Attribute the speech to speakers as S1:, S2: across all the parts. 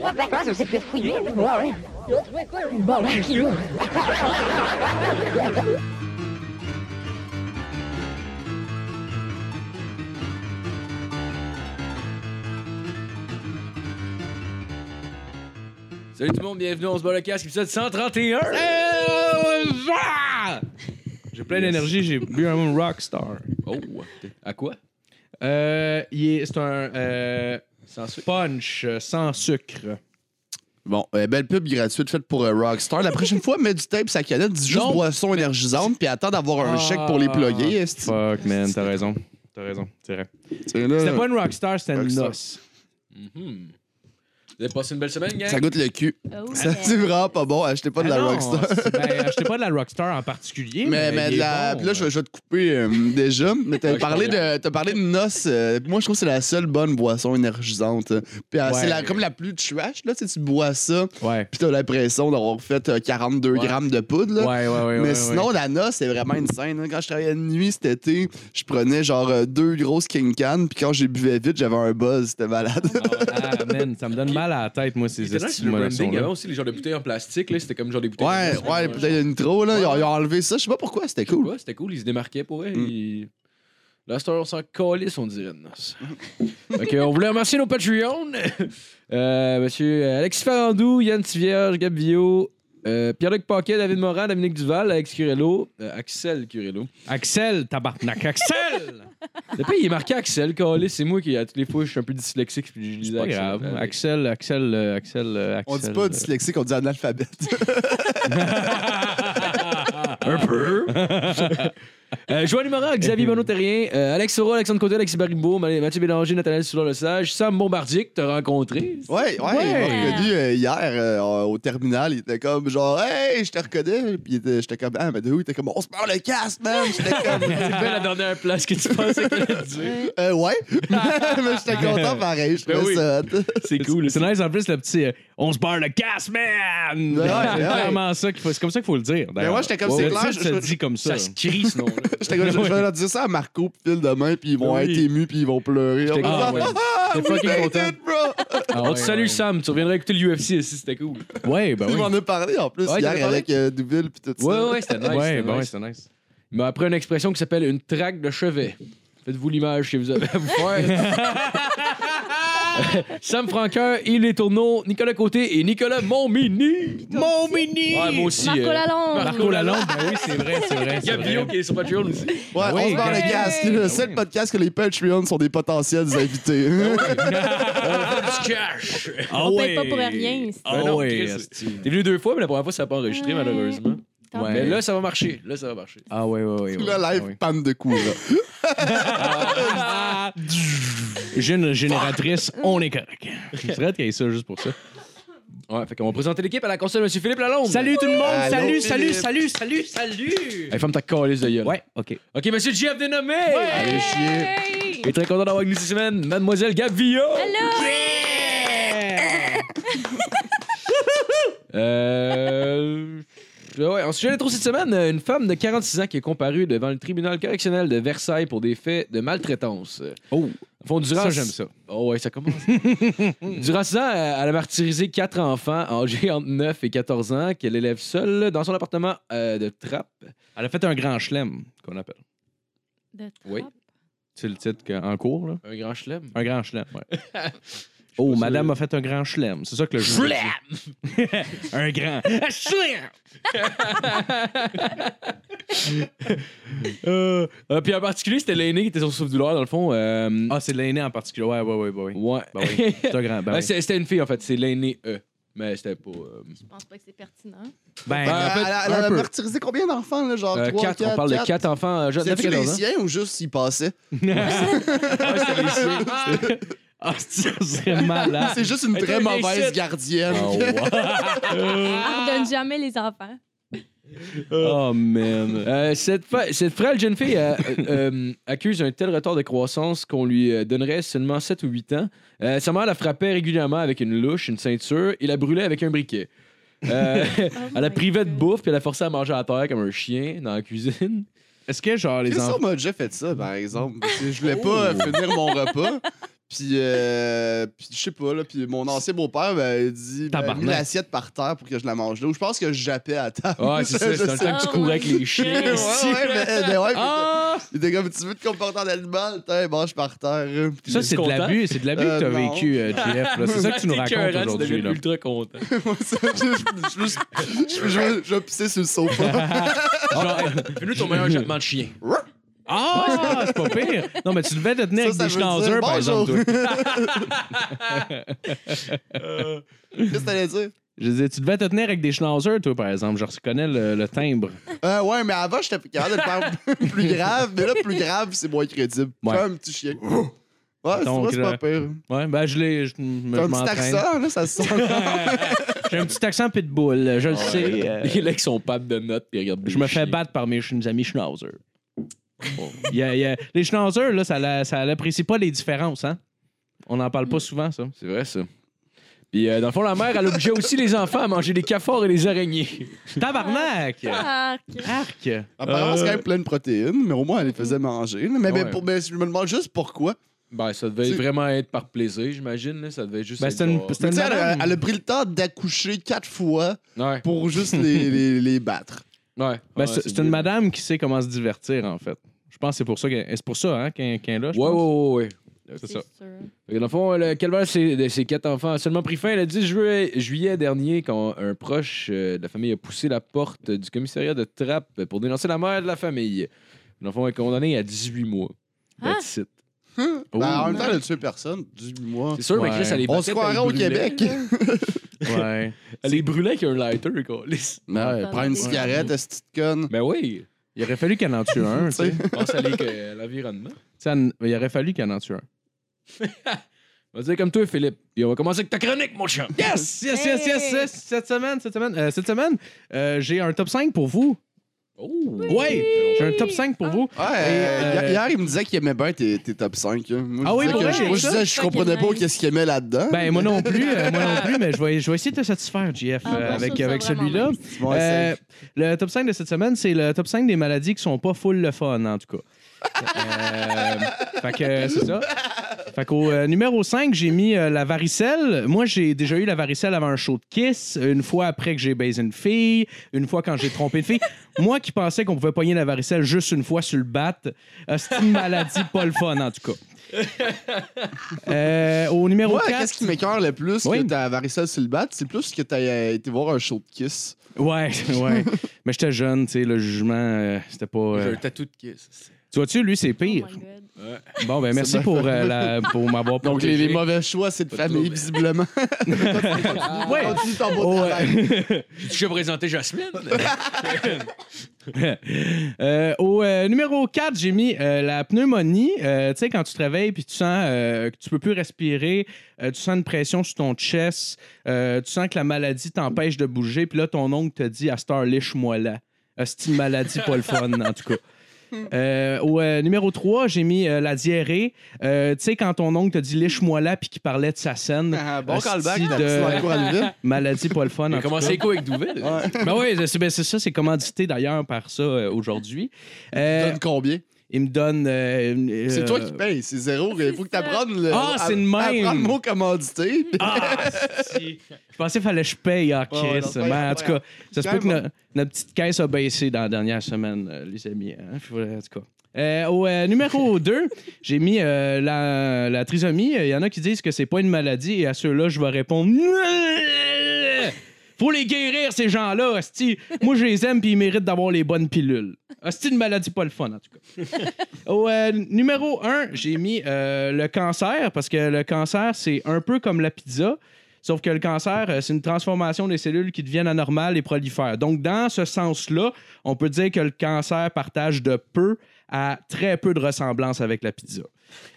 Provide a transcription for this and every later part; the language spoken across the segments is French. S1: D'accord, Bah, c'est plus fouillé. Bon, bah, un kilo.
S2: Salut tout le monde, bienvenue, on se bat le casque, épisode 131!
S3: Euh,
S4: J'ai plein d'énergie, j'ai bu un rockstar.
S2: Oh! À quoi?
S4: Euh, il est- c'est un euh,
S2: Sans sucre.
S4: punch euh, sans sucre.
S3: Bon, euh, belle pub gratuite faite pour euh, Rockstar. La prochaine fois, mets du tape sa canette, dis juste
S4: Non.
S3: boisson énergisante, puis attends d'avoir un
S4: Ah.
S3: chèque pour les plugger. esti.
S4: Fuck, man, t'as raison. T'as raison, c'est vrai.
S3: C'est là,
S4: C'était pas une rockstar, c'était une
S3: Rockstar.
S4: noce.
S2: Mhm. Vous avez passé une belle semaine, gang?
S3: Ça goûte le cul.
S5: Oh,
S3: Ça,
S5: yeah.
S3: C'est vraiment pas bon. Achetez pas de la
S4: Ah non,
S3: Rockstar.
S4: c'est- Ben, achetez pas de la rockstar en particulier.
S3: Mais, mais
S4: il
S3: de
S4: est
S3: la...
S4: bon.
S3: puis là, je, vais- je vais te couper euh, déjà. Mais
S2: Ouais,
S3: t'as
S2: je
S3: parlé,
S2: comprends.
S3: de- t'as parlé de noces. euh, moi, je trouve que c'est la seule bonne boisson énergisante. Puis euh,
S4: Ouais.
S3: c'est la- comme la plus trash. Là, tu sais, tu bois ça,
S4: Ouais.
S3: puis t'as l'impression d'avoir fait euh, 42
S2: Ouais.
S3: grammes de poudre. là.
S4: Ouais, ouais, ouais. ouais,
S3: Mais
S4: ouais.
S3: sinon, la noce, c'est vraiment une scène. hein. Quand je travaillais de nuit cet été, je prenais genre euh, deux grosses King Can, puis quand j'ai buvais vite, j'avais un buzz, c'était malade.
S4: Ah, man, ça me donne mal à la tête, moi, ces
S2: C'était nice, le branding. Il y avait
S4: estimations-là.
S2: aussi les genres de bouteilles en plastique, là. C'était comme genre des bouteilles.
S3: ouais,
S2: en
S3: ouais,
S2: plastique,
S3: peut-être une trop, là. Ils ont,
S2: Ouais.
S3: ils ont enlevé ça, je sais pas pourquoi, c'était
S2: Je sais
S3: cool.
S2: pas, C'était cool, ils se démarquaient pour eux.
S3: Mm.
S2: ils- La star, on s'en calisse, on dirait. de nos. Fait que, on voulait remercier nos Patreons. Euh, monsieur Alexis Farandou, Yann Tivierge, Gab Villot, euh, Pierre-Luc Paquet, David Morin, Dominique Duval, Alex Curello, euh, Axel Curello.
S4: hein, Axel, tabarnak, Axel!
S2: Le pays, il est marqué Axel, calisse. C'est moi qui, à toutes les fois, je suis un peu dyslexique puis je
S4: C'est
S2: lisais
S4: pas
S2: Axel.
S4: grave.
S2: Euh,
S4: Axel, Axel, euh, Axel, euh, Axel.
S3: On dit pas
S4: euh,
S3: dyslexique, on dit analphabète.
S2: Un peu. euh, Joanne Morin, Xavier Bonotérien, euh, Alex Soro, Alexandre Côté, Alexis Baribot, Mathieu Bélanger, Nathanaël soulard lesage Sam Bombardier, que t'as rencontré.
S3: ouais,
S4: Ouais.
S3: ouais, ils m'ont reconnu euh, hier euh, au terminal, il était comme genre, hey, je te reconnais. Puis il était- j'étais comme, ah, mais de où? Il était comme, on se parle le casque, man. J'étais comme,
S2: C'est pas la dernière place que tu pensais qu'elle allait dire.
S3: euh, ouais. mais j'étais content pareil, je
S2: Ben oui.
S3: trouvais ça hot.
S2: C'est
S4: C'est- C'est nice en plus le petit euh, on se barre le casse, man!
S3: Ouais, ouais.
S4: c'est vraiment ça qu'il faut. C'est comme ça qu'il faut le dire.
S3: Mais moi, j'étais comme, c'est clair,
S4: je
S3: je-
S4: te dis comme ça.
S2: Ça se crie, ce nom-là.
S3: J'étais comme, je je vais leur dire ça à Marco, puis Phil demain, puis ils vont
S4: Oui.
S3: être émus, puis ils vont pleurer.
S2: J'étais
S3: Ah,
S2: content, ouais.
S3: ah,
S2: J'étais
S3: we
S2: fucking
S3: made
S2: content. Ah
S3: it, bro!
S2: On te salue, Sam. Tu reviendrais écouter l'UFC ici, c'était cool.
S4: Ouais, ben
S3: Tu m'en
S4: oui.
S3: as parlé en plus
S2: Ouais, t'en as
S3: hier
S2: parlé?
S3: avec euh, Douville, puis tout ça.
S2: Ouais, ouais, c'était nice.
S4: ouais,
S2: c'était
S4: ben ouais,
S2: nice.
S4: c'est nice.
S2: Il m'a appris une expression qui s'appelle une traque de chevet. Faites-vous l'image si vous avez à vous faire. Sam Franqueur, Yves Les Tourneaux, Nicolas Côté et Nicolas Monmini.
S4: Mon mini!
S2: Ouais, moi aussi.
S5: Marco
S2: euh,
S5: Lalonde.
S4: Marco Lalonde, ben oui, c'est vrai, c'est vrai.
S2: Il y a
S4: c'est
S2: Bio
S4: vrai.
S2: qui est sur Patreon aussi.
S3: Ouais,
S4: Ah
S3: on
S4: oui,
S3: se barre
S4: ouais.
S3: le casque. Le
S2: Ah
S4: Ouais.
S3: seul podcast que les Patreons sont des potentiels invités.
S2: ah Du cash.
S4: Ah
S5: On
S4: ouais.
S5: paye pas pour rien. c'est-
S4: Ah
S2: Ben non,
S4: ouais,
S2: Chris,
S4: asti.
S2: T'es venu deux fois, mais la première fois, ça n'a pas enregistré,
S5: Ouais.
S2: malheureusement.
S5: Tant
S4: Ouais.
S5: pis.
S2: Mais là, ça va marcher. Là, ça va marcher.
S4: Ah ouais, ouais, ouais.
S3: Tout
S4: ouais.
S3: le
S4: Ah ouais.
S3: live panne de courant.
S4: Ah! Jeune génératrice, on est correct. Je serais qu'il y ait ça juste pour ça.
S2: Ouais, fait qu'on va présenter l'équipe à la console, Monsieur Philippe Lalonde.
S4: Salut tout le monde!
S3: Allô,
S4: Salut, salut,
S3: Philippe.
S4: salut, salut, salut!
S2: Hey, ferme ta calice de gueule.
S4: Ouais, ok.
S2: Ok, Monsieur JF dénommé.
S3: Allez, chier.
S5: Hey!
S2: Et très content d'avoir avec nous cette semaine, Mademoiselle Gavio.
S5: Allô?
S2: Euh. Ouais, en sujet trop cette semaine, euh, une femme de 46 ans qui est comparue devant le tribunal correctionnel de Versailles pour des faits de maltraitance. Euh,
S4: Oh,
S2: au fond, durant
S4: ça j'aime ça.
S2: Oh ouais, ça commence. durant 6 ans, euh, elle a martyrisé quatre enfants âgés entre 9 et 14 ans qu'elle élève seule dans son appartement euh, de trappe.
S4: Elle a fait un grand chelem, qu'on appelle.
S5: De trappe.
S2: Oui.
S4: C'est le titre que- en cours, là.
S2: Un grand chelem.
S4: Un grand chelem, ouais. oh, madame a fait un grand chelem. C'est ça que le juge a dit. Un grand chelem!
S2: Euh, euh, puis en particulier, c'était l'aîné qui était sur souffle-douleur, dans le fond. euh,
S4: Ah, c'est l'aîné en particulier. Ouais, ouais, ouais, ouais. ouais.
S2: Ouais.
S4: Ben oui. C'est un grand. Ben,
S2: Ouais,
S4: oui.
S2: c'est- C'était une fille, en fait. C'est l'aîné E. Mais c'était pas. euh,
S5: Je pense pas que c'est pertinent.
S2: Ben,
S4: Ben,
S3: Elle
S2: en fait,
S3: elle- elle
S2: un
S3: a
S2: peu.
S3: martyrisé combien d'enfants, là? Genre
S2: euh,
S3: 3,
S2: quatre,
S3: 4,
S2: on parle de quatre enfants euh, jeunes. neuf et
S3: C'est-tu les
S2: 14 ans.
S3: siens ou juste s'ils passaient?
S2: Ouais, c'était les siens.
S4: ah, ça serait malade.
S2: Ah.
S3: C'est juste une
S2: Mais
S3: très
S2: toi, les siens.
S3: mauvaise gardienne.
S2: Oh,
S5: Pardonne jamais les enfants.
S4: Oh, man.
S2: Euh, cette, fa- cette frêle jeune fille euh, euh, accuse un tel retard de croissance qu'on lui euh, donnerait seulement 7 ou 8 ans. Euh, sa mère la frappait régulièrement avec une louche, une ceinture et la brûlait avec un briquet. Euh,
S5: Oh
S2: elle la privait de bouffe puis elle la forçait à manger à terre comme un chien dans la cuisine.
S4: Est-ce que, genre, les
S3: Qu'est-ce
S4: enfants.
S3: qu'on m'a déjà fait ça, par exemple? Parce que Je voulais pas euh, finir mon repas. Puis, euh, puis je sais pas, là. Puis mon ancien beau-père, ben, il dit ben,
S4: Tabarnak.
S3: mets l'assiette par terre pour que je la mange là. Ou je pense que je jappais à table.
S2: Ah, c'est ça,
S3: Je
S2: c'est dans le
S3: sais
S2: temps que tu
S5: Ah,
S2: courais
S5: ouais.
S2: avec les chiens.
S3: Ouais,
S2: ici.
S3: ouais, mais, mais ouais,
S2: Ah!
S3: mais t'es comme, tu veux te comporter en animal, t'es, mange par terre. hein. Puis-
S4: Ça, c'est de
S2: content.
S4: l'abus, c'est de l'abus
S3: Euh,
S4: que t'as
S3: non.
S4: vécu, euh, JF. là. C'est ça que tu nous
S2: T'es
S4: racontes
S2: écœurant,
S4: aujourd'hui.
S2: Tu
S4: là.
S2: deviens ultra content.
S3: Moi, ça, je, je, je, je, je- je vais pisser sur le sofa.
S2: Genre, fais-nous ton meilleur jappement de chien.
S4: Ah, c'est pas pire. Non, mais tu devais te tenir
S3: Ça,
S4: avec
S3: ça
S4: des
S3: veut dire
S4: schnauzers, par exemple.
S3: bonjour.
S4: toi.
S3: Euh, Qu'est-ce que t'allais dire?
S4: Je disais, tu devais te tenir avec des schnauzers, toi, par exemple. Je reconnais le, le timbre.
S3: Euh, ouais, mais avant, j'étais plus capable de le faire plus grave. Mais là, plus grave, c'est moins crédible.
S4: Ouais.
S3: Fais un petit chien. Ouais, c'est
S4: Donc,
S3: vrai, c'est pas
S4: là,
S3: pire.
S4: Ouais, ben, je l'ai. Je, je
S3: T'as un petit
S4: m'entraîne.
S3: accent, là, ça se sent.
S4: J'ai un petit accent pitbull,
S2: Oh,
S4: je le sais. euh,
S2: Il est là avec son pape de notes, puis il regarde.
S4: Je me
S2: des
S4: fais
S2: chiens.
S4: battre par mes ch- amis schnauzers. Bon. Il y a- il y a- Les schnauzers, là, ça l'a- ça l'apprécie pas les différences, hein? On n'en parle pas souvent, ça.
S2: C'est vrai, ça. Puis, euh, dans le fond, la mère, elle obligeait aussi les enfants à manger des cafards et des araignées.
S4: Tabarnak!
S5: Arc.
S4: Arc!
S3: Apparemment, c'est quand
S4: Euh.
S3: même plein de protéines, mais au moins, elle les faisait manger. là. Mais, mais
S2: Ouais.
S3: pour, mais je me demande juste pourquoi.
S2: Ben, ça devait
S3: C'est-
S2: vraiment être par plaisir, j'imagine. là. Ça devait juste
S4: Ben,
S2: être.
S4: c'est une-
S2: genre-
S4: c'est
S3: Mais tu sais, elle, a-
S4: madame.
S3: elle a pris le temps d'accoucher quatre fois
S2: Ouais,
S3: pour juste les, les, les battre.
S2: ouais.
S4: Ben,
S2: Ouais,
S4: c'est c'est
S2: bien.
S4: une madame qui sait comment se divertir, en fait. Je pense que c'est pour ça qu'elle- c'est pour ça hein, qu'elle qu'elle est là. je
S2: Ouais, ouais,
S4: pense.
S2: ouais, ouais.
S4: C'est ça. Euh,
S5: C'est sûr. Ah,
S2: Fait que Dans le fond, le calvaire c'est- de ses quatre enfants a seulement pris fin le 10 juillet, juillet dernier quand un proche euh, de la famille a poussé la porte du commissariat de Trappe pour dénoncer la mère de la famille. Dans le fond, elle est condamnée à 18 mois. That's it.
S4: Oh.
S3: Ben, en même temps,
S2: Ouh.
S3: elle a tué personne, dis-moi.
S2: C'est sûr, mais Chris, elle les
S3: On
S2: battait,
S3: se
S2: elle
S3: croirait
S2: les
S3: au
S2: brûlait.
S3: Québec.
S4: Ouais.
S2: Elle les brûlait avec un lighter, quoi.
S3: Ouais, prends une
S5: Ouais.
S3: cigarette, cette petite conne.
S2: Ben oui.
S4: Il aurait fallu qu'elle en tue un. tu sais. Tu
S2: Pense à l'é- que- à l'environnement.
S4: sais, elle- Il aurait fallu qu'elle en tue un.
S2: On va dire comme toi, Philippe. Puis on va commencer avec ta chronique, mon chat.
S4: Yes! Yes, yes, yes, yes! Cette semaine, cette semaine, euh, cette semaine euh, j'ai un top 5 pour vous.
S2: Oh!
S4: Ouais! J'ai un top 5 pour vous.
S5: Ah.
S3: Ouais,
S4: euh,
S3: hier- hier, il me disait qu'il aimait bien tes, tes top 5. hein. Moi, je
S4: Ah oui,
S3: disais
S4: pour
S3: que-
S4: vrai?
S3: Moi, je disais, je
S5: Ça,
S3: comprenais pas
S5: nice.
S3: qu'est-ce qu'il aimait là-dedans.
S4: Ben, moi non plus, euh, moi non plus, mais je vais, je vais essayer de te satisfaire, JF,
S5: Ah,
S4: euh,
S5: moi, je
S4: avec,
S5: trouve ça
S4: avec
S5: vraiment
S4: celui-là.
S5: nice.
S3: Bon,
S4: Euh,
S3: c'est-
S4: le top 5 de cette semaine, c'est le top 5 des maladies qui sont pas full le fun, en tout cas. Euh, fait que euh, c'est ça. Fait qu'au euh, numéro 5, j'ai mis euh, la varicelle. Moi, j'ai déjà eu la varicelle avant un show de kiss, une fois après que j'ai baisé une fille, une fois quand j'ai trompé une fille. Moi qui pensais qu'on pouvait pogner la varicelle juste une fois sur le bat, euh, c'est une maladie pas le fun, en tout cas. Euh, au numéro
S3: Moi,
S4: 4.
S3: qu'est-ce qui m'écœure le plus
S4: Oui.
S3: que ta varicelle sur le bat, c'est plus que t'as euh, été voir un show de kiss.
S4: Ouais, ouais. Mais j'étais jeune, tu sais, le jugement, euh, c'était pas. euh,
S2: tatou de kiss.
S4: Tu vois-tu, lui, c'est pire.
S5: Oh my God.
S4: Bon, ben merci pour, euh, la- pour m'avoir
S3: Donc, les,
S4: protégé.
S3: les mauvais choix, c'est de
S2: Pas de
S3: famille,
S2: problème.
S3: visiblement.
S4: Ouais.
S3: Continue ton beau
S4: Oh,
S3: travail.
S2: J'ai déjà présenté Jasmine.
S4: Euh, au euh, numéro 4, j'ai mis euh, la pneumonie. Euh, tu sais, quand tu te réveilles puis tu sens euh, que tu peux plus respirer, euh, tu sens une pression sur ton chest, euh, tu sens que la maladie t'empêche de bouger, puis là, ton oncle te dit à Star, liche-moi là. Euh, C'est une maladie pas le fun, en tout cas. Euh, au euh, numéro 3, j'ai mis euh, la diarrhée. Euh, tu sais, quand ton oncle te dit liche-moi là, puis qu'il parlait de sa scène,
S3: Ah, Bon
S4: Hostie
S3: callback,
S4: de-
S3: t'as petit dans le cours à Levin.
S4: maladie pas le fun.
S2: On
S4: en
S2: a
S4: tout cas.
S2: commencé quoi avec Douvel?
S4: Ben oui, c'est ben c'est ça, c'est commandité d'ailleurs par ça euh, aujourd'hui. Euh,
S3: Donne combien?
S4: il me donne. euh, une- euh,
S3: C'est toi qui payes, c'est zéro. Il faut que t'apprennes le.
S4: Ah,
S3: à-
S4: c'est le même.
S3: Apprendre le mot commandité.
S4: Ah, si. Je pensais qu'il fallait que je paye en
S3: Ouais, ouais,
S4: caisse.
S3: non, c'est pas
S4: Mais
S3: grave,
S4: en tout cas, ça se peut que
S3: Calme.
S4: no- notre petite caisse a baissé dans la dernière semaine, euh, les amis. hein. Faut- En tout cas. Euh, au euh, numéro 2, j'ai mis euh, la, la trisomie. Il y en a qui disent que c'est pas une maladie et à ceux-là, je vais répondre. Faut les guérir, ces gens-là, hostie. Moi, je les aime puis ils méritent d'avoir les bonnes pilules. Hostie, une maladie pas le fun, en tout cas. Au euh, numéro 1, j'ai mis euh, le cancer parce que le cancer, c'est un peu comme la pizza. Sauf que le cancer, euh, c'est une transformation des cellules qui deviennent anormales et prolifèrent. Donc, dans ce sens-là, on peut dire que le cancer partage de peu à très peu de ressemblance avec la pizza.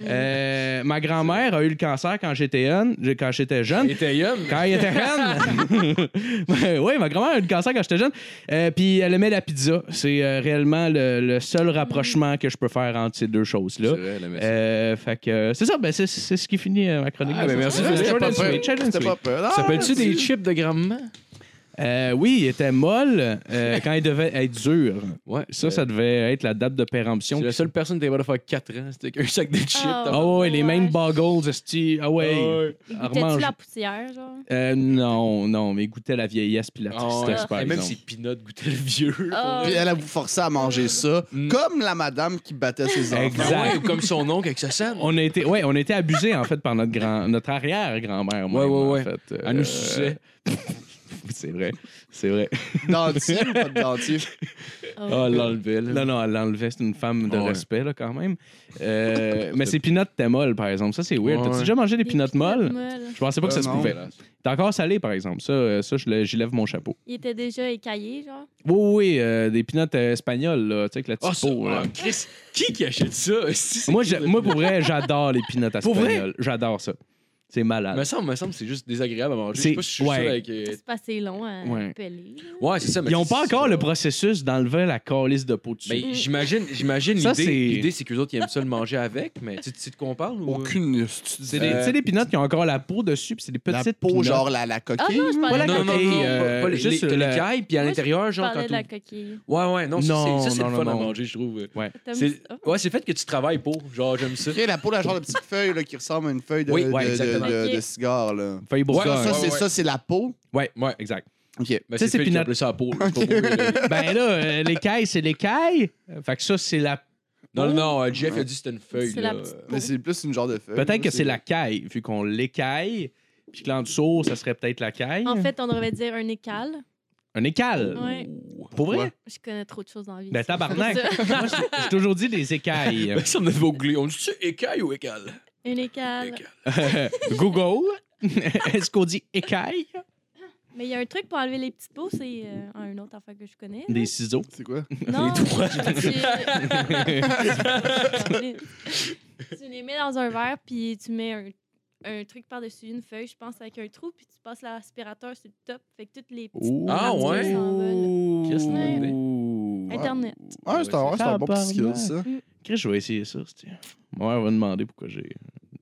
S4: Euh, ma grand-mère a eu le cancer quand j'étais jeune. Quand j'étais jeune.
S2: Et Tayum?
S4: Quand elle était jeune. Ben oui, ma grand-mère a eu le cancer quand j'étais jeune. Euh, Puis elle aimait la pizza. C'est euh, réellement le, le seul rapprochement que je peux faire entre ces deux choses-là. Euh, fait que euh, c'est ça, ben c'est c'est ce qui finit euh, ma chronique.
S2: Ah, ben, merci,
S4: Challenge
S2: Philippe.
S4: me, challenge me.
S3: C'était pas peur. Ah,
S2: S'appelles-tu des chips de grand-maman?
S4: Euh, oui, il était molle euh, quand il devait être dur.
S2: Ouais,
S4: Ça, ça devait être la date de péremption.
S2: Euh, C'est la seule personne qui était capable de faire 4 ans, c'était qu'un sac de chips.
S5: Ah,
S2: t'as-
S4: Ah ouais, les mêmes
S5: Ouais.
S4: boggles, esti. Ah ouais.
S5: Il
S4: Ah,
S5: goûtait-tu
S4: remange.
S5: la poussière, genre?
S4: Euh, non, non, mais il goûtait la vieillesse puis la
S2: Ah, ouais.
S4: tristesse, par
S2: Et même si
S4: exemple.
S2: Pinot goûtait le vieux. pour
S5: Ah.
S2: vrai.
S3: Puis elle a vous forcé à manger ça,
S2: Mm.
S3: comme la madame qui battait ses enfants.
S4: Exact.
S2: Ah ouais, ou comme son oncle avec sa scène.
S4: On a été, ouais, on a été abusés, en fait, par notre, grand, notre
S2: Ouais,
S4: arrière-grand-mère. même,
S2: ouais,
S4: en
S2: ouais.
S4: fait. Euh,
S2: Elle nous suçait.
S4: c'est vrai, c'est vrai.
S3: Dentier ou pas de dentier?
S2: Ah, l'enlevait, là. Ah
S4: Non, non, elle l'enlevait. C'est une femme de
S2: Ouais.
S4: respect, là, quand même. Euh, mais c'est peanuts t'es molle, par exemple. Ça, c'est weird.
S2: Ah Ouais.
S4: T'as-tu déjà mangé des peanuts molles?
S5: molles.
S4: Je pensais pas que ça
S3: Euh,
S4: se
S3: non.
S4: pouvait. T'es encore salé, par exemple. Ça, euh, ça je le- j'y lève mon chapeau.
S5: Il était déjà écaillé, genre.
S4: Oui, oui, oui, euh, des peanuts euh, espagnols, là, tu sais, avec la
S2: Ah,
S4: petite
S2: ça-
S4: peau. là.
S2: ah, Chris, qui qui achète ça? Si, c'est
S4: Moi,
S2: qui,
S4: j'ai-
S2: le
S4: moi,
S2: Pinot?
S4: pour vrai, j'adore les peanuts
S2: Pour vrai?
S4: espagnols. J'adore ça. C'est malade.
S2: Me semble, me semble, que c'est juste désagréable à manger. Je sais
S4: C'est-
S2: pas si je suis
S4: ouais.
S2: seul avec. euh,
S5: C'est pas assez long à
S4: Ouais.
S5: peler. là.
S2: Ouais, c'est ça. mais
S4: Ils n'ont
S2: c'est-
S4: pas encore
S2: c'est-
S4: le processus d'enlever la calice de peau dessus.
S5: Mm.
S2: Mais j'imagine, j'imagine
S4: Ça,
S2: l'idée,
S4: c'est-
S2: l'idée, c'est qu'eux autres, ils aiment ça le manger avec, mais tu tu sais de quoi on parle ou.
S3: Aucune.
S4: C'est des,
S2: Euh,
S4: tu sais, des peanuts qui ont encore la peau dessus, puis c'est des
S3: La
S4: petites
S3: peau,
S4: peanuts.
S3: genre la, la coquille.
S5: Ah non, je
S2: Non,
S5: parlais
S4: la
S5: de
S2: non, non,
S5: la
S4: coquille,
S2: non,
S5: coquille.
S4: euh,
S2: pas- pas les-
S4: juste
S2: les- t'as
S4: la-
S2: l'écaille, puis à
S5: Moi,
S2: l'intérieur,
S5: Je
S2: genre, quand
S5: parlais de la
S2: tout-
S5: coquille.
S2: Ouais, ouais, non, ça,
S4: Non,
S2: c'est, ça, c'est
S4: non,
S2: le fun
S4: non,
S2: à
S4: non.
S2: manger, je trouve.
S5: T'aimes
S2: C'est...
S5: ça?
S2: Ouais, c'est fait que tu travailles pour. Genre, j'aime ça.
S5: Ah.
S3: Ok, la peau, la genre de petite feuille là, qui ressemble à une feuille de,
S2: Oui,
S3: de-
S2: ouais,
S3: de-
S2: exactement.
S3: de-
S5: Ok.
S3: de cigare. Là.
S4: Feuille
S2: Ouais,
S4: Bourgogne.
S3: Ça,
S2: ouais,
S3: c'est
S2: ouais.
S3: ça, c'est la peau.
S4: Ouais, ouais, exact.
S3: OK.
S2: Ben,
S4: Ça,
S2: c'est
S4: c'est
S2: Phil qui
S4: peanut.
S2: appelait ça la peau. c'est pas moi, là.
S4: ben là, euh, l'écaille, c'est l'écaille. Fait que ça, c'est la.
S2: Non, non, non, euh, Jeff a dit que c'était une feuille.
S5: C'est
S2: là.
S5: la petite-
S3: Mais c'est plus une genre de feuille.
S4: Peut-être que c'est la
S3: là.
S4: caille, vu qu'on l'écaille. Puis que l'en dessous, ça serait peut-être la caille.
S5: En fait, on devrait dire un écale.
S4: Un écale.
S5: Ouais.
S4: Pour vrai?
S3: Ouais.
S5: Je connais trop de choses en vie.
S4: Ben tabarnak. Moi, j'ai j'ai toujours dit des écailles.
S2: Ben, ça me fait googler. On dit-tu écaille ou écale?
S5: Une écale.
S2: Écale.
S4: Google. Est-ce qu'on dit écaille?
S5: Mais il y a un truc pour enlever les petites peaux, c'est euh, un autre affaire que je connais.
S4: Des ciseaux.
S3: C'est quoi?
S5: Non,
S2: Les doigts.
S5: tu... tu les mets dans un verre, puis tu mets un, un truc par-dessus une feuille, je pense, avec un trou, puis tu passes l'aspirateur sur le top. Fait que toutes les petites
S4: Ouh.
S2: Ah,
S5: particules
S2: ouais?
S3: Oh.
S5: s'envolent.
S2: Qu'est-ce que
S5: Ouais.
S2: c'est?
S5: Internet.
S3: Ah, c'est un, c'est un bon petit skill,
S4: Tabarnak.
S3: ça.
S4: Chris, je vais essayer ça. c'est- Moi, elle va demander pourquoi j'ai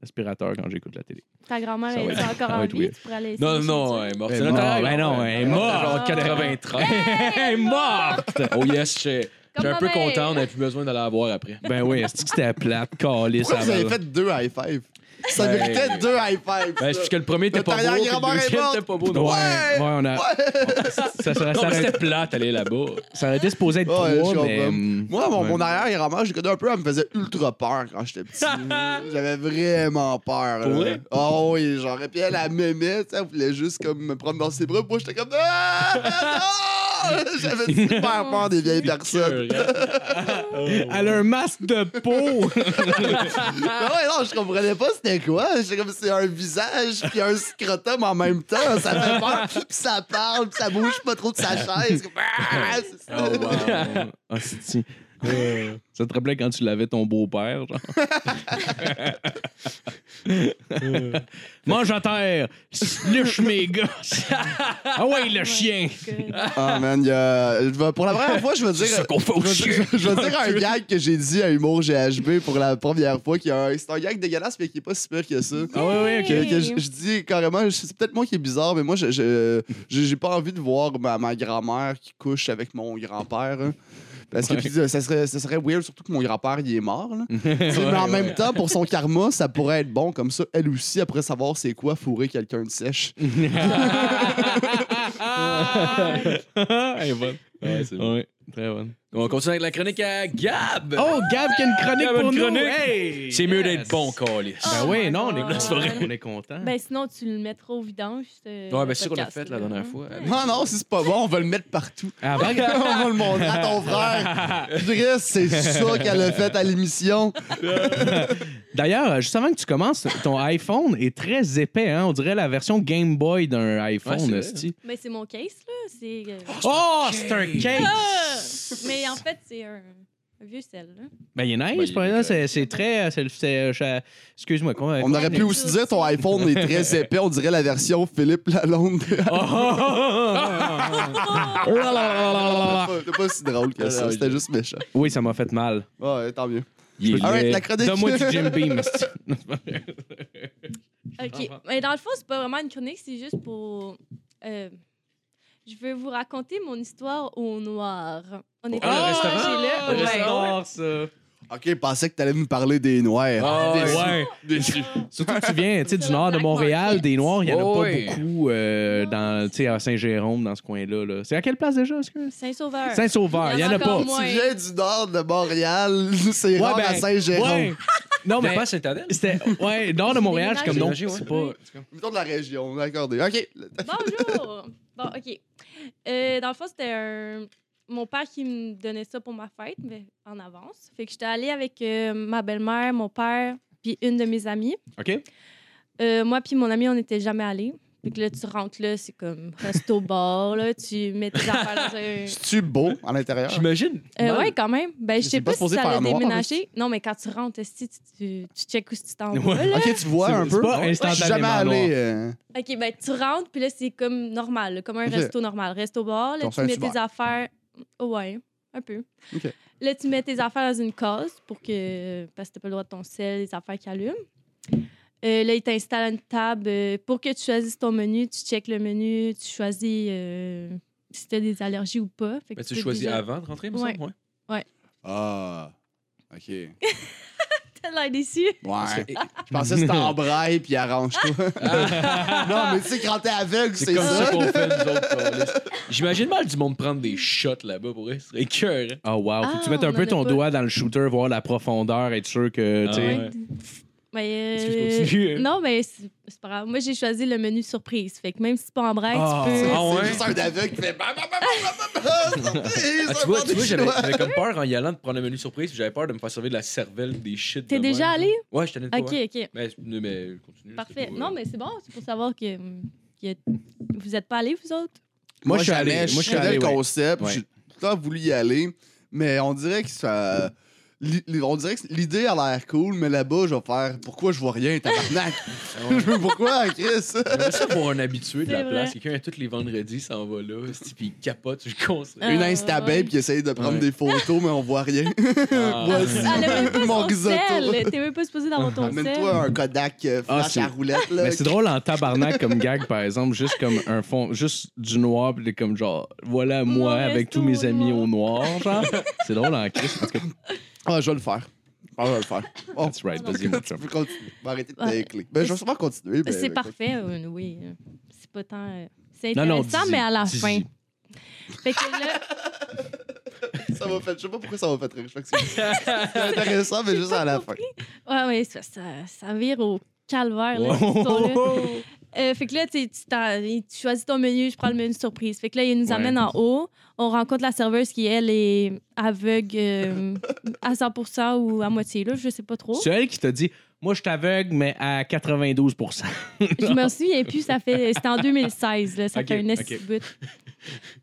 S4: l'aspirateur quand j'écoute la télé.
S5: Ta grand-mère
S4: Ça
S5: elle
S4: va
S5: est
S4: être-
S5: encore
S4: ça va
S5: en
S4: être
S5: vie,
S4: weird.
S5: tu pourrais aller
S2: Non, non, non,
S5: ouais.
S2: elle est morte.
S3: Ben,
S2: Oh, C'est notre
S3: non,
S2: arrière-
S4: ben non, elle est morte.
S5: Ah,
S2: Genre 93.
S4: Hey, morte!
S2: Oh yes, j'ai j'ai un peu content, on n'a plus besoin d'aller la voir après.
S4: Ben oui, est-ce que c'était plate, calice?
S3: Pourquoi vous avez
S4: avant.
S3: fait deux high five? Ça
S2: Ben-
S3: méritait deux high five.
S2: Ben, c'est parce que le premier était
S3: Notre
S2: pas beau, puis
S3: arrière-grand-mère
S2: le
S3: est
S2: deuxième
S3: morte.
S2: était pas beau.
S4: Ouais,
S2: Non,
S4: ouais,
S3: Ouais!
S4: on a. Ça, ça, ça,
S2: Non, mais
S4: aurait,
S2: c'était plate, aller là-bas.
S4: ça aurait été supposé être
S3: Ouais, je
S4: trois, mais.
S3: comprends.
S4: hum,
S3: Moi, mon,
S4: ouais.
S3: mon arrière-grand-mère, je connais un peu, elle me faisait ultra peur quand j'étais petit. J'avais vraiment peur.
S2: Pour
S3: là.
S2: vrai?
S3: Oh oui, genre, et puis elle, elle m'aimait, tu sais, elle voulait juste comme me prendre dans ses bras. Moi, j'étais comme. Ah, non! J'avais super peur des vieilles personnes.
S4: Elle a un masque de peau!
S3: Mais Ah ouais, non, je comprenais pas c'était quoi. J'étais comme, c'est un visage puis un scrotum en même temps. Ça fait peur, puis ça parle, puis ça bouge pas trop de sa chaise. Comme, ah, c'est ça.
S2: Oh,
S4: Ah, c'est si. Ça te rappelait quand tu l'avais ton beau-père, genre? Mange à terre! Luche mes gosses! Ah ouais, le chien!
S3: Ah, man, il y a- je vais- pour la première fois, je vais dire.
S2: C'est ça qu'on
S4: Oh,
S2: fait au
S3: je vais-
S2: chien.
S3: Je vais dire un gag que j'ai dit à Humour GHB pour la première fois. qui est un- C'est un gag dégueulasse, mais qui est pas si pire que ça.
S4: Ah ouais, ouais, ok.
S3: Que- que je, je dis carrément, je- c'est peut-être moi qui est bizarre, mais moi, je, je- je- j'ai pas envie de voir ma, ma grand-mère qui couche avec mon grand-père. hein. Parce que
S4: Ouais.
S3: puis, ça, serait, ça serait weird, surtout que mon grand-père, il est mort. là. Tu sais, mais en même temps, pour son karma, ça pourrait être bon comme ça. Elle aussi, après savoir c'est quoi fourrer quelqu'un de sèche.
S4: Elle est bonne.
S2: Ouais, c'est bon.
S4: Ouais, très bonne.
S2: On continue avec la chronique à Gab.
S4: Oh, Gab qui a une chronique
S2: Gab a une
S4: pour nous!
S2: chronique.
S4: Hey!
S2: c'est mieux
S4: Yes.
S2: d'être bon, Calis.
S5: Ah.
S4: Ben
S5: Oh
S4: oui,
S5: my
S4: non, on
S5: God.
S4: est,
S5: Non, c'est vrai.
S4: on est content.
S5: Ben sinon, tu le mettras au vidange.
S2: Ouais, ben c'est ça qu'on a fait la dernière fois.
S3: Non, non, si c'est pas bon, on va le mettre partout.
S4: Avant que-
S3: on va le montrer à ton frère. Chris, c'est ça qu'elle a fait à l'émission.
S4: D'ailleurs, euh, juste avant que tu commences, ton iPhone est très épais, hein? On dirait la version Game Boy d'un
S2: Ouais, c'est
S4: iPhone,
S2: vrai.
S4: esti.
S5: Mais Ben, c'est mon case, là. C'est... euh,
S4: Oh, c'est un
S2: Ah!
S4: case!
S5: Mais en fait, c'est un, un vieux sel, là.
S4: Ben, il est
S2: Ben,
S4: nice,
S2: il
S4: par
S2: est
S4: exemple. C'est c'est très. euh, c'est- c'est- je- Excuse-moi, quoi?
S3: On aurait pu aussi dire ton iPhone est très épais, on dirait la version Philippe Lalonde.
S4: Oh, oh, oh, oh, oh. La, la, la, la, la, la.
S3: C'était pas si drôle que ça, c'était juste méchant.
S4: Oui, ça m'a fait mal.
S3: Ouais, tant mieux.
S2: Il est
S3: Alright,
S4: Mais
S3: Ah la chronique. Oh
S4: Donne-moi du Jim Beam. esti.
S5: OK. Mais dans le fond, c'est pas vraiment une chronique, c'est juste pour. euh, Je veux vous raconter mon histoire au noir. On était
S2: Ah, le
S5: au
S2: restaurant?
S5: Angelais,
S2: Le
S5: ouais.
S2: restaurant.
S4: J'adore ça.
S3: Ok, je pensais que t'allais nous parler des noirs.
S2: Ah,
S4: Ouais.
S3: Déçu.
S4: Surtout que tu viens tu sais, du
S5: Sur le
S4: nord de
S5: Black
S4: Montréal,
S5: Market.
S4: des Noirs, il n'y en a
S2: Oh,
S4: pas
S2: ouais.
S4: beaucoup euh, dans, tu sais, à Saint-Jérôme, dans ce coin-là. là. C'est à quelle place déjà? est-ce que-
S5: Saint-Sauveur.
S4: Saint-Sauveur, il n'y en a pas.
S5: encore moins.
S3: Tu viens du nord de Montréal, c'est rare
S4: Ouais, ben,
S3: à Saint-Jérôme.
S4: ouais. Non, mais
S2: pas Saint-Adèle?
S4: c'était. Ouais, nord de Montréal, Ben, c'est comme non.
S2: Ben, Déménagé, ouais.
S4: C'est pas.
S3: Mettons de la région, d'accord. des- Ok.
S5: Bonjour! Bon, OK. Euh, dans le fond, c'était un... mon père qui me donnait ça pour ma fête, mais en avance. Fait que j'étais allée avec euh, ma belle-mère, mon père, puis une de mes amies.
S4: OK?
S5: Euh, moi puis mon ami, on n'était jamais allés. Fait que là, tu rentres là, c'est comme resto-bar, là, tu mets tes affaires dans un...
S3: Es-tu beau à l'intérieur?
S2: J'imagine.
S5: Euh,
S2: mal.
S5: ouais, quand même. Ben, je
S3: C'est
S5: sais
S3: pas
S5: pas, si
S3: supposé
S5: ça
S3: faire
S5: allait
S3: noir,
S5: déménager. Non, mais quand tu rentres, esti, tu, tu, tu checkes où tu t'en vas,
S4: Ouais.
S5: là.
S3: Ok, tu vois
S4: C'est-
S3: un
S4: c'est
S3: peu. Ah
S4: pas
S3: Ouais, Je suis jamais
S4: instantanément
S3: allé. euh,
S5: OK, ben tu rentres, puis là, c'est comme normal, là, comme un
S3: Ok.
S5: resto normal. Resto-bar, là,
S3: Ton
S5: tu mets
S3: Saint-Hubert.
S5: tes affaires... Ouais, un peu.
S3: Ok.
S5: Là, tu mets tes affaires dans une case pour que... Parce que t'as pas le droit de ton sel, les affaires qui allument. Euh, là, ils t'installent à une table euh, pour que tu choisisses ton menu. Tu checkes le menu, tu choisis euh, si t'as des allergies ou pas. Fait que
S2: Ben, tu
S5: peux
S2: choisis
S5: déjà-
S2: avant de rentrer, il me
S5: Ouais.
S2: semble, ouais.
S3: Ah. Ok. Ouais.
S5: T'as l'air déçu.
S3: Je pensais que c'était en braille puis arrange-toi. non, mais tu sais, quand t'es aveugle, c'est
S2: C'est comme ça
S3: ça.
S2: qu'on fait, nous autres. câlisse. J'imagine mal du monde prendre des shots là-bas pour vrai. Ce serait cœur.
S4: Oh, wow. Faut que tu
S5: Ah,
S4: mettes un
S5: on en
S4: peu
S5: a
S4: ton
S5: pas.
S4: doigt dans le shooter, voir la profondeur, être sûr
S3: Ah
S4: que. tu sais.
S2: Ouais.
S5: Mais, euh,
S2: Excuse, continue.
S5: Non, mais c'est c'est pas grave. Moi, j'ai choisi le menu surprise. Fait que même si c'est pas en braille,
S4: Ah,
S5: tu peux.
S2: ah ouais.
S3: C'est juste un aveugle qui fait. bam, bam, bam, bam, bam, bam, bam,
S2: Ah,
S3: c'est
S2: tu
S3: un
S2: vois,
S3: bon
S2: tu vois j'avais
S3: Chinois.
S2: j'avais comme peur en y allant de prendre le menu surprise, puis j'avais peur de me faire servir de la cervelle, des shit.
S5: T'es
S2: de
S5: déjà
S2: même.
S5: allé?
S2: Ouais, je tenais pas.
S5: Ah, Ok,
S2: ouais.
S5: ok.
S2: Mais, mais continue.
S5: Parfait.
S2: euh,
S5: Non, mais c'est bon. C'est pour savoir que, que vous êtes pas allés, vous autres.
S4: Moi, je suis allé.
S3: jamais,
S4: Moi, je suis
S3: connais
S4: allé.
S3: le
S4: ouais.
S3: concept.
S4: Ouais.
S3: J'ai tout le temps voulu y aller, mais on dirait que ça. li- On dirait que l'idée a l'air cool, mais là-bas, je vais faire pourquoi je vois rien, tabarnak. Je veux pourquoi, Chris?
S2: J'aimerais ça pour un habitué de la
S5: C'est vrai.
S2: place. Quelqu'un, tous les vendredis, s'en va là, esti, puis il capote, je conseille.
S5: Ah,
S3: Une instababe
S5: ouais.
S3: qui essaye de prendre
S2: Ouais.
S3: des photos, mais on voit rien.
S2: Ah.
S3: Voici
S5: Ah, le même pas
S3: mon
S5: ton
S3: risotto.
S5: sel. T'es même pas supposé d'avoir ton sel.
S3: Amène-toi un Kodak euh,
S4: Ah,
S3: flash
S4: c'est-
S3: à roulette, là.
S4: Mais c'est drôle en tabarnak comme gag, par exemple, juste comme un fond, juste du noir, puis comme genre, voilà moi
S5: Mon
S4: avec
S5: resto
S4: tous mes
S5: au
S4: amis
S5: noir.
S4: au noir, genre. C'est drôle en crise, parce que.
S3: Ah, je vais le faire. Ah, je vais le faire. Bon,
S4: That's right,
S5: Non,
S4: vas-y, mon
S3: tu
S4: chum.
S3: peux continuer. On va arrêter de
S5: Ouais.
S3: t'incliner. Ben, je vais sûrement continuer. mais-
S5: C'est parfait, euh, oui. euh, C'est pas tant. euh, C'est
S4: Non, non,
S5: intéressant,
S4: dis-y,
S5: mais à la
S4: dis-y.
S5: fin. Fait que là,
S3: Ça m'a fait... Je sais pas pourquoi ça m'a fait rire. Je sais que c'est- c'est intéressant, mais juste à la fin.
S5: ouais, ouais, ça, ça, ça vire au calvaire, là, cette histoire-là.
S4: Wow.
S5: Euh, fait que là, tu, tu t'en- tu choisis ton menu, je prends le menu surprise. Fait que là, il nous
S4: Ouais.
S5: amène en haut. On rencontre la serveuse qui, elle, est aveugle euh, à 100 ou à moitié, là, je sais pas trop.
S4: C'est elle qui t'a dit, moi je t'aveugle, mais à 92
S5: Je me souviens plus, ça fait, c'était en 2016, là, ça
S4: Ok,
S5: fait un esti
S4: ok.
S5: bout.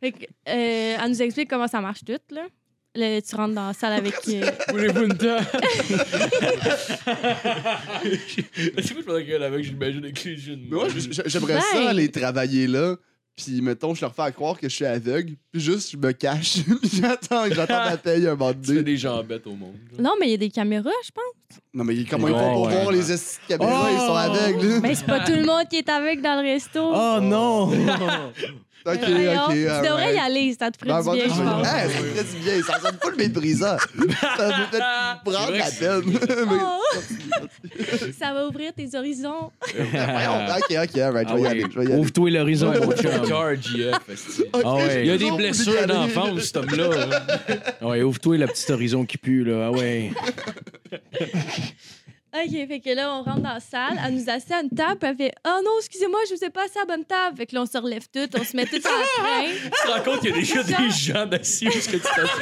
S5: Fait que, euh, elle nous explique comment ça marche tout, là. Là, tu rentres dans la salle avec... euh,
S2: Voulez-vous une table? Est-ce que je pensais qu'elle avec, j'imagine, avec les jeunes.
S3: Mais moi, j- j- j'aimerais ça
S5: Ben.
S3: aller travailler là. Puis, mettons, je leur fais à croire que je suis aveugle. Puis, juste, je me cache. Puis, j'attends que j'attends ma paye un moment
S2: tu fais
S3: donné.
S2: des gens bêtes au monde. genre.
S5: Non, mais il y a des caméras, je pense.
S3: Non, mais comment ils
S4: Ouais,
S3: font pour
S4: ouais.
S3: voir les esti de caméras? Ils sont aveugles. là.
S5: Oh! Mais Ben, c'est pas tout le monde qui est aveugle dans le resto.
S4: Oh non!
S3: Ok, ok.
S5: Voyons, tu
S3: alright.
S5: devrais y aller, ça te ferait
S3: Ben,
S5: du
S3: bon,
S5: bien, je
S3: je-
S5: pense.
S3: Hey, ça me fait du bien, ça sonne pas le méprisant. ça me fait prendre la
S2: Euh,
S3: peine. Mais-
S5: Oh! ça va ouvrir tes horizons.
S3: Voyons, ok, ok, alright,
S4: Ah
S3: je vais y
S4: ouais,
S3: aller, je vais y aller.
S4: Ouvre-toi l'horizon, mon
S2: Fuck
S4: chum.
S2: our GF, esti.
S4: Ah ouais.
S2: Il y a
S3: Ils
S2: des
S3: ont
S2: blessures
S3: obligé
S2: d'enfance, cet homme-là.
S4: Ah ouais, ouvre-toi le petit horizon qui pue, là. Ah ouais.
S5: OK, fait que là, on rentre dans la salle, elle nous assied à une table, puis elle fait « Oh non, excusez-moi, je vous ai pas assis à la bonne table. » Fait que là, on se relève toutes, on se met toutes en train.
S2: Tu te rends compte qu'il y a déjà des gens d'assis où est-ce que tu t'assois.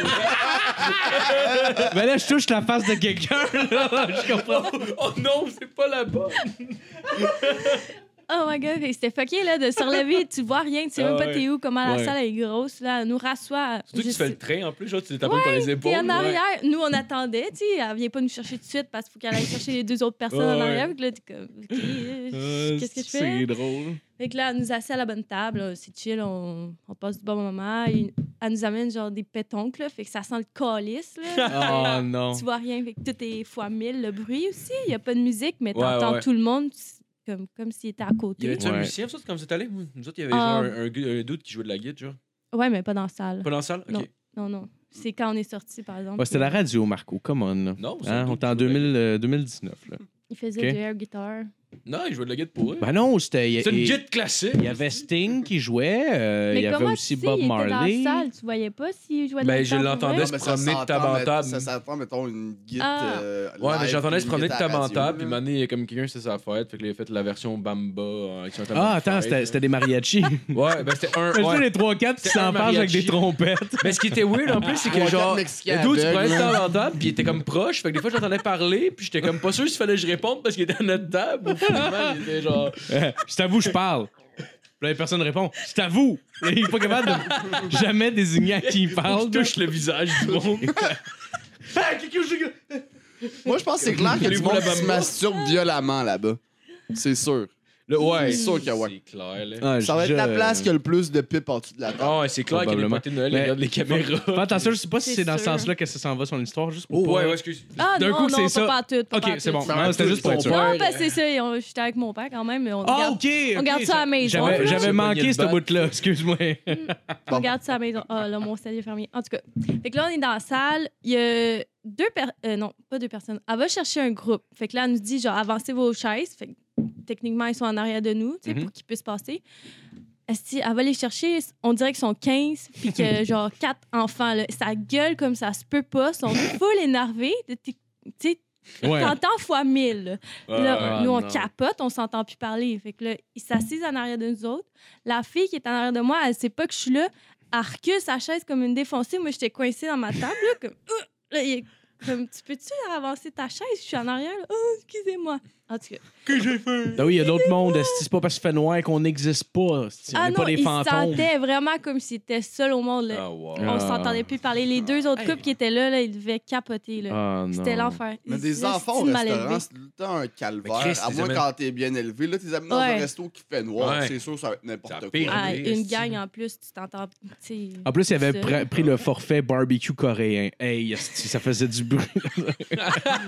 S4: Ben là, je touche la face de quelqu'un, là. Je comprends.
S2: Oh non, c'est pas là-bas.
S5: Oh my God, fait que c'était fucké, là, de se relever, tu vois rien, tu sais
S2: Ah
S5: même pas
S2: ouais.
S5: t'es où, comment la
S4: Ouais.
S5: salle est grosse, là, elle nous rassoit.
S2: Surtout que tu
S5: Juste-
S2: fais le train en plus, genre, tu t'appelles par les épaules.
S5: Puis en
S2: ouais.
S5: arrière, nous, on attendait, tu sais, elle vient pas nous chercher tout de suite parce qu'il faut qu'elle aille chercher les deux autres personnes
S4: Ah
S5: en
S4: ouais.
S5: arrière. Fait que là, t'es comme, OK,
S2: Ah,
S5: euh, qu'est-ce que je fais?
S4: C'est drôle.
S5: Fait que là, elle nous assied à la bonne table, là, c'est chill, on, on passe du bon moment. Et elle nous amène genre des pétoncles, là, fait que ça sent le calice.
S4: Oh
S5: Là.
S4: non.
S5: tu vois rien, fait que tout est fois mille. Le bruit aussi, il n'y a pas de musique, mais
S2: Ouais,
S5: t'entends
S2: ouais.
S5: tout le monde. comme, comme s'il était à
S2: Y
S5: côté.
S2: avait-tu un
S4: Ouais.
S2: musicien, vous autres, quand vous êtes allés? Nous autres, il y avait
S5: Ah.
S2: genre un, un gu- un dude qui jouait de la guide, genre.
S5: Ouais, mais pas dans la salle.
S2: Pas dans la salle?
S5: Non.
S2: OK.
S5: Non, non. C'est quand on est sorti, par exemple.
S4: Ouais, c'était la radio, Marco. Come on. là.
S2: Non, c'est un
S4: Hein,
S2: dude
S4: on est
S2: qui
S4: en
S2: jouait de la
S4: 2000, euh, 2019. Là.
S5: Il faisait
S4: Ok. Euh,
S5: du air guitar.
S2: guitare. Non, il jouait de la guide pour eux.
S4: Ben non, c'était. il-
S2: C'est une
S4: il-
S2: guide classique.
S4: Il y avait Sting qui jouait. euh, il y avait
S5: comment
S4: aussi
S5: tu sais,
S4: Bob
S5: il était
S4: Marley.
S5: dans la salle, tu voyais pas s'il jouait de
S2: Ben,
S5: la
S2: je
S5: guitare pour
S2: l'entendais
S5: vrai?
S2: se
S3: mais ça
S2: promener de
S3: s'entend,
S2: table en
S3: mais-
S2: table.
S3: Ça s'entend, mettons, une guide.
S5: Ah.
S3: euh,
S2: Ouais, mais
S3: live,
S2: j'entendais se
S3: une
S2: promener de
S3: guide
S2: table
S3: à
S2: en
S3: radio.
S2: table, puis maintenant, il y a comme quelqu'un, c'est sa fête, fait qu'il a fait la version Bamba. euh, avec son tableau
S4: Ah,
S2: de
S4: attends,
S2: fête.
S4: c'était c'était des mariachis.
S2: Ouais, ben c'était un.
S4: Imagine
S2: ouais.
S4: les 3-4 qui
S2: C'était un
S4: s'en passent avec des
S2: mariachi.
S4: trompettes.
S2: Mais ce qui était weird en plus, c'est que
S3: Trois, quatre
S2: genre.
S3: Mexicains
S2: le dude, tu
S3: aveugles,
S2: prenais de
S3: là.
S2: temps en table, puis il était comme proche. Fait que des fois, j'entendais parler, puis j'étais comme pas sûr s'il fallait que je réponde parce qu'il était à notre table. Ou finalement, il était genre.
S4: Je t'avoue, je parle. Puis Là, personne répond. Je t'avoue. Là, Il est pas capable de jamais désigner à qui il
S2: On
S4: parle.
S2: touche le visage du monde.
S3: Moi, je pense que c'est clair que
S2: Voulez-vous
S3: du monde
S2: la
S3: qui se
S2: bamba?
S3: masturbe violemment là-bas. C'est sûr.
S2: Le, ouais,
S3: C'est sûr qu'il y a- ouais.
S2: C'est clair, là.
S4: Ah,
S3: Ça va être
S4: je-
S3: la place qui a le plus de pipes en dessous de la table.
S2: Ah, ouais, c'est clair qu'il y a des
S4: Probablement.
S2: parties de Noël, ils
S4: Mais-
S2: regardent les
S4: Fais
S2: caméras.
S4: attention, je sais pas si
S5: C'est
S4: c'est dans ce
S5: sûr.
S4: sens-là que ça s'en va son histoire. Juste pour
S2: Oh,
S4: pas-
S2: ouais, ouais, excuse.
S5: Ah
S4: D'un
S5: non,
S4: coup que
S5: non,
S4: c'est ça.
S5: pas partout, pas
S4: Ok,
S5: partout.
S4: c'est bon.
S3: Ça
S4: Non,
S3: va
S4: C'était
S3: être
S4: juste
S3: tout,
S4: pour
S3: ton
S4: être-
S5: Non, parce que c'est ça, on- j'étais avec mon père quand même, mais on,
S4: Ah,
S5: regarde,
S4: ok!
S5: on
S4: ok,
S5: regarde ça à la maison.
S4: J'avais
S5: là.
S4: j'avais
S2: J'ai pogné
S4: manqué
S2: le
S4: ce
S2: bat.
S4: bout-là, excuse-moi.
S5: On regarde ça à la maison. Ah, là, mon sel est fermé. En tout cas. Fait que là, on est dans la salle. Il y a deux personnes. non, pas deux personnes. Elle va chercher un groupe. Fait que là, elle nous dit, genre, avancez vos chaises. Fait que techniquement, ils sont en arrière de nous, tu sais,
S4: Mhm.
S5: pour qu'ils puissent passer. Esti, elle va les chercher. On dirait qu'ils sont 15, puis que, genre, quatre enfants, là, ça gueule comme ça se peut pas. Ils sont full énervés. Tu sais,
S4: Ouais.
S5: t'entends fois mille. là.
S2: Euh,
S5: Puis là,
S4: Ah,
S5: nous, on
S4: non.
S5: capote, on s'entend plus parler. Fait que là, ils s'assisent en arrière de nous autres. La fille qui est en arrière de moi, elle sait pas que je suis là. Elle recule sa chaise comme une défoncée. Moi, j'étais coincée dans ma table, là, comme... Ouh! Là, il est comme, tu peux-tu avancer ta chaise? Je suis en arrière, là. Oh, excusez-moi. En tout cas,
S4: Ah oui, il y a d'autres mondes. esti, C'est pas parce qu'il fait noir qu'on n'existe pas. esti, On
S5: ah
S4: n'est
S5: non,
S4: pas des
S5: il se
S4: fantômes.
S5: sentait vraiment comme s'il était seul au monde, là.
S2: Ah, wow.
S4: Ah.
S5: On s'entendait plus parler. Les deux autres couples qui étaient là, là, ils devaient capoter, là.
S4: Ah, non.
S5: C'était l'enfer.
S3: Mais
S5: Ils-
S3: des
S5: le
S3: enfants au
S5: style mal
S3: restaurant,
S5: élevé.
S3: c'est tout le temps un calvaire.
S2: Mais Chris,
S3: à
S2: les
S3: moins
S2: amènes-
S3: quand t'es bien élevé. Là, t'es amené dans un
S5: Ouais.
S3: resto qui fait noir.
S2: Ouais.
S3: C'est sûr, ça va être n'importe
S2: Ça
S3: quoi.
S2: pire.
S5: Ah, une
S2: Esti.
S5: gang en plus, tu t'entends. tu sais,
S4: En plus, il avait
S5: Ça.
S4: pr- pris le forfait barbecue coréen. Hey, esti, ça faisait du bruit.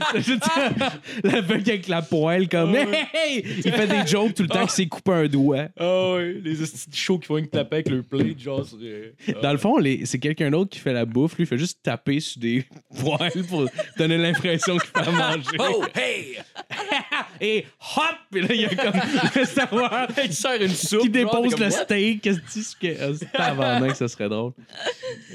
S4: la mec avec la poêle, comme. Hey, hey, hey! Il fait des jokes tout le temps qu'il s'est coupé un doigt.
S2: Ah ouais, les hosties de show qui font une tapée avec le plate, genre. sur, euh,
S4: Dans le fond, les- c'est quelqu'un d'autre qui fait la bouffe. Lui, il fait juste taper sur des poêles pour donner l'impression qu'il fait à manger.
S2: Oh, hey!
S4: Et hop! Puis là, il y a comme le savoir
S2: Il sert une soupe.
S4: qui
S2: genre,
S4: dépose
S2: t'es comme,
S4: le
S2: what?
S4: steak. Qu'est-ce que tu sais que oh, c'est avant que ça serait drôle?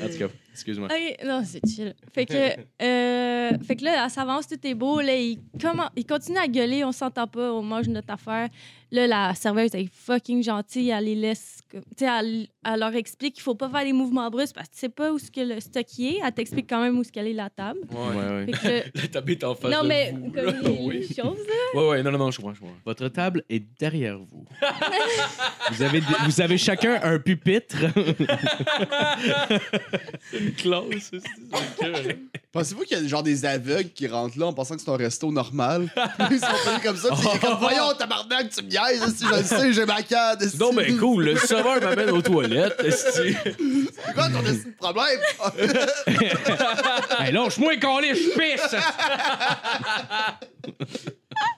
S4: En tout cas, excuse-moi.
S5: Ok, non, c'est chill. Fait que, euh, fait que là, elle s'avance, tout est beau. Là, il, commen- il continue à gueuler, on s'entend pas, on mange notre affaire. Là, la serveuse elle est fucking gentille, elle les laisse. comme- Tu sais, elle, elle leur explique qu'il faut pas faire des mouvements brusques parce que tu sais pas où ce que le stock y est. Elle t'explique quand même où ce qu'elle est la table.
S4: Ouais,
S2: Ouais.
S4: ouais.
S5: Fait que,
S2: La tapée est en face.
S5: non,
S2: de
S5: mais
S2: vous,
S5: comme
S2: là,
S5: les, les
S2: oui.
S5: choses,
S2: Ouais, ouais, non, non, non, je comprends, je comprends.
S4: Votre table est derrière vous. vous, avez, vous avez chacun un pupitre.
S2: Classe, c'est ça.
S3: Pensez-vous qu'il y a genre des aveugles qui rentrent là en pensant que c'est un resto normal? Ils sont venus comme ça. puis il est comme, voyons, tabarnak, tu me niaises. Si je le sais, j'ai ma carte. esti.
S2: Non, ben, mais cool, le serveur m'amène aux toilettes. esti.
S3: C'est quoi ton esti de problème?
S4: hey, lâche-moi, calé, je pisse!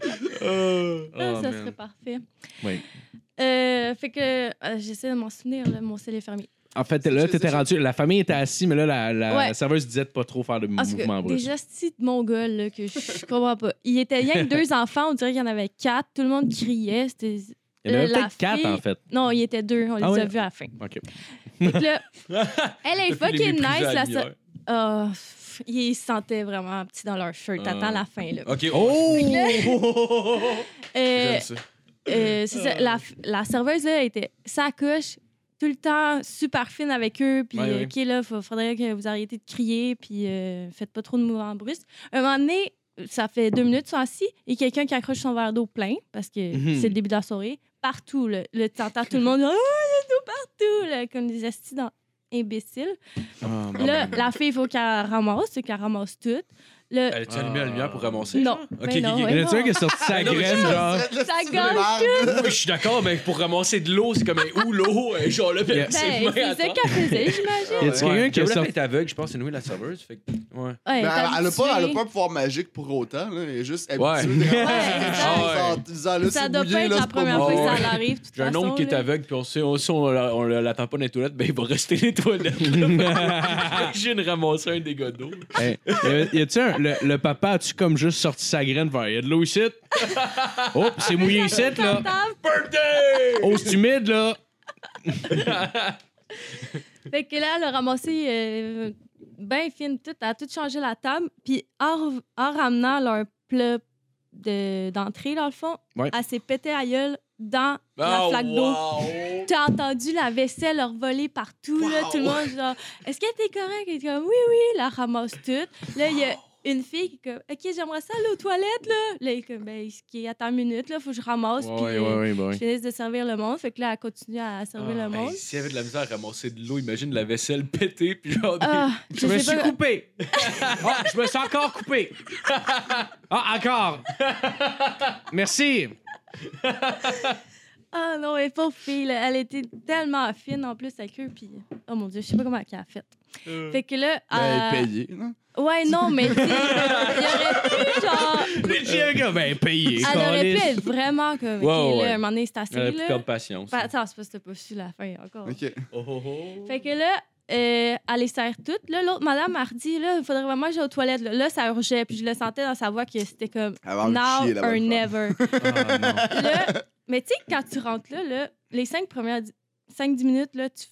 S5: là,
S4: Oh,
S5: ça
S4: man.
S5: serait parfait.
S4: Oui.
S5: Euh, fait que, euh, j'essaie de m'en souvenir, là, mon sel est fermé.
S4: En fait, là, t'étais rendu. La famille était assise, mais là, la, la
S5: Ouais.
S4: serveuse disait de pas trop faire de
S5: En tout cas,
S4: mouvements
S5: Ah, des
S4: brusques.
S5: gestes de mongols là, que je je comprends pas. Il était rien que deux enfants, on dirait qu'il y en avait quatre. Tout le monde criait. C'était... euh,
S4: Il y en avait
S5: la
S4: peut-être quatre,
S5: fille-
S4: en fait.
S5: Non, il était deux. On les
S4: Ah ouais?
S5: a vus à la fin.
S4: OK.
S5: Fait que là, elle est
S2: Depuis les
S5: fucking nice.
S2: méprisés à
S5: La
S2: la
S5: so-
S2: lumière.
S5: Ah, pff, ils se sentaient vraiment petits dans leur shirt. T'attends
S2: Ah.
S5: la fin. Là.
S2: Ok, oh,
S4: Oh!
S5: Euh,
S2: j'aime ça.
S5: euh, c'est ça, la, la serveuse là, était sacoche tout le temps super fine avec eux puis
S4: Ouais,
S5: euh,
S4: ouais.
S5: ok là faut- faudrait que vous arrêtiez de crier puis euh, faites pas trop de mouvements brusques un moment donné ça fait deux minutes ils sont assis et quelqu'un qui accroche son verre d'eau plein parce que
S4: Mhm.
S5: c'est le début de la soirée partout là, le t'entends tout le monde Ah, il y a de l'eau partout là, comme des astis dans imbéciles
S4: Ah, ben.
S5: là la fille il faut qu'elle ramasse c'est qu'elle ramasse tout Le...
S2: Elle tu allumé la lumière pour ramasser?
S5: non.
S2: Ok,
S5: ben non,
S2: ok, ok.
S5: ben
S4: Il y en a-tu
S5: non.
S4: un qui est sorti sa graine, genre.
S5: Ça
S2: Oui, je suis d'accord, mais pour ramasser de l'eau, c'est comme un ou l'eau, euh, genre là, puis
S4: Yeah.
S2: elle s'est
S5: Ben,
S2: mis à
S5: c'est ça
S2: terre.
S5: qu'elle faisait, j'imagine.
S4: Y a-tu quelqu'un qui a
S2: Joe Lafayette
S4: sorti.
S2: est aveugle, je pense, c'est Noé la sauveuse. Fait que... Ouais.
S5: Ouais,
S3: Mais Ben, elle, elle
S5: est
S3: a pas, elle a
S5: habituée.
S3: pas un pouvoir magique pour autant. Là. Elle est juste
S2: Ouais.
S3: habituée de
S4: Ouais,
S2: ouais.
S5: Ça doit pas être la première
S2: moi.
S5: fois que
S2: Ouais.
S5: ça leur arrive. de toute
S2: J'ai un
S5: façon,
S2: oncle qui est
S5: là.
S2: aveugle, puis on sait, on, si on, l'a- on l'attend pas dans les toilettes, ben il va rester dans les toilettes. là. J'imagine ramasser un dégât d'eau.
S4: Hey, y a- y a-tu un. Le, le papa a-tu comme juste sorti sa graine vers. Y a de l'eau ici? Oh, c'est mouillé ici, là.
S5: Table.
S2: Birthday!
S4: Oh, c'est humide, là.
S5: Fait que là, elle a ramassé euh, ben fine tout, elle a tout changé la table, puis en, rev- en ramenant leur plat de- d'entrée, dans le fond,
S4: Ouais.
S5: elle s'est pété à gueule dans la
S2: Oh,
S5: flaque d'eau.
S2: wow.
S5: T'as entendu la vaisselle leur voler partout, là, tout le monde, genre, est-ce que t'es correct? Elle est comme, oui, oui, là, elle ramasse tout. Là, il y a une fille qui est comme, OK, j'aimerais ça aller aux toilettes, là. Là, il est comme, ben, ce qui est, attends une minute, là, faut que je ramasse, puis euh,
S4: bah
S5: je finisse de servir le monde. Fait que là, elle continue à servir le monde.
S2: Ah, Hey, Ben, S'il y avait de la misère à ramasser de l'eau, imagine la vaisselle pétée, puis genre. des-
S5: Ah, je sais pas.
S4: coupé. Ah, je me suis encore coupé. Ah, encore. Merci.
S5: Ah non, elle est pauvre fille, là. elle était tellement fine en plus avec eux, puis oh mon dieu, je sais pas comment elle a fait. Fait que là,
S3: Ben,
S5: euh,
S3: payée.
S5: ouais non, mais tu sais, il aurait pu genre,
S4: J'ai un gars, ben, payé.
S5: elle aurait pu
S4: câlisse.
S5: être vraiment comme, ok,
S2: Ouais, ouais,
S5: là,
S2: ouais.
S5: un moment donné, c'est assez
S2: Elle a plus
S5: là.
S2: perdre patience.
S5: Enfin, attends, c'est parce que t'as pas su la fin encore.
S3: OK.
S2: Oh, oh, oh.
S5: Fait que là, euh, elle les serre toutes. Là, l'autre madame a dit, là, il faudrait vraiment que j'aille aux toilettes. Là. Là, ça urgeait, puis je le sentais dans sa voix que c'était comme
S3: Avant
S5: now
S3: de chier, la
S5: or
S3: bonne femme.
S5: never.
S4: Ah, non.
S5: Là, mais tu sais, quand tu rentres là, là, les cinq premières, di- cinq, dix minutes, là, tu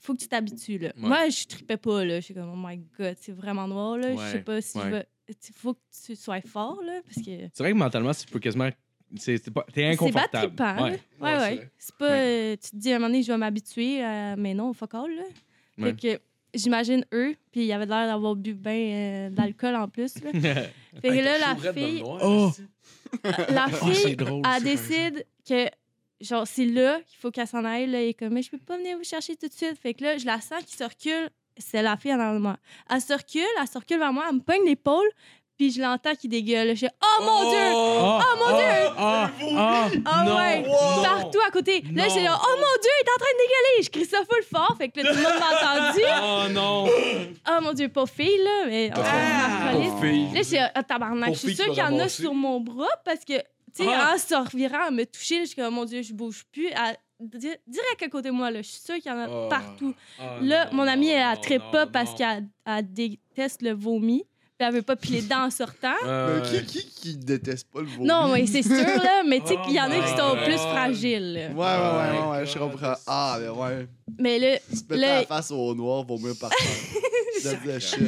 S5: faut que tu t'habitues. Là.
S2: Ouais.
S5: Moi, je tripais pas. Là. Je suis comme, oh my god, c'est vraiment noir. Là. Je
S2: Ouais,
S5: sais pas si
S2: ouais.
S5: je vais. Il faut que tu sois fort. Là, parce que
S4: C'est vrai que mentalement, tu peux quasiment. c'est- c'est pas- T'es
S5: c'est hein? pas
S4: inconfortable.
S5: trippant.
S4: Ouais.
S5: Ouais, ouais.
S2: Ouais, c'est vrai.
S5: C'est pas. euh, tu te dis, à un moment donné, je vais m'habituer. euh, mais non, fuck all. Là.
S4: Ouais.
S5: Fait que j'imagine eux, puis ils avaient l'air d'avoir bu bien d'alcool en plus. Là. fait que
S2: Hey,
S5: là,
S2: t'as
S5: la
S2: chaud raide dans le
S5: fille,
S2: noir,
S4: Oh.
S2: c'est-
S5: la
S4: Oh,
S5: fille,
S4: c'est drôle. ça,
S5: elle
S4: par exemple.
S5: décide que genre c'est là qu'il faut qu'elle s'en aille là, et comme mais je peux pas venir vous chercher tout de suite fait que là je la sens qui se recule c'est la fille en avant de moi elle se recule elle se recule vers moi elle me pogne l'épaule puis je l'entends qui dégueule je fais oh mon dieu
S4: Oh,
S5: mon Dieu!
S4: Ah, ah,
S5: ah
S4: non,
S5: ouais
S2: non,
S5: partout à côté là
S4: non.
S5: j'ai là oh mon dieu il est en train de dégueuler je crie ça full fort fait que là, tout le monde m'a entendu
S4: Oh non!
S5: oh mon dieu pauvre fille là mais
S2: Ah,
S5: Police.
S2: pauvre fille.
S5: Là, j'ai ah, tabarnak.
S2: Pour
S5: Je suis
S2: fille qui
S5: sûre qu'il y
S2: va
S5: en a
S2: ramasser.
S5: sur mon bras parce que, tu sais,
S4: Ah.
S5: en se revirant, à me toucher, je suis comme, oh mon Dieu, je bouge plus. Elle- di- direct à côté de moi, là. Je suis sûre qu'il y en a
S2: Ah. Oh,
S5: partout.
S4: Ah,
S5: là,
S4: non,
S5: mon amie,
S4: non,
S5: elle ne
S4: non,
S5: traite
S4: non,
S5: pas
S4: non.
S5: parce qu'elle elle déteste le vomi. Puis elle veut pas piler dedans en sortant.
S2: Euh,
S3: Mais qui, qui, qui déteste pas le vomi?
S5: Non, mais c'est sûr, là. Mais tu sais,
S4: Oh
S5: qu'il y en a qui sont
S2: my
S5: plus
S2: God.
S5: fragiles. là.
S3: Ouais, ouais, ouais, ouais, ouais, je comprends. Ah, mais ouais.
S5: Mais là,
S3: Tu te mets
S5: Le-
S3: la face au noir, vomir par terre. C'est de la shit.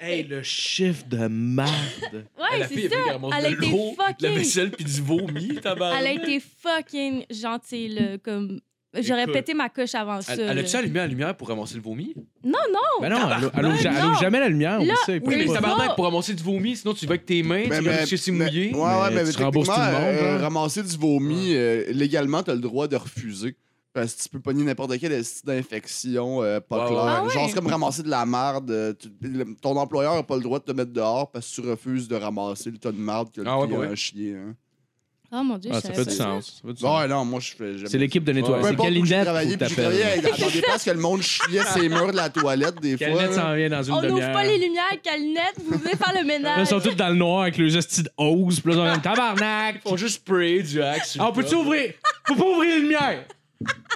S4: Hey, le chiffre de merde!
S5: ouais,
S2: la fille,
S5: c'est
S2: elle
S5: ça.
S2: veut qu'elle ramasse
S5: Elle a
S2: de l'eau,
S5: été
S2: de la
S5: fucking
S2: vaisselle, puis du vomi, tabarnak.
S5: Elle a été fucking gentille, là, comme... J'aurais
S2: Écoute.
S5: pété ma couche avant ça.
S2: Elle, elle a-tu
S5: là.
S2: allumé la lumière pour ramasser le vomi?
S5: Non, non!
S4: Ben non, elle- elle
S5: non.
S4: ouvre ja- elle ouvre jamais la lumière, on
S5: Oh, Là,
S4: le sait.
S5: oui,
S4: peut-être
S5: mais
S4: pas.
S5: ça va.
S2: Tabarnak, pour ramasser du vomi, sinon tu vas avec tes mains, tu vas c'est mouillé.
S3: Ouais, ouais,
S4: mais
S3: mais,
S4: tu te rembourses
S3: techniquement,
S4: tout le monde,
S3: euh,
S4: hein.
S3: ramasser du vomi, euh, légalement, t'as le droit de refuser. Parce que tu peux pogner n'importe quelle esti d'infection euh, pas
S2: Ouais,
S3: claire.
S5: ouais. Ah ouais?
S3: Genre, c'est comme ramasser de la merde. euh, tu- le- ton employeur n'a pas le droit de te mettre dehors parce que tu refuses de ramasser le tas de merde que le
S2: Ah ouais,
S3: client
S2: bah ouais.
S3: a chié. hein.
S5: Oh mon Dieu,
S4: Ah,
S5: je
S4: ça
S5: savais
S4: fait
S5: pas
S4: du sens. ça fait du sens.
S3: Ouais, non, moi, je fais. j'aime
S4: C'est l'équipe de nettoyage.
S2: Peu
S4: C'est
S3: importe où je
S4: Galinette
S3: travaillais,
S4: qui
S3: puis j'ai travaillé
S4: t'appelle.
S3: avec- dans des places que le monde chiait ses murs de la toilette des fois.
S4: Galinette
S3: là.
S4: s'en vient dans
S5: On
S4: une
S5: n'ouvre pas
S4: demi-heure.
S5: les lumières, Calinette, vous venez faire le
S4: Là, ils
S5: ménage.
S4: sont tous dans le noir avec leurs hosties de hose. Puis là, ils sont comme, tabarnak!
S2: Ils font juste sprayer du axe.
S4: Ah, on peut-tu ouvrir? Faut pas ouvrir les lumières!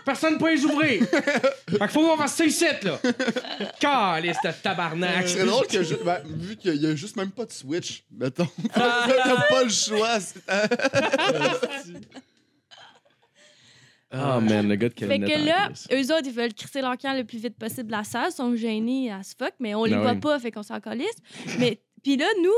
S4: Personne peut les ouvrir! Fait qu'il faut qu'on fasse ça ici, là! Caliste de tabarnak!
S3: C'est drôle que je- ben, vu qu'il y a juste même pas de Switch, mettons. T'as pas le choix. c'est-
S4: Ah, man, le gars de
S5: Fait
S4: Galinette.
S5: que
S4: en
S5: là,
S4: crise.
S5: eux autres, ils veulent crisser leur camp le plus vite possible de la salle, ils sont gênés à ce fuck, mais on les
S4: Ah
S5: voit
S4: oui.
S5: pas, fait qu'on s'en calisse. Mais puis là, nous,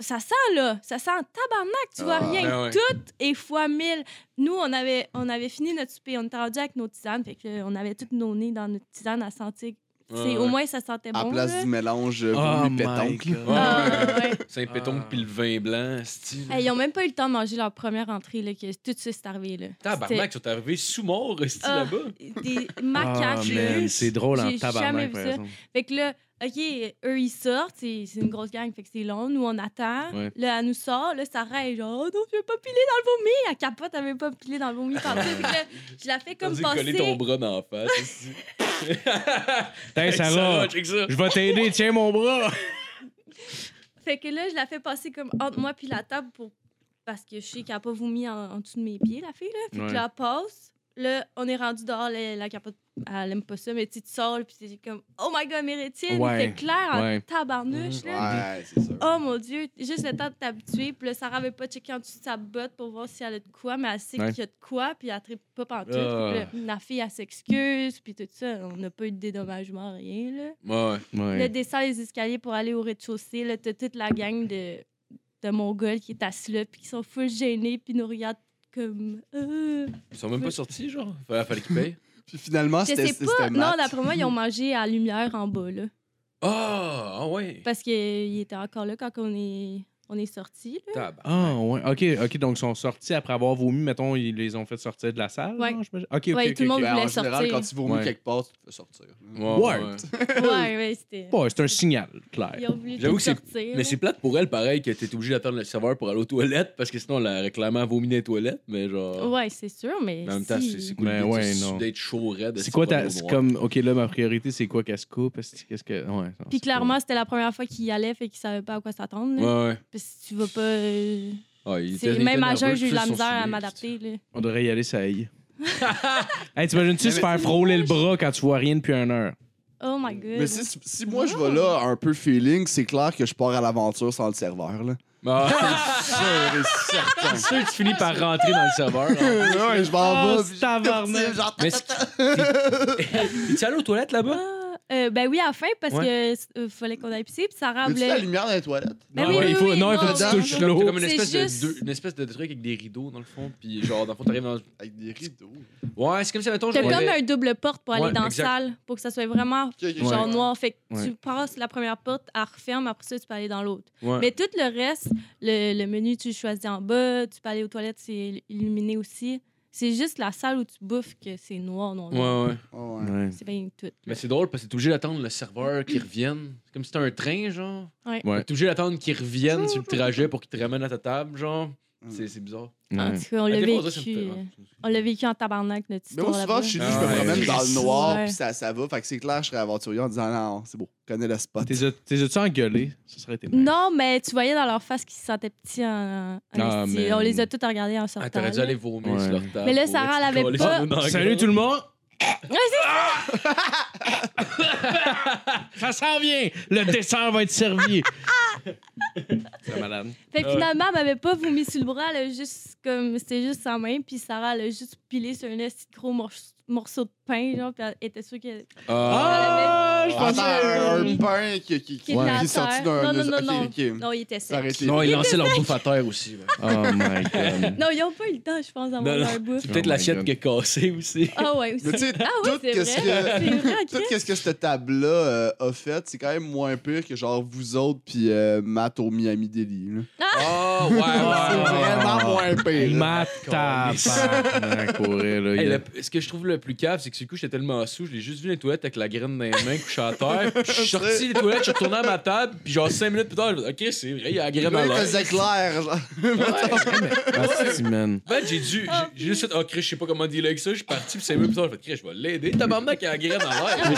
S5: ça sent là, ça sent en tabarnak, tu vois
S3: Ah,
S5: rien.
S2: ben ouais.
S5: Tout est fois mille. Nous, on avait, on avait fini notre souper, on était rendu avec nos tisanes, fait que là, on avait tous nos nez dans notre tisane à sentir. c'est
S2: Ouais, ouais.
S5: Au moins, ça sentait
S3: À
S5: bon.
S3: place
S5: là.
S3: du mélange
S4: Oh
S3: vomi
S4: my
S3: pétanque. là.
S4: God.
S5: Ah, ouais.
S2: C'est un péton puis le vin blanc, style.
S5: Hey, ils ont même pas eu le temps de manger leur première entrée, là, que tout ça, c'est arrivé. Là.
S2: Tabarnak, ils sont arrivés sous-morts, style
S5: Ah.
S2: là-bas.
S5: C'était des
S4: Ah,
S5: macaques. là.
S4: man, c'est drôle en
S5: J'ai jamais
S4: tabarnak,
S5: vu
S4: par
S5: ça.
S4: exemple.
S5: Fait que là, OK, eux, ils sortent. C'est c'est une grosse gang, fait que c'est long. Nous, on attend.
S2: Ouais.
S5: Là, elle nous sort. Là, ça rage. Oh non, je veux pas piler dans le vomi. Elle capote, elle veut pas piler dans le vomi. partout. Fait que là, je la fais comme
S6: Tandis que coller
S5: passer.
S6: ton bras dans la face. ici.
S4: Tiens, Sarah,
S6: check ça.
S4: je vais t'aider, tiens mon bras.
S5: Fait que là, je la fais passer comme entre moi puis la table pour... parce que je sais qu'elle a pas vomi en, en dessous de mes pieds, la fille. Là. Fait que là, elle passe. Là, on est rendu dehors. La, la capote, elle aime pas ça, mais tu te sors, puis c'est comme Oh my god, Méritine,
S4: Ouais,
S5: c'est clair en
S4: ouais. Mm.
S5: tabarnouche. là.
S3: Ouais, c'est sûr.
S5: Oh mon Dieu, juste le temps de t'habituer. Puis là, Sarah avait pas checké en dessous de sa botte pour voir si elle a de quoi, mais elle sait
S4: Ouais.
S5: qu'il y a de quoi, puis elle tripe pas pantoute.
S4: Ah.
S5: Puis là, la fille, elle s'excuse, puis tout ça. On n'a pas eu de dédommagement, rien, là.
S2: Ouais.
S5: Le dessin des escaliers pour aller au rez-de-chaussée, là, t'as toute la gang de, de Mongols qui est assis là, puis qui sont full gênés, puis nous regardent comme... Euh.
S2: Ils sont même pas sortis, genre. Fallait, fallait qu'ils payent.
S3: Puis
S2: Ah,
S3: finalement,
S5: Je
S3: c'était
S5: sais pas.
S3: c'était
S5: Non,
S3: Matt.
S5: d'après moi, ils ont mangé à la lumière en bas, là.
S2: Ah, ah ouais.
S5: Parce qu'ils étaient encore là quand on est, on est sortis, là.
S2: Tabarnak.
S4: Ah, ouais. OK, OK. Donc, ils sont sortis après avoir vomi. Mettons, ils les ont fait sortir de la salle.
S5: Ouais.
S4: non, j'imagine? OK, OK.
S5: Ouais,
S4: OK,
S5: tout le monde
S4: OK.
S3: Ben, en
S5: voulait
S3: général,
S5: sortir.
S3: quand tu vomis
S4: Ouais.
S3: quelque part, tu peux sortir.
S2: Ouais,
S4: Word.
S2: ouais.
S5: ouais, ouais, c'était...
S4: Ouais, c'est un signal, clair.
S5: Ils ont voulu
S2: J'avoue
S5: tout
S2: que c'est-
S5: sortir.
S2: Mais c'est plate pour elle, pareil, que t'es obligé d'attendre le serveur pour aller aux toilettes, parce que sinon, elle a réclamé à vomir dans les toilettes, mais genre.
S5: Ouais, c'est sûr, mais.
S2: Mais en même temps,
S5: si-
S2: c'est c'est cool
S4: Mais
S2: d'être-
S4: ouais,
S2: c'est
S4: non.
S2: d'être chaud raide.
S4: C'est quoi ta.
S2: pas
S4: c'est
S2: noir.
S4: Comme, OK, là, ma priorité, c'est quoi qu'elle se coupe? Est-ce- Qu'est-ce que. Ouais. non,
S5: Puis
S4: c'est
S5: clairement, c'était la première fois qu'il y allait, fait qu'il savait pas à quoi s'attendre. là.
S2: Ouais, ouais.
S5: Parce que tu vas pas. euh,
S2: Ah, il
S5: c'est-
S2: était- il
S5: Même
S2: était
S5: à jeun,
S2: nerveux,
S5: j'ai eu
S2: plus
S5: de la
S2: son
S5: misère à
S2: ciné,
S5: m'adapter. là.
S4: pas- On devrait y aller, ça aille. hey, t'imagines-tu se faire frôler le bras quand tu vois rien depuis une heure?
S5: Oh my god.
S3: Mais si, si moi, je vais là un peu feeling, c'est clair que je pars à l'aventure sans le serveur. Là.
S2: Ah,
S3: Sûr et certain.
S2: C'est sûr que tu finis par rentrer dans le serveur. hein. là.
S3: ouais, je m'en vais. puis je
S4: tabarnak.
S3: continue, genre,
S2: Mais tu allé aux toilettes là-bas?
S5: Euh, ben oui, à la fin, parce que euh, fallait qu'on aille pisser, puis Sarah
S3: Y'a-tu la
S5: voulait.
S3: lumière dans les toilettes?
S5: Ben
S4: Non,
S5: oui,
S4: ouais,
S5: oui,
S4: il faut-
S5: oui,
S4: non, il faut
S3: que tu touches
S2: C'est
S5: non.
S4: l'eau.
S2: comme une
S5: C'est
S2: espèce,
S5: juste-
S2: de, deux- une espèce de truc avec des rideaux dans le fond, puis genre, dans le fond, t'arrives dans.
S3: Avec des rideaux.
S2: Ouais, c'est comme si, mettons, je
S5: T'as comme
S2: voyais-
S5: un double porte pour aller
S2: Ouais,
S5: dans la
S2: exact.
S5: salle, pour que ça soit vraiment
S3: Ok, ok, ok.
S5: genre noir. Fait que
S4: Ouais.
S5: tu passes la première porte, elle referme, après ça, tu peux aller dans l'autre.
S2: Ouais.
S5: Mais tout le reste, le, le menu, tu le choisis en bas, tu peux aller aux toilettes, c'est illuminé aussi. C'est juste la salle où tu bouffes que c'est noir, non? noir.
S2: Ouais, ouais.
S3: Oh, ouais.
S4: Ouais.
S5: C'est bien tout.
S2: Mais c'est drôle parce que t'es obligé d'attendre le serveur qui revienne. C'est comme si c'était un train, genre.
S5: Ouais.
S4: Ouais.
S2: T'es obligé d'attendre qu'il revienne sur le trajet pour qu'il te ramène à ta table, genre.
S3: Mm.
S2: C'est Ah, c'est bizarre.
S5: En
S4: Ouais.
S5: tout cas, on
S2: À
S5: l'a
S2: des fois, on dirait que ça me
S5: vécu.
S2: fait-
S5: euh, On l'a vécu en tabarnak, notre
S3: Mais
S5: histoire.
S3: moi, souvent,
S5: là-bas.
S3: je suis
S2: là.
S3: juste, je me
S2: Ah,
S3: promène
S2: ouais.
S3: dans le noir,
S5: Ouais.
S3: puis ça, ça va. Fait que c'est clair, je serais aventurier en disant non, c'est beau, connais le spot.
S4: T'es- T'es-tu engueulé? Ça serait été nice.
S5: Non, mais tu voyais dans leur face qu'ils se sentaient petits en, en
S4: Ah,
S5: esti.
S4: mais-
S5: On les a tous regardés en sortant.
S2: Ah, t'aurais dû
S5: là.
S2: aller vomir
S4: Ouais.
S2: sur leur table.
S5: Mais là,
S2: pour
S5: Sarah,
S2: vrai,
S5: elle avait
S2: coller
S5: pas-
S2: dans nos
S4: Salut
S2: gueules.
S4: tout le monde!
S5: Ouais, c'est-
S4: Ah! Ça s'en vient! Le dessert va être servi! C'est malade.
S5: Fait
S3: Ah
S5: que finalement, elle m'avait pas vomi sur le bras, elle a juste comme. C'était juste sa main, puis Sarah, elle a juste pilé sur un esti de gros morce- morceau de pain, genre, puis elle était sûre qu'elle.
S4: Ah!
S5: Elle
S4: je
S5: avait-
S3: Attends, un, un
S5: Oui.
S3: pain qui, qui,
S5: Qui est de la
S3: qui est sorti
S5: terre.
S3: d'un.
S5: Non, non, non, non.
S3: ok, ok.
S5: Non, il était sec.
S3: Arrêtez.
S2: Non, ils lançaient leur bouffe à terre aussi. ouais.
S4: Oh my god.
S5: Non, ils ont pas eu le temps, je pense, d'avoir
S2: Non, non.
S5: leur bouffe.
S2: C'est peut-être
S4: Oh my
S2: l'assiette
S4: God.
S2: qui est cassée aussi.
S5: Ah ouais, aussi.
S3: Mais tu sais,
S5: Ah
S3: tout
S5: ouais, c'est vrai.
S3: qu'est-ce que-
S5: C'est vrai,
S3: Tout
S5: ok.
S3: qu'est-ce que cette table-là euh, a fait, c'est quand même moins pire que genre vous autres puis euh, Matt au Miami Deli. là.
S5: Ah,
S2: Oh, ouais,
S3: C'est
S2: ouais, ouais.
S3: vraiment moins pire. là.
S4: Ma tabarnak, pour vrai, là.
S2: Hey, euh,
S4: il y a-
S2: le- ce que je trouve le plus cave, c'est que ce coup, j'étais tellement sous, je l'ai juste vu dans les toilettes avec la graine dans les mains couchée à terre. puis Je suis sorti des toilettes, je suis retourné à ma table, puis genre 5 minutes plus tard, je me dis, OK, c'est vrai, il y a la graine dans
S3: Là, il
S2: l'air.
S3: faisait clair. genre.
S4: Asti, Ah, man.
S2: En fait, j'ai dû. j'ai- J'ai juste fait, oh, Chris, je sais pas comment dealer avec ça. Je suis parti, puis 5 minutes plus tard, j'ai fait, Chris, je vais l'aider. Tabarnak, il y a la graine dans
S5: Ah
S2: l'air.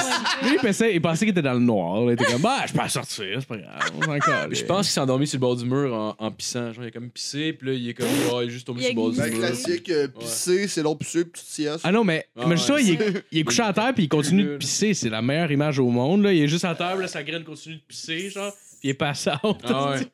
S4: Lui, il pensait, il pensait qu'il était dans le noir. là. Il était comme, bah, je peux la sortir, c'est pas grave. On s'en calme.
S2: Je pense qu'il s'est endormi sur le bord du mur en, en pissant. Genre, il a comme pissé, puis là, il est comme, oh, il est juste tombé
S5: Il a
S2: sur le bord du
S5: glissé.
S3: Ben,
S2: mur.
S3: classique, euh, pisser, c'est long pisser, petite sieste.
S4: Ah non, mais,
S2: Ah
S4: mais juste
S2: ouais.
S4: ça, il est, il est couché à terre puis il continue de pisser. C'est la meilleure image au monde. Là. Il est juste à terre, là, sa graine continue de pisser, genre, puis il est passante.
S2: Ah ouais.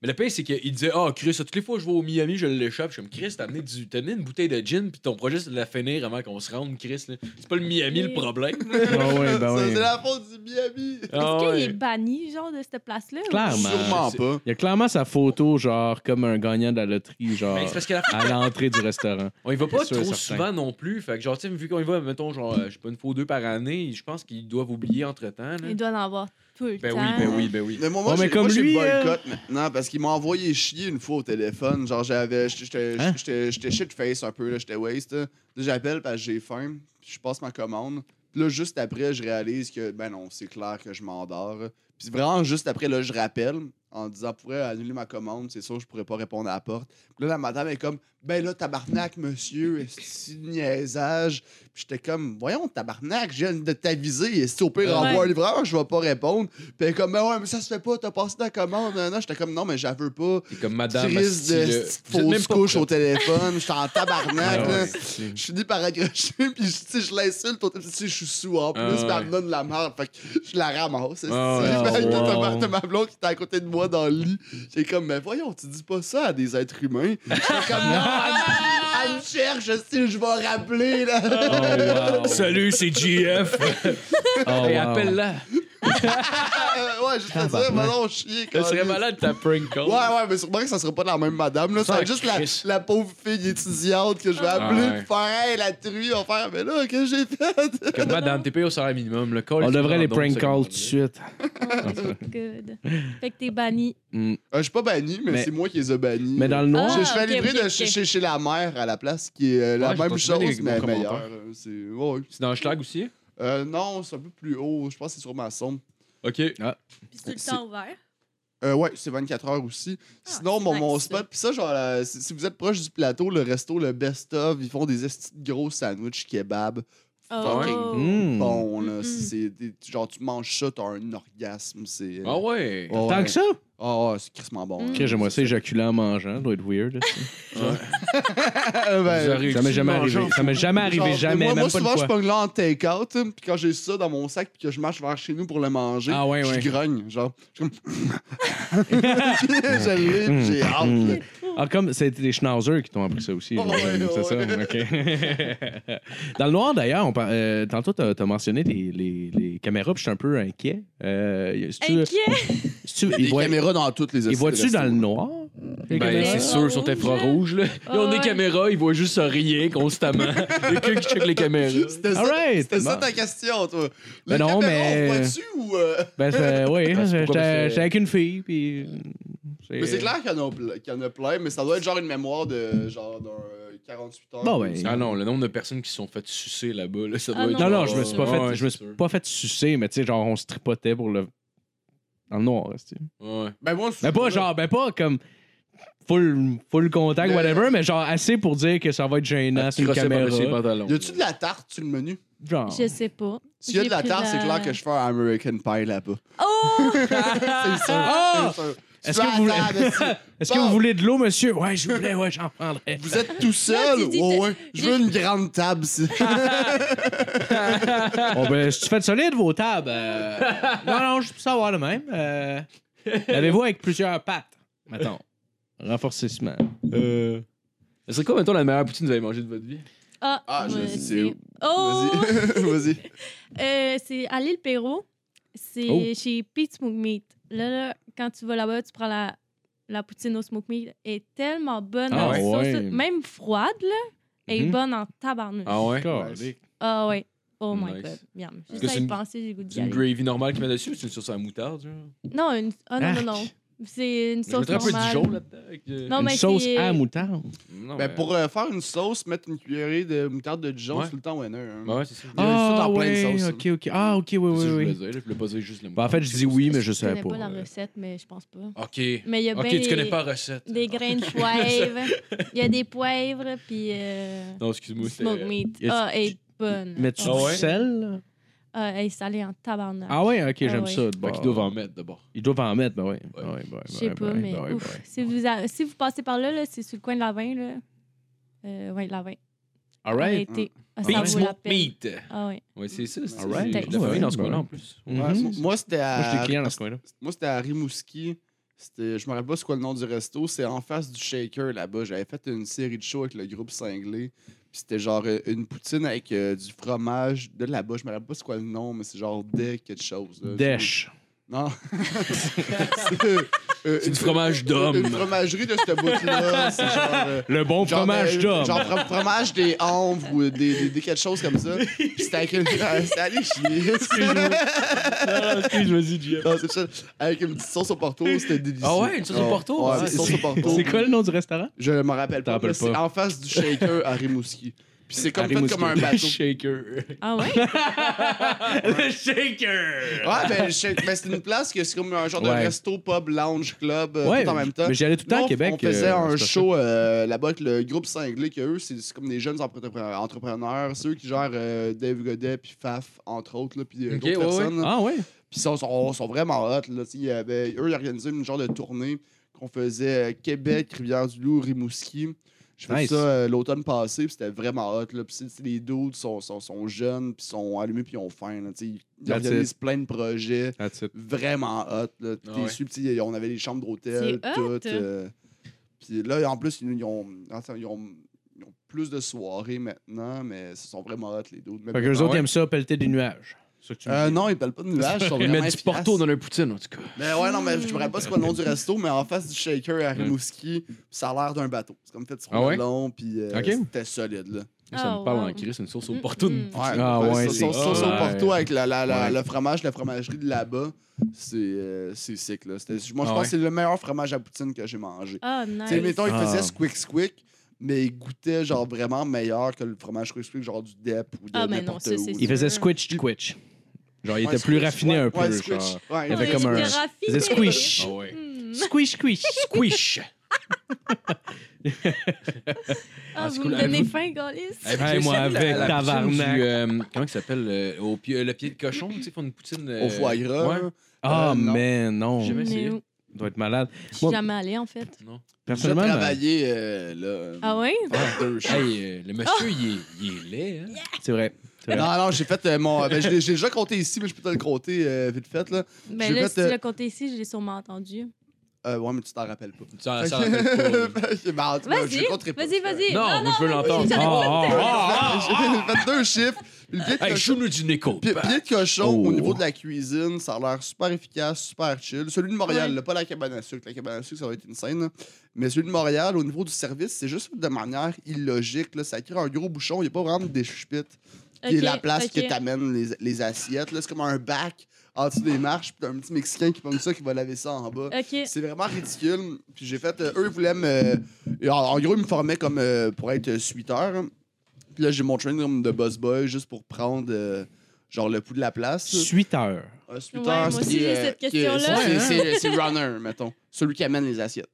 S2: Mais le pire, c'est qu'il disait Ah, Chris, toutes les fois que je vais au Miami, je l'échappe. Je suis comme Chris, t'as amené, du... t'as amené une bouteille de gin, puis ton projet, c'est de la finir avant qu'on se rende, Chris. là. C'est pas le Miami le problème. Ah
S4: Ah ouais, ben
S3: Ça,
S4: ouais.
S3: C'est la faute du Miami.
S5: Est-ce qu'il est banni, genre, de cette place-là? ou-
S4: Clairement.
S3: Sûrement
S2: c'est-
S3: pas.
S4: Il y a clairement sa photo, genre, comme un gagnant de la loterie, genre,
S2: Mais Ben, c'est parce que la
S4: à l'entrée du restaurant.
S2: On y va pas
S4: C'est sûr et
S2: trop
S4: certain.
S2: souvent non plus. Fait que, genre, tu sais, vu qu'on y va, mettons, genre, euh, je sais pas, une fois ou deux par année, je pense qu'ils doivent oublier entre temps.
S5: Il doit en avoir tout le
S2: Ben
S5: temps.
S2: oui, ben oui, ben oui.
S3: Mais moi, moi,
S4: Ouais, mais
S3: j'ai-
S4: comme
S3: moi, j'ai
S4: lui, euh,
S3: boycott maintenant parce qu'il m'a envoyé chier une fois au téléphone. Genre, j'avais. J'étais
S4: Hein?
S3: j'étais- j'étais shit face un peu, là, j'étais waste. là. Là, J'appelle parce que j'ai faim. puis Je passe ma commande. puis Là, juste après, je réalise que, ben non, c'est clair que je m'endors. Puis vraiment, juste après, là, je rappelle en disant, pourrais annuler ma commande, c'est sûr, je pourrais pas répondre à la porte. Puis là, la madame est comme, ben là, tabarnak, monsieur, est-ce niaisage? Puis j'étais comme, voyons, tabarnak, je viens de t'aviser, est-ce au pire, envoie un livreur, je vais pas répondre. Puis elle est comme, ben ouais, mais ça se fait pas, t'as passé ta commande, non, non. J'étais comme, non, mais j'en veux pas.
S2: C'est comme madame. asti,
S3: Crise de
S2: là.
S3: petite
S2: Vous êtes même
S3: fausse
S2: pas
S3: couche
S2: prête.
S3: au téléphone, j'étais en tabarnak,
S2: Ah
S3: là.
S2: ouais, c'est-
S3: Je finis par accrocher, puis je, tu sais, je l'insulte, puis tu sais, je suis sous en plus,
S2: Ah
S3: puis elle
S2: ouais.
S3: me donne de la merde. Fait que je la ramasse. c'est
S2: Ah ouais,
S3: T'as
S2: wow.
S3: ma- t'as ma blonde qui était à côté de moi dans le lit. J'ai comme, mais voyons, tu dis pas ça à des êtres humains. J'étais comme, non, elle, me- elle me cherche, je sais, je vais rappeler, là.
S4: Oh, wow.
S2: Salut, c'est GF.
S4: Oh,
S2: Et
S4: wow.
S2: appelle-la.
S3: Euh, ouais, juste te dire, mais non, chier,
S2: Ah Ça serait
S3: câlisse.
S2: malade ta prank call.
S3: Ouais, ouais, mais sûrement que ça sera pas la même madame, là. Ça va être
S2: Ça,
S3: juste la,
S2: Chris.
S3: la pauvre fille étudiante que je vais
S2: Ah
S3: appeler,
S2: ouais.
S3: puis faire, hey, la truie, on va faire, mais là, qu'est-ce que j'ai fait?
S2: Comme madame, t'es payé au salaire minimum. Le call,
S4: On
S2: il
S4: devrait
S2: faut
S4: les
S2: dans le
S4: prank
S2: second
S4: calls tout de suite.
S5: Oh, good. Fait que t'es banni.
S3: Euh, je suis pas banni, mais,
S4: Mais-
S3: c'est moi qui les ai bannis.
S4: Mais dans le
S3: Je,
S4: noir,
S5: Ah.
S3: je fais
S5: ok,
S3: livrer
S5: ok,
S3: de
S5: ok.
S3: chez- chez, chez la mère à la place, qui est euh, la
S2: Ouais, j'ai
S3: même
S2: pas
S3: chose,
S2: trouvé les
S3: mais
S2: bons
S3: meilleure.
S2: commentaires.
S3: euh, C'est... ouais.
S2: C'est dans le schlag aussi?
S3: Euh, non, c'est un peu plus haut. Je pense que c'est sur ma somme.
S2: OK.
S5: Puis c'est tout
S3: C'est-
S5: le temps ouvert.
S3: Euh, ouais, c'est 24 heures aussi.
S5: Ah,
S3: Sinon,
S5: c'est
S3: mon, mon
S5: nice, ça.
S3: spot, puis ça, genre, euh, si, si vous êtes proche du plateau, le resto, le best-of, ils font des esti de gros sandwichs kebab.
S5: Oh.
S4: Hmm.
S3: Bon, là,
S5: Mm-mm.
S3: c'est, c'est- genre, tu manges ça, t'as un orgasme. C'est,
S2: Ah ouais.
S3: Oh,
S4: Tant que ça?
S3: Ah, ouais, c'est crissement bon.
S5: Mm.
S3: hein.
S4: Ok, j'aimerais ça éjaculer en mangeant, ça doit être weird.
S3: Ah, ben,
S2: Vous aurez-
S4: Ça m'est jamais arrivé. Ça m'est jamais
S3: Genre,
S4: arrivé, jamais,
S3: moi,
S4: même
S3: moi,
S4: pas une
S3: souvent,
S4: fois.
S3: je pogne là en take-out, hein, puis quand j'ai ça dans mon sac, puis que je marche vers chez nous pour le manger,
S2: Ah ouais,
S3: je
S2: ouais.
S3: grogne, genre. Je suis comme... je l'ai, puis j'ai
S4: Mm,
S3: hâte. là.
S4: Hmm. Ah, comme c'était des schnauzers qui t'ont appris ça aussi.
S3: Ouais,
S4: j'imagine, c'est ça, ok. Dans le noir, d'ailleurs, on par- euh, tantôt, t'as as mentionné les, les, les caméras, puis je suis un peu inquiet. Euh, si tu-
S5: Inquiet.
S4: si tu-
S3: Les
S4: ils voient-
S3: caméras dans toutes les
S4: ils voient-tu
S3: hosties de
S4: dans le
S3: restaurants.
S4: noir? les
S2: Ben,
S4: caméras?
S2: c'est sûr, ils sont infrarouges, là. Ils ont
S5: Ouais.
S2: des caméras, ils voient juste rien constamment. Il y a quelqu'un qui check les caméras.
S3: C'était ça,
S4: All right.
S3: c'était ça
S4: Bon.
S3: ta question, toi. Les
S4: Ben non,
S3: caméras,
S4: mais-
S3: on voit-tu ou. euh,
S4: Ben, c'est- oui,
S2: Ben, c'est
S4: j'étais
S2: pourquoi, parce que-
S4: j'étais avec une fille, puis.
S3: Mais
S4: euh.
S3: c'est clair qu'il y, en a ple- qu'il y en a plein, mais ça doit être genre une mémoire de genre d'un euh, 48 heures.
S4: Bon, ben,
S2: Ah non, le nombre de personnes qui se sont faites sucer là-bas, là, ça doit
S5: Ah
S2: être.
S4: Non, non,
S2: genre- euh,
S4: je me suis pas
S2: Ouais,
S4: fait, je me
S2: c'est
S4: suis pas fait sucer, mais tu sais, genre, on se tripotait pour le. Dans le noir, tu sais.
S2: sûr. Ouais.
S3: Ben, moi,
S4: Mais pas genre, ben pas comme. Full, full contact,
S3: Le-
S4: whatever, mais genre assez pour dire que ça va être gênant sur une
S2: Crosser par-dessus les
S4: caméra.
S2: pantalons.
S3: Y a-tu de la tarte sur le menu?
S4: Genre.
S5: Je sais pas.
S3: S'il y a de
S5: J'ai
S3: la
S5: pris
S3: tarte, c'est clair que je fais un American Pie là-bas.
S5: Oh!
S3: c'est sûr.
S4: Ah!
S3: c'est sûr.
S4: Est-ce
S3: Tu
S4: que
S3: vas
S4: vous
S3: à la table, tu-
S4: Est-ce que
S3: Bon.
S4: vous voulez de l'eau, monsieur? Ouais, je voulais, ouais, j'en prendrais.
S3: Vous êtes tout seul?
S5: tu dis-
S3: ouais, ouais. Je veux une grande table. si-
S4: Ah, bon, ben, si tu fais de solide, vos tables. euh, Non, non, je peux savoir le même. Euh... L'avez-vous avec plusieurs pattes? Mettons. Renforcissement.
S2: Euh... Ce serait quoi, mettons, la meilleure poutine que vous avez mangée de votre vie?
S5: Ah,
S3: Ah, je
S5: ouais,
S3: sais
S5: c'est-
S3: où.
S5: Oh!
S3: Vas-y. Vas-y.
S5: Euh, c'est à l'île Perrault. C'est
S4: Oh.
S5: chez Pete Smoke Meat. Là, là, quand tu vas là-bas, tu prends la, la poutine au Smoke Meat. Elle est tellement bonne.
S4: Ah
S5: en
S4: ouais.
S5: sauce, même froide, là, elle est
S4: Mhm.
S5: bonne en tabarnouche. Ah,
S2: Ah ouais?
S4: Calique.
S5: ouais. Oh my
S2: Nice.
S5: God. Miam.
S2: Est-ce
S5: Juste
S2: que
S5: à
S2: c'est
S5: y
S2: une-
S5: penser, j'ai le goût d'y
S2: C'est une
S5: aller.
S2: gravy normale qui met dessus ou c'est une sauce à la moutarde? Genre?
S5: Non, une... ah, non, non,
S4: Arc.
S5: non. C'est une
S2: Je
S5: sauce
S2: mettrais un peu de
S5: normale.
S2: Dijon là-dedans. avec, euh,
S5: Non,
S4: Une
S5: mais
S4: sauce
S5: c'est-
S4: à moutarde.
S2: non,
S3: Ben,
S2: mais-
S3: pour euh, faire une sauce, mettre une cuillerée de moutarde de Dijon,
S2: Ouais.
S3: c'est tout le temps winner. hein.
S2: Ouais, c'est ça.
S3: Ah, ça dans plein de
S4: ouais,
S3: sauces,
S4: ok, ok. Ah, ok, oui,
S2: C'est ça
S4: oui,
S2: que je voulais
S4: oui.
S2: dire. là. Je voulais pas dire juste le
S4: Ben, en
S2: moutarde.
S4: fait, je dis oui, mais je ben,
S5: Je
S4: savais
S5: connais
S4: pas.
S5: pas la recette, mais je pense pas.
S2: Ok.
S5: Mais il y a
S2: Ok,
S5: bien
S2: tu
S5: des-
S2: connais pas la recette.
S5: des grains de poivre. Il y a des poivres, puis euh,
S2: Non, excuse-moi.
S5: du
S2: c'était-
S5: smoke meat.
S4: y a-
S5: Ah, elle est bonne.
S4: Mets-tu
S5: Ah
S4: du
S2: ouais?
S4: sel? là?
S5: Ah, elle est salée en tabarnak.
S4: Ah ouais, ok,
S5: Ah
S4: j'aime
S5: ouais.
S4: ça.
S2: Fait
S4: Bon.
S2: qu'ils doivent ben, en mettre d'abord.
S4: Ils doivent en mettre, ben ouais.
S2: Ouais.
S4: Ouais, ouais, ouais,
S5: Je sais
S4: ouais,
S5: pas,
S4: ouais, ben
S5: mais
S4: ouais,
S5: ouf,
S4: ouais.
S5: Si, vous a- si vous passez par là, là, c'est sur le coin de la 20, là. Euh, ouais, la 20.
S4: All right.
S5: Arrêtez. Ah, ça
S2: Beat
S5: vaut la
S2: smoke
S5: peine.
S2: meat.
S5: Ah ouais.
S2: Ouais, c'est ça. c'est-
S3: Alright.
S2: c'est- La famille dans ce coin-là en plus.
S4: Mhm.
S3: Ouais, m- Moi, c'était
S4: Moi, j'ai des
S3: à...
S4: clients dans ce coin-là.
S3: moi, c'était à Rimouski. C'était... Je me rappelle pas c'est quoi le nom du resto. C'est en face du Shaker là-bas. J'avais fait une série de shows avec le groupe Cinglé. Puis c'était genre euh, une poutine avec euh, du fromage de là-bas. Je me rappelle pas c'est quoi le nom, mais c'est genre des quelque chose. là.
S4: Dèche.
S3: Non. c'est euh, euh,
S2: C'est
S3: une-
S2: du fromage d'homme.
S3: Une fromagerie de cette bout-là. C'est genre. euh,
S4: Le bon
S3: Genre,
S4: fromage
S3: euh,
S4: d'homme.
S3: Genre fro- fromage des Anvres ou des, des, des quelque chose comme ça. Puis c'était avec une. ah, C'était allé chier.
S4: Ah,
S2: Excuse-moi, Jeff.
S3: Non, c'est ça. Avec une petite sauce au Porto, c'était délicieux.
S2: Ah ouais, une sauce au
S3: Ouais.
S2: Porto?
S3: Ouais,
S2: Ah,
S3: une sauce au Porto.
S4: C'est quoi le nom du restaurant?
S3: Je me rappelle
S4: T'en
S3: pas. mais
S4: rappelles
S3: C'est
S4: pas.
S3: en face du Shaker à Rimouski. Puis c'est comme
S2: Harry
S3: fait comme un
S2: Mosquito.
S3: bateau.
S2: shaker.
S5: Ah ouais?
S4: le shaker!
S3: Ouais, ben, je- ben, c'est une place que c'est comme un genre de
S4: Ouais.
S3: resto, pub, lounge, club, euh,
S4: Ouais,
S3: tout en même temps.
S4: mais j'y allais tout le temps
S3: Nous,
S4: à
S3: on-
S4: Québec.
S3: On faisait
S4: euh,
S3: un
S4: c'est ça.
S3: show euh, là-bas avec le groupe cinglé, que eux, c'est c'est comme des jeunes entrepreneurs, entrepreneurs, ceux qui gèrent euh, Dave Godet, puis Faf, entre autres, là, puis euh,
S2: Ok,
S3: d'autres
S2: ouais, ouais.
S3: personnes. là.
S4: Ah ouais?
S3: Puis ils sont, sont- sont vraiment hot. Là, tu sais, il y avait- eux, ils organisaient une genre de tournée qu'on faisait euh, Québec, Rivière-du-Loup, Rimouski. Je fais
S4: Nice.
S3: ça euh, l'automne passé, puis c'était vraiment hot. Là. Puis c'est- c'est les dudes sont, sont, sont jeunes, puis sont allumés, puis ils ont faim. Là, tu sais. ils
S4: That's
S3: organisent plein de projets
S4: That's it.
S3: vraiment hot. Là. Puis
S2: Ah
S3: t'es
S2: ouais.
S3: su, puis t'sais, on avait les chambres d'hôtel,
S5: C'est hot.
S3: tout. euh, puis là, en plus, ils, ils ont, attends, ils, ont, ils ont plus de soirées maintenant, mais ce sont vraiment hot, les dudes. Mais
S4: Fait que
S3: bon.
S4: les
S2: Ah
S4: autres
S2: ouais?
S4: aiment ça, pelleter des nuages. C'est ça que tu me
S3: Euh,
S4: dis.
S3: non, ils parlent pas de nuages, ils
S2: Ils
S3: sont vraiment
S2: mettent du
S3: efficaces.
S2: Porto dans leur poutine, en tout cas.
S3: Mais ouais, non, mais je me rappelle pas c'est quoi le nom du resto, mais en face du shaker à Rimouski, ça a l'air d'un bateau. C'est comme fait sur
S2: Ah
S3: le
S2: ouais?
S3: long, puis euh,
S2: Ok.
S3: c'était solide, là.
S2: ça
S5: Ah,
S2: me parle
S5: wow.
S2: en crise, une sauce au
S5: Mm,
S2: Porto.
S5: mm.
S4: Ah
S3: Fait que
S4: ouais,
S3: ça,
S4: c'est
S3: Sauce sauce
S2: ça,
S3: au
S2: ouais.
S3: porto avec la, la, la-
S2: Ouais.
S3: le fromage, la fromagerie de là-bas, c'est euh, c'est sick, là. C'était- Moi, je
S2: Ah
S3: pense
S2: ouais?
S3: que c'est le meilleur fromage à poutine que j'ai mangé.
S5: Ah,
S3: Tu sais,
S5: nice.
S3: mettons, il
S4: Ah.
S3: faisait squick squick, mais il goûtait genre vraiment meilleur que le fromage squick squick, genre du DEP ou de
S5: Ah, mais non,
S3: n'importe
S5: ça, c'est
S3: où.
S4: Il
S5: sûr.
S4: faisait squitch squitch. Genre, il était plus raffiné un peu. genre.
S3: Ouais,
S4: Il avait
S5: Ouais,
S4: comme un-
S5: il était raffiné.
S4: Il faisait squish.
S2: Ah ouais.
S5: Hmm.
S4: Squish, squish.
S3: Euh,
S2: Squish!
S5: Ah,
S2: Ah, c'est
S5: vous
S2: cool.
S5: me donnez
S2: Avez-vous-
S5: faim, Gaulis.
S4: Hey, moi, avec, tabarnak.
S2: comment ça s'appelle? euh, au pi- euh, le pied de cochon, tu sais, font une poutine. euh,
S3: Au foie gras.
S2: ouais.
S3: là.
S4: Ah,
S3: Euh, non.
S4: mais non.
S2: J'ai jamais
S5: Mais
S2: essayé.
S5: où?
S4: Il doit être malade.
S5: Je suis
S4: Moi,
S5: jamais allée, en fait.
S3: J'ai
S4: personnellement,
S3: travaillé euh, là.
S5: Ah ouais?
S3: dans deux choses.
S2: Hey, euh, le monsieur, il, est, il est laid. Hein?
S4: c'est vrai. Ah,
S5: Oh,
S4: C'est vrai.
S3: Non, non, j'ai fait euh, mon. ben, je l'ai- j'ai déjà compté ici, mais je peux te le compter euh, vite fait. Là.
S5: Mais
S3: J'ai
S5: Ben là,
S3: fait,
S5: si tu
S3: euh,
S5: l'as compté ici, je l'ai sûrement entendu.
S3: Euh, ouais, mais tu t'en rappelles pas.
S4: Ah,
S3: Ben,
S2: Ça, ça rappelle pas, là.
S5: Vas-y, vas-y, vas-y.
S2: Non,
S5: Ah,
S2: mais je veux
S5: vas-y,
S2: l'entendre.
S5: j'en ai
S4: Ah,
S5: pas
S4: ah,
S5: entendu.
S3: J'ai fait deux chiffres. Puis le pied de
S2: Ah. Hey,
S3: cochon,
S2: choue-nous du Ah, Nico.
S3: pi- pied de cochon
S4: Oh.
S3: au niveau de la cuisine, ça a l'air super efficace, super chill. Celui de Montréal,
S5: Ouais.
S3: là, pas la cabane à sucre. La cabane à sucre, ça va être insane. là. Mais celui de Montréal, au niveau du service, c'est juste de manière illogique. Là. Ça crée un gros bouchon. Il n'y a pas vraiment des chupites. Puis
S5: Ok,
S3: la place
S5: ok.
S3: que t'amènes les, les assiettes. là, C'est comme un bac en dessous des marches. Puis t'as un petit Mexicain qui pomme ça, qui va laver ça en bas.
S5: Ok.
S3: C'est vraiment ridicule. Puis j'ai fait. euh, eux, ils voulaient me. euh, en, en gros, ils me formaient comme euh, pour être suiteur. hein. Puis là, j'ai mon training room de boss boy juste pour prendre. euh, Genre le pouls de la place.
S4: Suiteur.
S3: Un euh,
S5: Ouais, moi aussi, j'ai cette question-là.
S3: c'est- c'est- C'est runner, mettons. Celui qui amène les assiettes.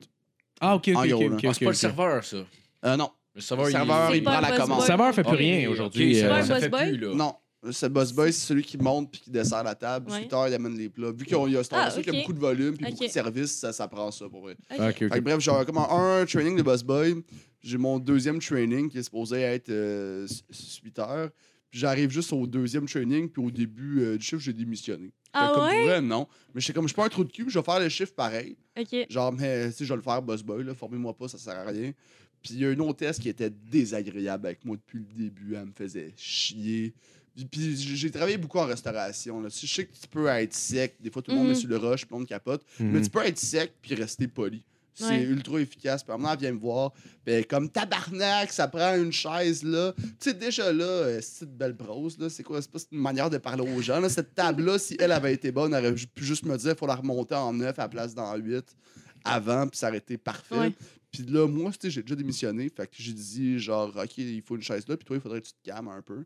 S4: Ah, ok, ok,
S3: En
S4: ok.
S3: gros, là.
S4: ok,
S2: Ah,
S4: ok,
S2: c'est pas le
S4: ok.
S2: serveur, ça.
S3: Euh, non.
S2: Le
S3: Le
S2: serveur,
S3: serveur,
S5: C'est
S3: il
S5: pas
S3: prend
S5: un
S3: la
S5: boss
S3: commande.
S5: boy.
S4: Le serveur fait
S2: Ah,
S4: plus rien
S2: ok,
S4: aujourd'hui.
S2: Ça,
S5: Ouais,
S4: euh,
S5: ouais.
S2: ça
S5: boss
S2: fait
S5: boy.
S2: plus, là.
S3: Non. Ce boss boy, c'est celui qui monte puis qui dessert la table.
S5: Ouais.
S3: Suiteur, il amène les plats. Vu qu'il y a, c'est un
S5: Ah,
S3: resto qui a
S5: ok.
S3: beaucoup de volume puis
S5: Ok.
S3: beaucoup de services, ça, ça prend ça pour vrai.
S4: ah, Ok,
S3: Fait que
S4: ok.
S3: bref, j'ai un- comme un training de boss boy. J'ai mon deuxième training qui est supposé être euh, 8 heures. Puis J'arrive juste au deuxième training, puis au début euh, du chiffre, j'ai démissionné.
S5: Ah
S3: Fait comme
S5: ouais?
S3: pour vrai, non. Mais j'étais comme, je suis pas un trou de cul, je vais faire le chiffre pareil.
S5: Ok.
S3: Genre, mais si je vais le faire, boss boy, là, formez-moi pas, ça sert à rien. Puis il y a une hôtesse qui était désagréable avec moi depuis le début, elle me faisait chier. Puis, puis j- j'ai travaillé beaucoup en restauration. Là. Je sais que tu peux être sec, des fois tout le monde
S5: Mhm.
S3: est sur le rush, tout le monde capote. Mais
S4: Mhm.
S3: tu peux être sec puis rester poli. C'est
S5: Ouais.
S3: ultra efficace. Puis maintenant, elle vient me voir. Ben, comme tabarnak, ça prend une chaise là. Tu sais, déjà là, euh, c'est une belle prose. là. C'est quoi? C'est pas une manière de parler aux gens. Là. Cette table-là, si elle avait été bonne, elle aurait ju- pu juste me dire faut la remonter en 9 à la place dans 8 avant, puis ça aurait été parfait.
S5: Ouais.
S3: Puis là, moi, tu sais, j'ai déjà démissionné. Fait que j'ai dit, genre, OK, il faut une chaise là, puis toi, il faudrait que tu te calmes un peu.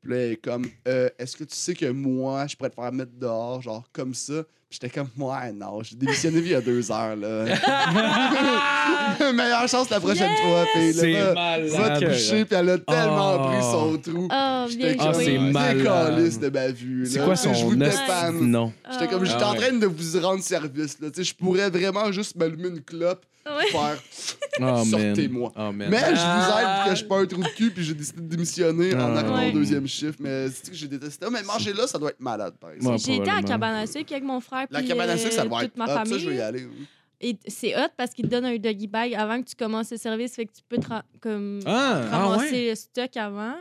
S3: Puis là, elle est comme, Euh, est-ce que tu sais que moi, je pourrais te faire mettre dehors, genre, comme ça? Puis j'étais comme, ouais, non, j'ai démissionné il y a deux heures, là. Meilleure chance la prochaine
S5: Yes!
S3: fois, fille. là. Va- Va
S4: malade.
S3: te coucher, puis elle a tellement
S4: Oh.
S3: pris son trou.
S5: Ah, bien
S3: J'étais
S5: joué.
S3: comme,
S4: c'est malade.
S3: décaliste de ma vue.
S4: C'est
S3: là.
S4: quoi
S3: Tu sais,
S4: son
S3: Je vous
S4: os-
S3: dépanne.
S4: Non.
S5: Ah.
S3: J'étais comme, j'étais en
S2: ouais.
S3: train de vous rendre service. Là. Tu sais, Je pourrais vraiment juste m'allumer une clope,
S5: Ouais.
S3: faire.
S4: Oh,
S3: Sortez-moi.
S4: man. Oh, man.
S3: Mais je vous aide pour que je suis pas un trou de cul, puis j'ai décidé de démissionner en
S4: Ah.
S3: arrivant
S5: Ah. Ouais.
S3: au deuxième chiffre. Mais c'est que j'ai détesté. Ah, Mais manger là, ça doit être malade, par exemple.
S4: Ouais,
S5: J'ai été à
S4: probablement.
S5: Cabane à sucre avec mon frère
S3: La
S5: puis,
S3: cabane à
S5: euh,
S3: sucre, ça doit
S5: toute
S3: être
S5: ma
S3: hot.
S5: famille.
S3: Ça, je vais y aller. hein.
S5: Et c'est hot parce qu'il te donne un doggy bag avant que tu commences le service. Fait que tu peux te ra- comme
S4: Ah, ah
S5: ramasser
S4: ouais.
S5: le stock avant.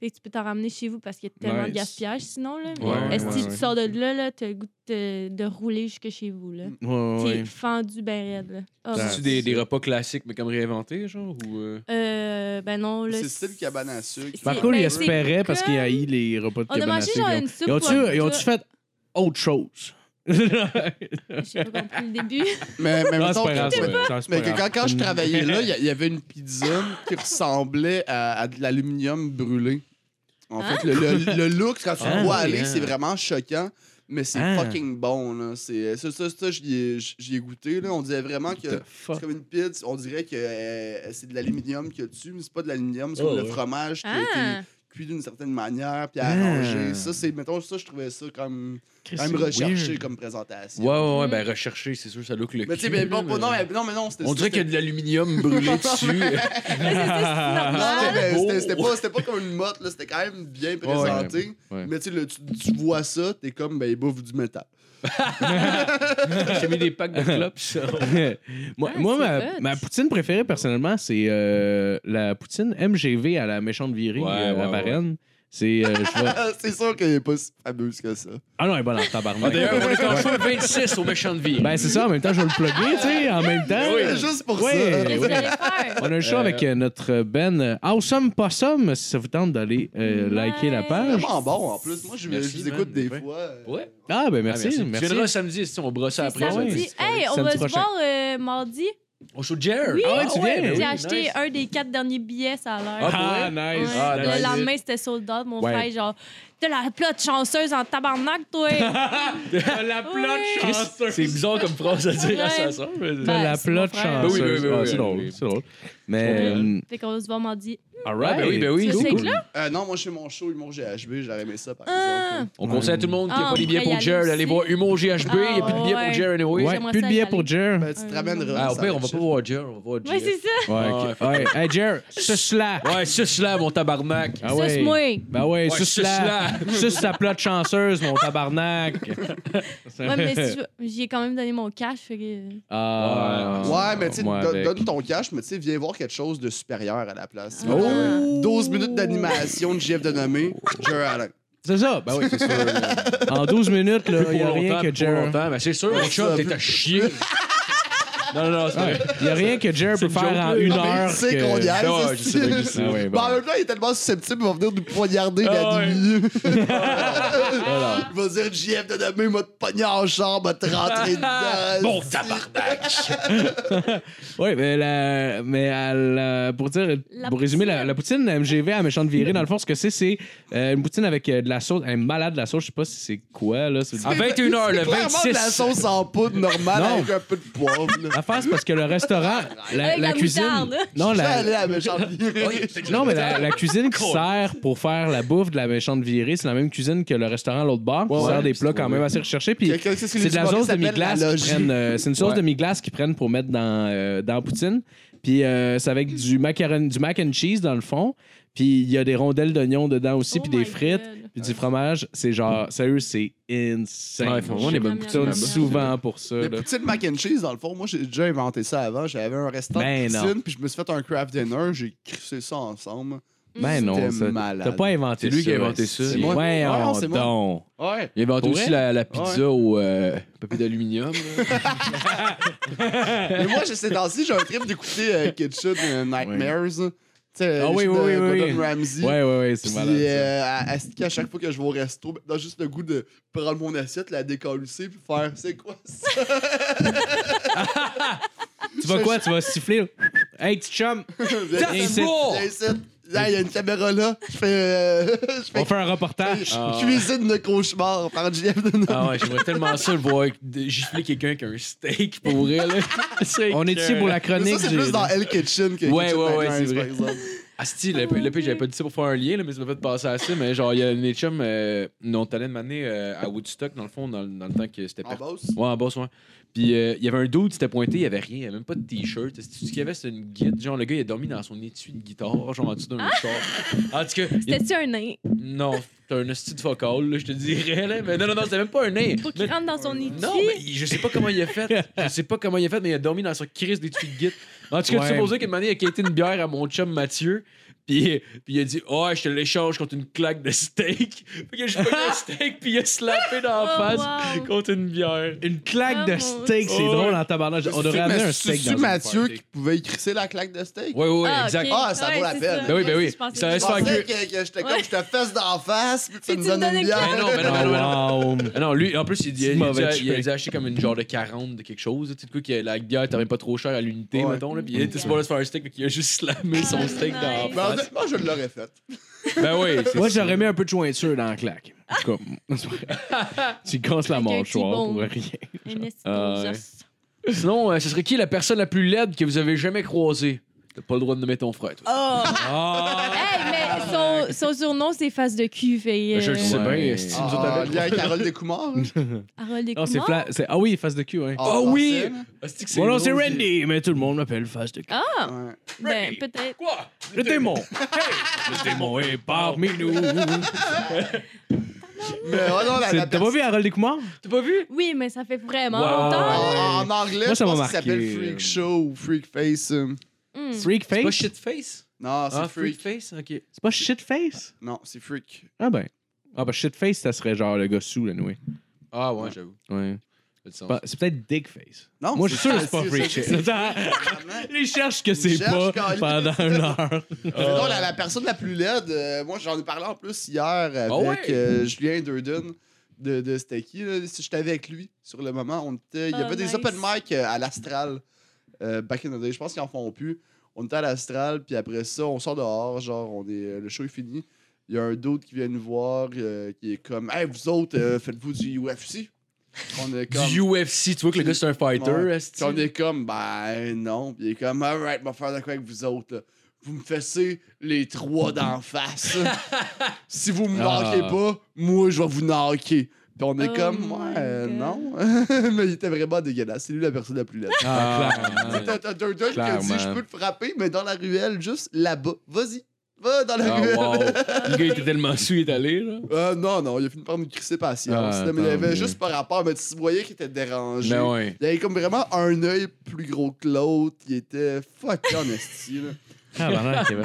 S5: Fait que tu peux t'en ramener chez vous parce qu'il y a tellement de
S4: Nice.
S5: gaspillage sinon. Là. Mais
S4: Ouais,
S5: est-ce que
S4: ouais,
S5: tu
S4: ouais.
S5: sors de là, là t'as le goût de, de rouler jusque chez vous. Là.
S4: Ouais, ouais.
S5: T'es fendu ben raide. Là. Ah,
S4: Ça-
S5: ouais.
S2: C'est-tu des, des repas classiques, mais comme réinventés, genre? Ou, euh,
S5: Euh, ben non. là,
S3: C'est style cabane à sucre.
S5: c'est-
S4: Marco,
S5: ben,
S4: il
S5: c'est
S4: espérait parce
S5: comme-
S4: qu'il haït les repas de
S5: On a
S4: cabane à
S5: mangé
S4: sucre.
S5: genre
S4: Ils ont-
S5: une soupe.
S4: Ils ont-tu
S5: pomme
S4: ils ont-tu
S5: tout-
S4: fait autre chose?
S5: J'ai pas compris le début.
S3: Mais, mais
S4: Ah,
S3: mettons que-
S4: ça. Ça, c'est pas
S3: mais que quand,
S4: grave.
S3: quand je travaillais là, il y a- il y, avait une pizza qui ressemblait à, à de l'aluminium brûlé. En fait, le, le- le look, quand tu
S4: Ah,
S3: le vois
S4: oui,
S3: aller,
S4: hein.
S3: c'est vraiment choquant, mais c'est
S4: Ah.
S3: fucking bon. Là. C'est, euh, ça, ça, ça, j'y ai, j'y ai goûté. Là. On dirait vraiment que c'est comme une pizza. On dirait que euh, c'est de l'aluminium qu'il y a dessus, mais c'est pas de l'aluminium, c'est
S6: Oh,
S3: comme le
S6: ouais.
S3: fromage qui a été
S5: Ah!
S3: cuit d'une certaine manière, puis
S4: Ah.
S3: arrangé. Ça, c'est, mettons, ça, je trouvais ça comme, quand même recherché comme présentation.
S2: Ouais, ouais, ouais, ben recherché, c'est sûr, ça look le
S3: Mais tu sais,
S2: cul,
S3: mais
S2: là,
S3: pas, pas- non, mais non, mais non, c'était
S2: On dirait qu'il y a de l'aluminium brûlé dessus.
S5: Mais c'est- c'est
S3: Non,
S5: normal.
S3: mais
S2: Oh.
S3: c'était- c'était pas, c'était pas comme une motte, là, c'était quand même bien présenté.
S2: ouais.
S3: Mais tu, sais, le- tu, tu vois ça, t'es comme, ben, il bouffe du métal.
S2: J'ai mis des packs de clops.
S4: moi,
S5: Ah,
S4: moi,
S5: c'est
S4: ma,
S5: hot.
S4: ma poutine préférée, personnellement, c'est euh, la poutine MGV à la méchante virée
S2: Ouais,
S4: euh, à
S2: ouais, ouais.
S4: Varennes. C'est. euh, je vais-
S3: c'est sûr qu'elle est pas si fameuse que ça.
S4: Ah non, elle est bonne en tabarnak.
S2: on est en feu 26 au méchant de vie.
S4: ben, c'est ça, en même temps, je vais le plugger, tu sais, en même temps.
S3: Ouais, Juste pour
S4: Ouais.
S5: Qu'est-ce que j'allais faire?
S4: On a le show
S2: Euh,
S4: avec euh, notre Ben euh, Awesome Possum, si ça vous tente d'aller euh, liker la
S3: ça.
S4: page.
S3: Vraiment bon, en plus. Moi, je,
S2: Merci,
S3: je les écoute
S2: man.
S3: des
S2: Ouais.
S3: fois. euh,
S2: Ouais.
S4: Ah, ben
S2: Ah,
S4: merci, merci.
S2: Tu viendras samedi, si on brosse ça
S5: C'est
S2: après.
S4: ouais.
S5: samedi. Hey, on
S4: Samedi
S5: va se
S4: prochain.
S5: voir euh, mardi.
S2: On show Jared.
S5: Oui,
S4: Ah ouais, tu viens, ben
S5: J'ai
S4: oui,
S5: acheté
S2: nice.
S5: un des quatre derniers billets, ça a l'air.
S4: Ah,
S5: Ouais,
S4: nice.
S2: Ah,
S5: le
S2: nice.
S5: lendemain, c'était sold out. Mon
S4: Ouais.
S5: frère, genre, t'as la plate chanceuse en tabarnak, toi.
S4: la
S5: plate Ouais.
S2: Chris, C'est bizarre comme phrase à dire à sa
S5: Ouais.
S2: sœur. mais-
S5: Ben,
S4: la
S5: c'est mon
S4: plate
S5: frère.
S4: chanceuse.
S2: Ben oui, ben oui,
S4: Ah,
S2: oui,
S4: c'est
S2: oui.
S4: drôle, c'est drôle. Mais, euh,
S5: fait qu'on va se voir mardi.
S4: all
S2: Ah,
S4: right.
S2: ben oui, ben oui.
S5: Tu sais que
S2: cool.
S3: euh, non, moi, je fais mon show Humour GHB, j'aurais aimé ça, par
S5: Ah.
S3: exemple.
S2: On conseille à tout le monde qui n'a
S5: Ah,
S2: pas les
S5: on
S2: billets
S5: pourrait
S2: pour
S5: y
S2: Jared
S5: aller
S2: d'aller
S5: aussi. Ah,
S2: voir Humour GHB. Il n'y a plus de billets pour
S5: ouais.
S2: Jared anyway.
S4: Ouais,
S5: J'aimerais
S4: plus de
S5: ça
S4: billets
S5: y
S4: pour
S5: aller.
S4: Jer.
S3: Ben, tu te ramèneras.
S2: Ah, au
S3: ça
S2: pire, on va
S3: marche.
S2: pas voir Jared, on va voir
S5: Ouais,
S2: Jared.
S5: c'est ça.
S4: Ouais,
S2: Ah,
S4: ok. ouais. Hey, Jer, ce cela.
S2: Ouais, suce là, mon tabarnak.
S4: Ah
S5: Ça, c'est
S4: ouais.
S5: moi.
S4: Ben ouais,
S2: Ouais,
S4: suce la. Suce la plate chanceuse, mon tabarnak.
S5: Ouais, mais si je- j'y ai quand même donné mon cash. Fait que...
S4: Ah,
S3: Ouais, mais tu sais,
S4: moi
S3: don-
S4: avec.
S3: donne ton cash, mais tu sais, viens voir quelque chose de supérieur à la place.
S5: Oh.
S3: Euh, 12 minutes d'animation de Jeff Denomé, Jerry Allen.
S4: C'est ça. Ben oui, c'est sûr. en 12 minutes, là, il
S2: Plus
S4: n'y
S2: pour
S4: a rien
S2: longtemps, plus
S4: que
S2: pour
S4: Jer.
S2: longtemps. Ben, c'est sûr, mon chum, t'es à chier. Non, non, non, c'est vrai.
S4: Il n'y a rien que Jer peut
S2: une
S4: faire
S2: joke,
S4: en
S2: là.
S4: une
S3: Non, mais
S4: heure.
S3: Il sait
S4: que-
S3: qu'on y aille.
S2: Ah ouais,
S3: c'est-
S2: je sais bien, je sais.
S4: Ah ouais,
S3: Mais
S4: bon.
S3: en même temps, il est tellement susceptible, il va venir nous poignarder
S2: Ah
S3: la
S2: ouais.
S3: nuit. Il va dire JF de demain, il m'a te pogné en chambre, m'a te rentrer dedans.
S2: Bon tabarnak.
S4: Oui, mais, la, mais à la- pour dire,
S5: La
S4: pour résumer, la,
S5: poutine.
S4: la poutine MGV à méchante virée, dans le fond, ce que c'est, c'est euh, une poutine avec euh, de la sauce. Elle est malade, la sauce. Je sais pas si c'est quoi, là. C'est-
S2: À 21h, le
S3: C'est clairement de la
S2: 26.
S3: sauce en poudre normale
S4: Non.
S3: avec un peu de poivre. là.
S4: L'affaire, c'est parce que le restaurant, la, la
S5: Avec la
S4: cuisine.
S5: moutarde. hein.
S4: Non,
S3: Je vais
S4: la,
S3: aller à méchante
S4: non, mais la, la cuisine qui sert pour faire la bouffe de la méchante virée, c'est la même cuisine que le restaurant à l'autre bar. qui
S2: Ouais,
S4: sert des
S2: ouais,
S4: plats
S2: c'est
S4: quand
S2: vrai.
S4: même assez recherchés. Puis
S3: Quelqu'un sait ce que
S4: c'est de la
S3: les
S4: sauce de
S3: Chewbacca
S4: mi-glace
S3: s'appellent, la
S4: qu'ils prennent.
S3: logie.
S4: euh, c'est une sauce
S2: Ouais.
S4: de mi-glace qu'ils prennent pour mettre dans, euh, dans la poutine. Puis euh, c'est avec du, macaroni, du mac and cheese dans le fond. Puis il y a des rondelles d'oignon dedans aussi,
S5: Oh
S4: puis des
S5: my
S4: frites,
S5: God.
S4: puis du fromage. C'est genre, sérieux, c'est insane.
S2: Ouais, ils font vraiment
S5: des bonnes
S4: Je tourne
S5: poutines
S4: souvent pour ça.
S3: Le
S4: là.
S3: petit mac and cheese, dans le fond, moi j'ai déjà inventé ça avant. J'avais un restaurant
S4: Ben
S3: de
S4: non.
S3: cuisine, puis je me suis fait un craft dinner, j'ai crissé ça ensemble.
S4: Ben non,
S3: C'était
S4: ça-
S3: malade.
S4: t'as pas inventé ça.
S2: C'est lui qui a inventé ça.
S4: c'est-
S2: C'est moi.
S4: Ouais,
S3: Ah non,
S4: on
S3: c'est moi.
S4: donc.
S3: Ouais.
S2: Il invente
S4: Pour
S2: aussi
S4: vrai?
S2: la, la pizza au euh, papier d'aluminium. là.
S3: Mais moi, j'ai- ces temps-ci, j'ai un trip d'écouter euh, Kitchen euh, Nightmares. Tu sais,
S4: Ah oui,
S3: juste
S4: oui,
S3: de
S4: oui, oui,
S3: Gordon
S4: oui.
S3: Ramsay.
S4: Ouais, ouais, ouais, c'est
S3: Puis,
S4: malade. ça.
S3: euh, à, à ce qu'à chaque fois que je vais au resto, dans juste le goût de prendre mon assiette, la décalisser, puis faire c'est quoi ça?
S4: Tu vas quoi? Tu vas siffler? Hey, petit chum,
S3: Viens ici.
S2: bon!
S3: Viens ici. Là, il y a une caméra là. Je fais. euh, je
S4: on
S3: fais
S4: fait un reportage.
S2: Ah.
S3: cuisine de cauchemar par JF de
S2: Ah ouais, j'aimerais tellement ça le voir de- gifler quelqu'un avec un steak pour vrai. là. C'est
S4: On est ici pour la
S3: Mais
S4: chronique.
S3: ça, c'est
S4: du-
S3: plus dans Hell Kitchen que
S2: Ouais,
S3: Kitchen
S2: ouais, ouais,
S3: Nightmares,
S2: c'est vrai.
S3: par exemple.
S2: Asti, le, le pire, j'avais pas dit ça pour faire un lien, là, mais ça m'a fait passer à ça. Mais genre, il y a un chum, euh, non, t'allais de m'amener euh, à Woodstock, dans le fond, dans, dans le temps que c'était
S3: En
S2: parti.
S3: boss.
S2: Ouais, en bas, ouais. Puis euh, il y avait un dude qui s'était pointé, il y avait rien, il y avait même pas de t-shirt. Ce qu'il y avait, c'était une guide. Genre, le gars, il a dormi dans son étui de guitare, genre en dessous d'un
S5: Ah!
S2: char. En tout cas, il-
S5: C'était-tu un nain?
S2: non, t'as un hostie de focal, là, je te dirais. Là. Mais non, non, non, c'était même pas un nain.
S5: Pour
S2: Mais-
S5: qu'il rentre dans son étui?
S2: non, mais il- je sais pas comment il a fait. Je sais pas comment il a fait, mais il a dormi dans son crise d'étui de guide. En tout cas,
S4: Ouais.
S2: tu supposais qu'une manière, il a quitté une bière à mon chum Mathieu. Puis, puis il a dit Oh, je te l'échange contre une claque de steak. Fait que j'ai pogné un steak, puis il a slappé dans la
S5: Oh,
S2: face
S5: wow.
S2: contre une bière.
S4: Une claque
S5: Ah,
S4: de
S5: mon
S4: steak, c'est
S2: Dieu.
S4: drôle en tabarnak. On devrait amener un steak
S3: C'est
S4: dans
S3: Mathieu
S2: party.
S3: qui pouvait y crisser la claque de steak.
S2: Oui, oui,
S5: Ah,
S2: exact.
S5: ok.
S3: Ah, ça vaut la
S5: c'est
S3: peine.
S5: ça.
S2: Ben oui, ben oui.
S5: Je pensais
S2: Ça
S5: que-
S2: reste
S3: Je
S2: pas
S3: pensais que, que j'étais comme je te fesse d'en face, puis tu me
S5: Puis tu me
S3: donnes
S5: donnais
S3: une
S5: une
S3: bière. Ben,
S5: claque.
S2: Mais non, mais non,
S4: Ah,
S2: mais non. mais non.
S4: wow. monde.
S2: Ah non, lui, en plus, il, dit- il,
S4: Mauvais
S2: a- il a
S4: trick.
S2: dit acheter comme une genre de 40 de quelque chose. Tu sais, de quoi, que la bière t'avait pas trop cher à l'unité,
S3: Ouais.
S2: mettons. Là, puis il était sur le bord de se faire un steak, mais qu'il a juste slamé
S5: Ah,
S2: son steak dans
S5: nice.
S3: Ben,
S2: la face.
S3: honnêtement, je l'aurais fait.
S2: Ben oui, c'est
S4: Moi, j'aurais mis un peu de jointure dans la claque. En tout cas, c'est vrai. tu casses la
S5: Avec un petit
S4: mâchoire
S5: bon.
S4: pour rien.
S5: Un esti
S2: Ah,
S5: de
S2: ouais.
S5: os.
S2: Sinon, euh, ce serait qui la personne la plus laide que vous avez jamais croisée? T'as pas le droit de nommer ton frère, toi.
S5: Oh! Hey, mais son, son surnom, c'est Face de cul. Fait,
S2: Ben,
S5: euh,
S2: Je le sais
S4: ouais.
S2: bien, si nous autres
S3: Ah,
S2: avec-
S3: Lié à Carole Ah, Descoumars.
S5: Harold et
S4: Non, c'est
S5: Kumar.
S4: fla- c'est- Ah oui, face de cul, hein.
S3: Ah
S2: oui! Ah, c'est que
S4: Mon nom,
S2: drôle,
S4: c'est Randy, mais tout le monde m'appelle face de cul.
S5: Ah!
S3: Ouais.
S5: Ben, peut-être.
S2: Quoi?
S4: Le démon. le démon est parmi nous.
S3: Mais oh non, la, la
S4: C'est- T'as pas vu Harold Découmard?
S2: T'as pas vu?
S5: Oui, mais ça fait vraiment
S2: Wow.
S5: longtemps.
S3: Ah, En, en anglais,
S4: Moi, ça
S3: ça je
S4: m'a
S3: pense qu'il s'appelle
S4: marqué,
S3: Freak
S4: euh.
S3: Show ou Freak Face. euh.
S5: Hmm.
S4: Freak
S2: C'est pas
S4: Face?
S2: shitface?
S3: Non, c'est
S2: Ah,
S3: Freak.
S2: freakface? Ok.
S4: C'est pas shit face?
S3: Non, c'est Freak.
S4: Ah ben. Ah ben, shit face, ça serait genre le gars sous, là, oui.
S2: Ah ouais, Bah, j'avoue.
S4: Ouais.
S2: Ça fait du sens.
S4: Pas- C'est peut-être dick face.
S3: Non,
S4: Moi, je suis sûr que c'est pas
S3: ça,
S4: freak
S3: c'est-
S4: shit. Attends, Il cherche que c'est
S3: cherche,
S4: pas
S3: Caroline.
S4: pendant une heure.
S2: euh,
S3: Mais non, la, la personne la plus laide, euh, moi j'en ai parlé en plus hier avec
S2: Ah ouais?
S3: euh, Julien Durden de, de c'était qui, là, si J'étais avec lui sur le moment. On était, il y
S5: Ah,
S3: avait
S5: nice.
S3: des open mic euh, à l'Astral euh, back in the day. Je pense qu'ils en font plus. On était à l'Astral, puis après ça, on sort dehors. Genre, on est, euh, le show est fini. Il y a un d'autre qui vient nous voir euh, qui est comme Hey, vous autres, euh, faites-vous du UFC On est comme.
S2: Du UFC, tu vois que le gars c'est un fighter,
S3: Ouais.
S2: esti.
S3: Puis on est comme, ben non. Puis il est comme, alright, va faire de quoi avec vous autres. là. Vous me fessez les trois d'en face. si vous me
S4: Ah.
S3: knockez pas, moi, je vais vous knocker. Puis on est
S5: Oh
S3: comme,
S5: my
S3: ouais, euh,
S5: God.
S3: non. Mais il était vraiment dégueulasse. C'est lui la personne la plus laide.
S4: Ah,
S3: T'as t'as Durden qui a dit,
S4: Clairement.
S3: je peux te frapper, mais dans la ruelle, juste là-bas. Vas-y, va dans la
S2: Ah,
S3: ruelle.
S2: wow. Le gars il était tellement sous, il est allé, là.
S3: Euh, non, non, il a fini par me crisser patience.
S4: Ah,
S3: là, mais il
S4: tant
S3: avait
S4: mieux.
S3: juste par rapport, mais tu voyais qu'il était dérangé.
S2: Mais Ben ouais.
S3: Il avait comme vraiment un œil plus gros que l'autre. Il était fucké en esti, là.
S4: Tabarnak, Kevin.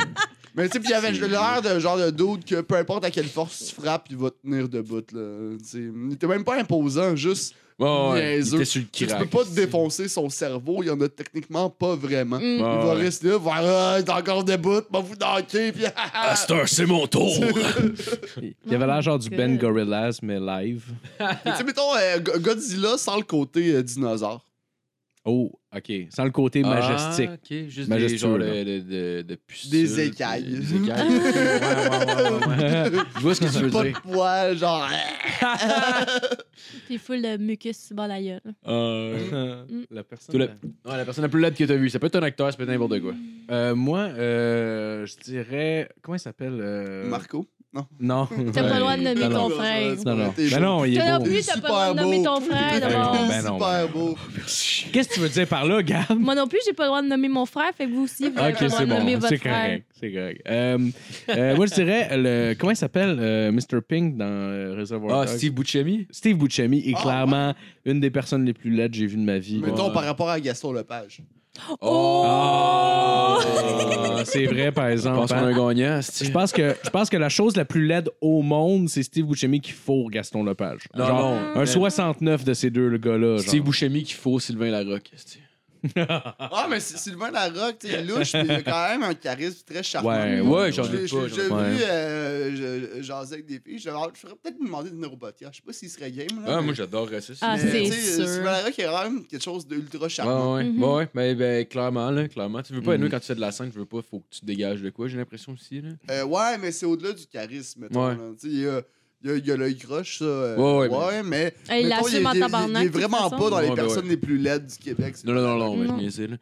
S3: Mais tu sais, puis il avait l'air de genre de doute que peu importe à quelle force tu frappes, il va tenir debout, là. Tu sais, il était même pas imposant, juste
S2: Bon, ouais. Il
S3: Niaiseux.
S2: était sur le
S3: tu
S2: crack.
S3: peux pas te défoncer son cerveau, il y en a techniquement pas vraiment.
S5: Hmm.
S3: Il
S2: Ah,
S3: va
S2: ouais.
S3: rester là, voir Ah, il est encore debout, va vous knocker, puis
S4: Ah.
S2: À cette heure, c'est mon tour.
S4: Il avait l'air genre du
S5: God.
S4: Ben Gorillaz, mais live.
S3: Mais tu sais, mettons euh, Go- Godzilla sans le côté euh, dinosaure.
S4: Oh, OK. Sans le côté majestique.
S2: Ah, ok, juste des
S4: Majestueux,
S2: genres de,
S4: là.
S2: de, de, de pustules,
S3: Des écailles.
S2: puis Des écailles. ouais, ouais, ouais, ouais, ouais. Je vois ce que tu veux
S3: Pas de
S2: dire.
S3: poils, genre. euh,
S5: Puis full de mucus sur le bord de la gueule.
S2: Euh,
S4: La
S2: Tout
S4: personne.
S2: le- ouais, la personne la plus laide que t'as vue, ça peut être un acteur, ça peut être n'importe quoi.
S4: Euh, moi, euh, je dirais. Comment il s'appelle euh,
S3: Marco.
S4: Non.
S5: T'as pas le droit de
S4: Ouais.
S5: nommer
S4: Non,
S5: ton
S3: non.
S5: frère.
S4: Non, non.
S3: T'es
S4: Mais
S3: chaud.
S4: non, il est
S5: Toi
S4: beau.
S5: non plus, t'as
S3: Super
S5: pas le droit de nommer
S3: beau.
S5: ton frère.
S4: Ben non,
S5: d'abord.
S4: ben non,
S3: Super
S4: ben
S3: beau.
S4: Qu'est-ce que tu veux dire par là, Gab?
S5: Moi non plus, j'ai pas le droit de nommer mon frère. Fait que vous aussi, vous avez
S4: Ok,
S5: pas le droit
S4: c'est
S5: de nommer
S4: bon.
S5: votre
S4: C'est
S5: frère.
S4: correct. C'est correct. Euh, euh, moi, je dirais. Le, comment il s'appelle euh, Mr. Pink dans euh, Reservoir
S2: Ah,
S4: Dogs?
S2: Steve Buscemi?
S4: Steve Buscemi est
S3: Ah,
S4: clairement une des personnes les plus laides que j'ai vues de ma vie.
S3: Mettons
S2: Ouais.
S3: par rapport à Gaston Lepage.
S5: Oh!
S4: Ah, c'est vrai, par
S2: Je
S4: exemple.
S2: pense qu'on a
S4: hein.
S2: un gagnant.
S4: Je
S2: c'est-tu?
S4: pense, que, je pense que la chose la plus laide au monde, c'est Steve Buscemi qui fourre Gaston Lepage.
S2: Non,
S4: Genre,
S2: non.
S4: un 69 de ces deux gars-là. genre.
S2: Steve Buscemi qu'il faut Sylvain Larocque. c'est-tu?
S3: Ah, mais c'est Sylvain Larocque, tu sais, il est louche, mais il a quand même un charisme très
S2: Ah,
S3: charmant.
S4: Ouais,
S2: ouais,
S3: Je
S2: j'en ai
S3: l'ai-
S2: pas.
S3: je- J'ai
S2: j'en ai pas.
S3: vu euh, je- jaser avec des filles. Je leur- je ferais peut-être me demander de Neurobotia. Je sais pas s'il serait game. Là,
S2: Ah,
S3: mais-
S2: moi, j'adorerais ça.
S5: Ah,
S3: mais,
S5: c'est
S3: tu sais,
S5: sûr.
S3: Sylvain Larocque, il a quand même quelque chose d'ultra
S2: Ouais,
S3: charmant.
S2: ouais,
S5: Mhm.
S2: ouais, ouais. Ben, ben, clairement, là, clairement. Tu veux pas,
S4: Mhm.
S2: nous, quand tu fais de la scène, tu veux pas, faut que tu te dégages de quoi, j'ai l'impression aussi, là.
S3: Euh, ouais, mais c'est au-delà du charisme. mettons,
S2: Ouais.
S3: là. Tu sais, il y a- il y a, il y a l'œil croche, ça. euh,
S2: Ouais, ouais,
S3: mais.
S5: Hey, il
S3: mettons,
S5: l'assume en
S3: il est
S5: tabarnak. de toute
S3: vraiment
S5: façon.
S3: pas dans les
S2: Ouais, ben
S3: personnes les plus laides du Québec. c'est
S2: Non, non, non, non, ouais, je
S5: Non.
S2: niaisais, là.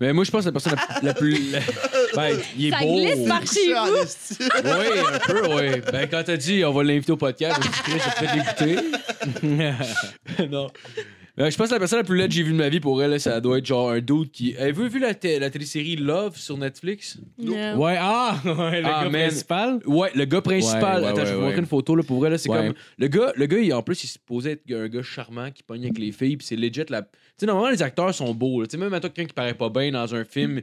S2: Mais moi, je pense que la personne la, la plus. Ben, il est
S5: Ça
S2: beau.
S5: glisse par chez
S3: Couché en
S5: vous.
S3: esti.
S2: Oui, un peu, oui. Ben, quand t'as dit on va l'inviter au podcast, je me suis dit, Chris, j'ai peut-être l'écouter. non. Ben, je pense que la personne la plus laide que j'ai vue de ma vie pour elle, ça doit être genre un dude qui. Avez-vous vu la, té- la télésérie Love sur Netflix?
S5: Non.
S4: Ouais, ah, ouais, le
S2: Ah,
S4: gars
S2: man.
S4: principal.
S2: Ouais, le gars principal.
S4: Ouais, ouais,
S2: Attends, je vais
S4: ouais,
S2: vous montrer
S4: ouais.
S2: une photo là, pour elle. là, C'est
S4: Ouais.
S2: comme. Le gars, le gars il, en plus, il se posait être un gars charmant qui pogne avec les filles. Puis c'est legit. La... Tu sais, normalement, les acteurs sont beaux. là. Tu sais, même à toi, quelqu'un qui paraît pas bien dans un film.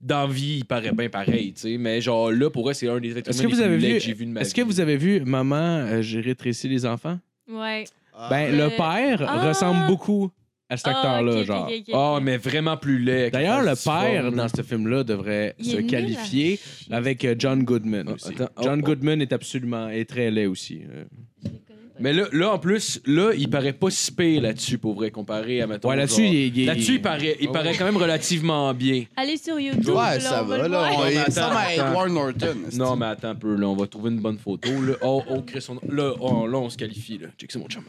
S2: Dans vie, il paraît bien pareil, tu sais. Mais genre là, pour elle, c'est un des êtres
S4: Est-ce
S2: humains les
S4: que vous avez
S2: plus laids
S4: vu-
S2: que j'ai vu de ma
S4: Est-ce que
S2: vie.
S4: vous avez vu Maman, euh, j'ai rétréci les enfants?
S5: Ouais.
S3: Ah.
S4: Ben,
S5: Euh,
S4: le père
S5: ah.
S4: ressemble beaucoup à cet
S5: Ah,
S4: acteur-là,
S5: ok, ok,
S4: genre.
S5: ok, ok.
S2: Ah, mais vraiment plus laid. avec
S4: D'ailleurs,
S2: la
S4: le
S2: face
S4: père
S2: difforme, là.
S4: dans ce film-là devrait
S5: Il
S4: se
S5: est nul à
S4: qualifier
S5: chier.
S4: avec euh, John Goodman
S2: Oh,
S4: aussi.
S2: attends, oh,
S4: John
S2: oh.
S4: Goodman est absolument est très laid aussi. euh.
S5: Je les connais pas.
S2: Mais là, là, en plus, là, il paraît pas si pire là-dessus, pour vrai, comparé à, mettons,
S4: Ouais, là-dessus,
S2: genre-
S4: il, est- il est-
S2: Là-dessus, il paraît, il
S6: Oh.
S2: paraît quand même relativement bien.
S5: Allez sur YouTube.
S3: Ouais,
S5: là,
S3: ça
S5: on va
S3: va,
S5: le
S3: là.
S5: voir.
S3: On
S2: Ouais, mais
S3: est
S2: attends,
S3: ressemble à
S2: attends.
S3: Edward Norton. esti.
S2: Non, mais attends un peu, là, on va trouver une bonne photo. Là, oh, oh, Chris, on... Là, oh, là, on se qualifie, là. Check ça, mon chum.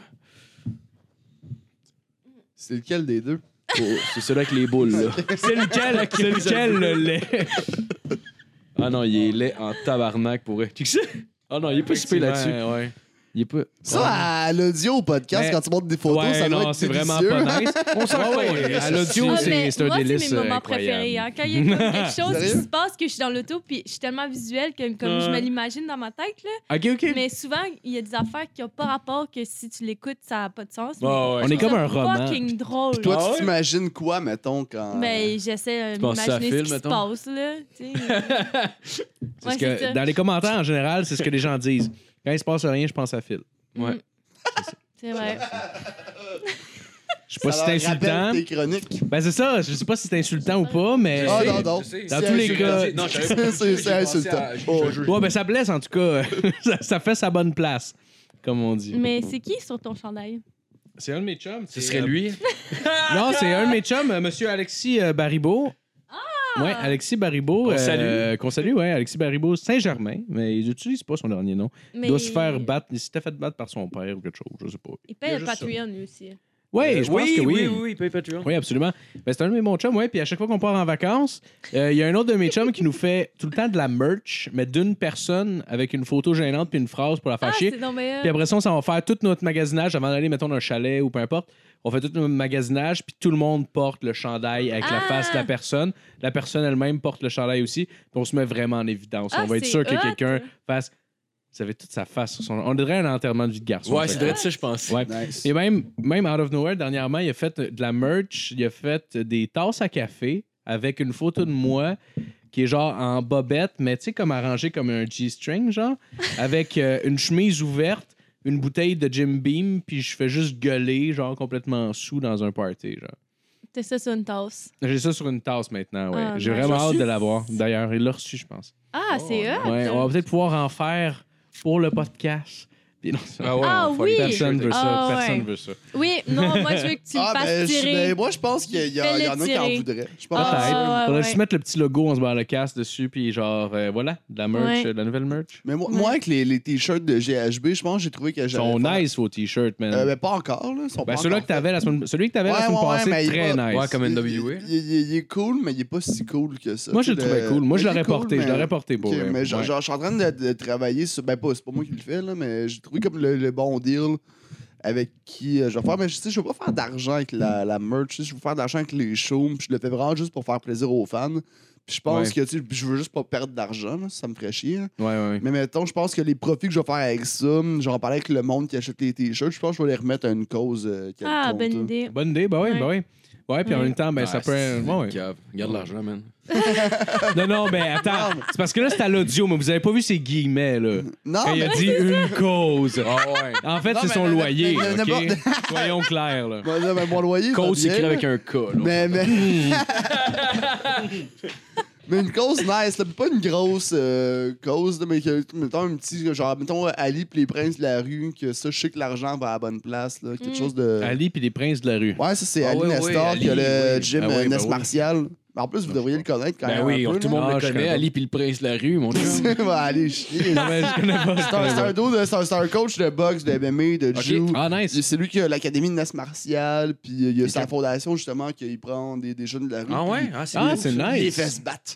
S3: C'est lequel des deux?
S2: Oh, c'est celui avec les boules, là.
S4: C'est lequel, c'est lequel le lait?
S2: Ah non, il est laid en tabarnak, pour vrai. Check ça. Ah non, il est pas si pire là-dessus.
S4: Ouais,
S2: Il est pas...
S3: Ça, à l'audio au podcast,
S4: Mais-
S3: quand tu montres des photos,
S4: ouais
S3: ça doit
S4: non,
S3: être
S4: c'est vraiment
S3: délicieux.
S4: pas nice. On s'en
S2: Ouais,
S4: fout.
S2: ouais,
S4: À l'audio,
S5: Ah, mais
S4: c'est c'est un
S5: moi,
S4: délice. euh,
S5: c'est mes moments
S4: incroyable.
S5: préférés. hein. Quand il y a comme quelque chose qui
S3: Sérieux?
S5: se passe, que je suis dans l'auto, puis je suis tellement visuelle que comme je
S4: Ouais.
S5: me l'imagine dans ma tête. Là.
S4: Ok, ok.
S5: Mais souvent, il y a des affaires qui n'ont pas rapport que si tu l'écoutes, ça n'a pas de sens. mais
S2: Oh, ouais,
S4: Ah, On est
S5: je trouve
S4: comme
S5: ça
S4: un roman.
S5: fucking drôle.
S3: Toi,
S2: Ah
S3: tu
S2: ouais?
S3: t'imagines quoi, mettons, quand.
S5: Ben, j'essaie
S2: Tu
S5: de
S2: penses à
S5: m'imaginer ce
S2: Phil,
S5: qui se
S2: mettons?
S5: passe, là. tu sais.
S4: C'est ce
S5: Ouais, c'est
S4: que-
S5: ça.
S4: Dans les commentaires, en général, c'est ce que les gens disent. Quand il se passe rien, je pense à Phil.
S5: C'est vrai.
S4: Je sais pas
S3: Ça
S4: si c'est
S3: leur rappelle
S4: insultant.
S3: Tes chroniques.
S4: Ben, c'est ça. Je sais pas si c'est insultant ou pas, mais.
S3: Ah,
S2: sais,
S3: non, non.
S2: je sais.
S4: Dans tous les
S3: insultant.
S4: cas-
S2: Non, je savais pas.
S3: C'est
S2: J'ai
S3: c'est
S2: pensé
S3: insultant.
S2: à- je-
S3: Oh.
S2: je-
S4: Ouais, ben ça blesse en tout cas. ça, ça fait sa bonne place, comme on dit.
S5: Mais c'est qui sur ton chandail?
S4: C'est euh, un de mes chums.
S2: Ce serait lui.
S4: Non, c'est un de mes chums, euh, monsieur Alexis euh, Baribot. Ah! Ouais, Alexis Baribot.
S2: Qu'on
S4: euh,
S2: salue.
S4: Qu'on salue, ouais. Alexis Baribot Saint-Germain, mais ils n'utilisent pas son dernier nom.
S5: Mais...
S4: Il doit se faire battre. Il s'était fait battre par son père ou quelque chose, je sais pas.
S5: Il
S4: Il y
S5: paye
S4: a
S5: le
S4: juste ça.
S5: Patreon, lui aussi.
S4: Ouais,
S2: Euh,
S4: je pense que
S2: Oui,
S4: oui.
S2: oui, il paye Patreon.
S4: Oui, absolument. Ben, c'est un de mes bons chums, ouais. Puis à chaque fois qu'on part en vacances, euh, il y a un autre de mes chums qui nous fait tout le temps de la merch, mais d'une personne avec une photo gênante puis une phrase pour la faire
S5: Ah,
S4: chier.
S5: c'est non, mais...
S4: Puis après ça, on s'en va faire tout notre magasinage avant d'aller, mettons, dans un chalet ou peu importe. On fait tout notre magasinage, puis tout le monde porte le chandail avec la
S5: Ah!
S4: face de la personne. La personne elle-même porte le chandail aussi. Puis on se met vraiment en évidence.
S5: Ah,
S4: on va être
S5: c'est
S4: sûr que
S5: hot!
S4: quelqu'un fasse. Vous savez, toute sa face sur son. On dirait un enterrement de vie de garçon.
S2: Ouais,
S4: Fait
S2: c'est
S4: que-
S2: vrai de ça, je pense.
S4: Ouais.
S3: Nice.
S4: Et même, même Out of Nowhere, dernièrement, il a fait de la merch, il a fait des tasses à café avec une photo de moi qui est genre en bobette, mais tu sais, comme arrangée comme un G-string, genre, avec euh, une chemise ouverte, une bouteille de Jim Beam, puis je fais juste gueuler, genre complètement sous dans un party, genre.
S5: T'as ça sur une tasse.
S4: J'ai ça sur une tasse maintenant, ouais.
S5: Ah,
S4: J'ai
S5: nice.
S4: vraiment hâte
S5: Reçu?
S4: de l'avoir. D'ailleurs, il l'a reçu, je pense.
S5: Ah, c'est eux?
S4: Ouais, on va peut-être pouvoir en faire pour le podcast. Puis non, c'est-
S2: ouais,
S5: Ah
S2: on va
S5: oui!
S2: faire les
S4: Personne
S2: t-shirts.
S4: veut ça.
S5: Ah, ouais.
S4: Personne veut ça.
S5: Oui, non, moi, je veux que tu le
S3: Ah,
S5: fasses
S3: ben, je-
S5: tirer.
S3: ben, moi, je pense qu'il y, a- il y
S5: Fais-le
S3: en a qui en
S5: tirer.
S3: voudraient. Je pense
S5: Ah,
S4: Peut-être.
S5: ouais,
S4: Faudrait
S5: ouais.
S4: juste mettre le petit logo, on se barre le casque dessus, puis genre, euh, voilà, de la merch,
S5: Ouais.
S4: euh, de la nouvelle merch.
S3: Mais moi, moi, avec les, les t-shirts de GHB, je pense que j'ai trouvé que
S4: Ils
S3: j'avais.
S4: sont nice, vos t-shirts, man.
S3: Euh, ben, pas encore, là. ils sont
S4: ben,
S3: pas
S4: celui-là que
S3: encore
S4: t'avais la semaine, celui que t'avais
S3: Ouais,
S4: la semaine
S3: ouais, ouais,
S4: passée,
S3: mais il
S4: très
S3: va-
S4: nice.
S2: Ouais, comme
S3: Il,
S2: NWA.
S3: il- il- il est cool, mais il est pas si cool que ça.
S4: Moi, je
S3: Tu
S4: le
S3: sais,
S4: trouvais cool. Moi, je
S3: il est
S4: l'aurais porté. Je
S3: mais-
S4: l'aurais porté pour
S3: Ok,
S4: vrai.
S3: mais genre,
S4: Ouais.
S3: genre, je suis en train de, de travailler sur. Ben, pas, c'est pas moi qui le fais, là, mais j'ai trouvé comme le, le bon deal avec qui euh, je vais faire. Mais je sais, je veux pas faire d'argent avec la, la merch. tu sais, Je veux faire d'argent avec les shows. puis Je le fais vraiment juste pour faire plaisir aux fans. Puis je pense
S4: Ouais.
S3: que, tu sais, je veux juste pas perdre d'argent. là, Ça me ferait chier. là.
S4: Ouais, ouais.
S3: Mais mettons, je pense que les profits que je vais faire avec ça, j'en parlais avec le monde qui achète les t-shirts. Je pense que je vais les remettre à une cause. euh,
S5: Ah,
S3: quelconque,
S5: bonne
S3: là.
S5: idée.
S4: Bonne idée, bah oui,
S5: Ouais.
S4: bah oui. Ouais, puis en
S5: Ouais.
S4: même temps, ben, ça
S2: Ah,
S4: peut.
S2: c'est
S4: ouais, ouais.
S2: cave. Regarde l'argent, man.
S4: Non, non, ben attends. C'est parce que là, c'est à l'audio, mais vous avez pas vu ces guillemets, là.
S3: Non,
S4: Quand il
S3: Ah, mais.
S4: a dit une cause.
S2: Ah ouais.
S4: En fait,
S3: Non,
S4: c'est
S3: mais
S4: son
S3: le- le-
S4: loyer,
S3: le- le-
S4: OK?
S3: n'importe-
S4: Soyons clairs, là.
S3: Moi, là, ben, mon loyer. ça
S2: Cause
S3: vient,
S2: écrit
S3: là. Ah,
S2: avec un K, là.
S3: Mais, mais... mais une cause nice, là, pas une grosse euh, cause, là, mais que, mettons un petit, genre, mettons Ali pis les princes de la rue, que ça, je sais que l'argent va à la bonne place, là, quelque
S5: Mm.
S3: chose de...
S4: Ali puis les princes de la rue.
S3: Ouais, ça, c'est
S2: Ah
S3: Ali
S2: oui, oui,
S3: Nestor,
S2: Ali,
S3: qui a le
S2: oui.
S3: gym
S4: Ah oui,
S3: euh,
S4: ben
S3: Nest
S2: bah
S4: oui.
S3: Martial. En plus, vous devriez le connaître quand
S2: Ben
S3: même
S2: oui,
S3: un peu,
S2: tout le
S3: là.
S2: monde
S4: Ah,
S2: le
S4: je
S2: connaît,
S4: connais pas.
S2: Ali puis le prince de la rue,
S3: Ah
S2: mon chum.
S3: va aller chier.
S4: Non, mais je connais pas. je
S3: C'est un,
S4: connais
S3: c'est
S4: pas.
S3: un dos de- c'est un- c'est un coach de boxe, de MMA, de
S2: Ok.
S3: jiu.
S4: Ah, nice.
S3: C'est lui qui a l'académie de Nest Martial, puis euh, il y a sa
S2: Ok.
S3: fondation justement qu'il prend des, des jeunes de la rue.
S2: Ah
S3: puis
S2: ouais? Ah, c'est
S4: Ah,
S2: bien.
S4: c'est
S3: Il les
S4: nice.
S3: fait se battre.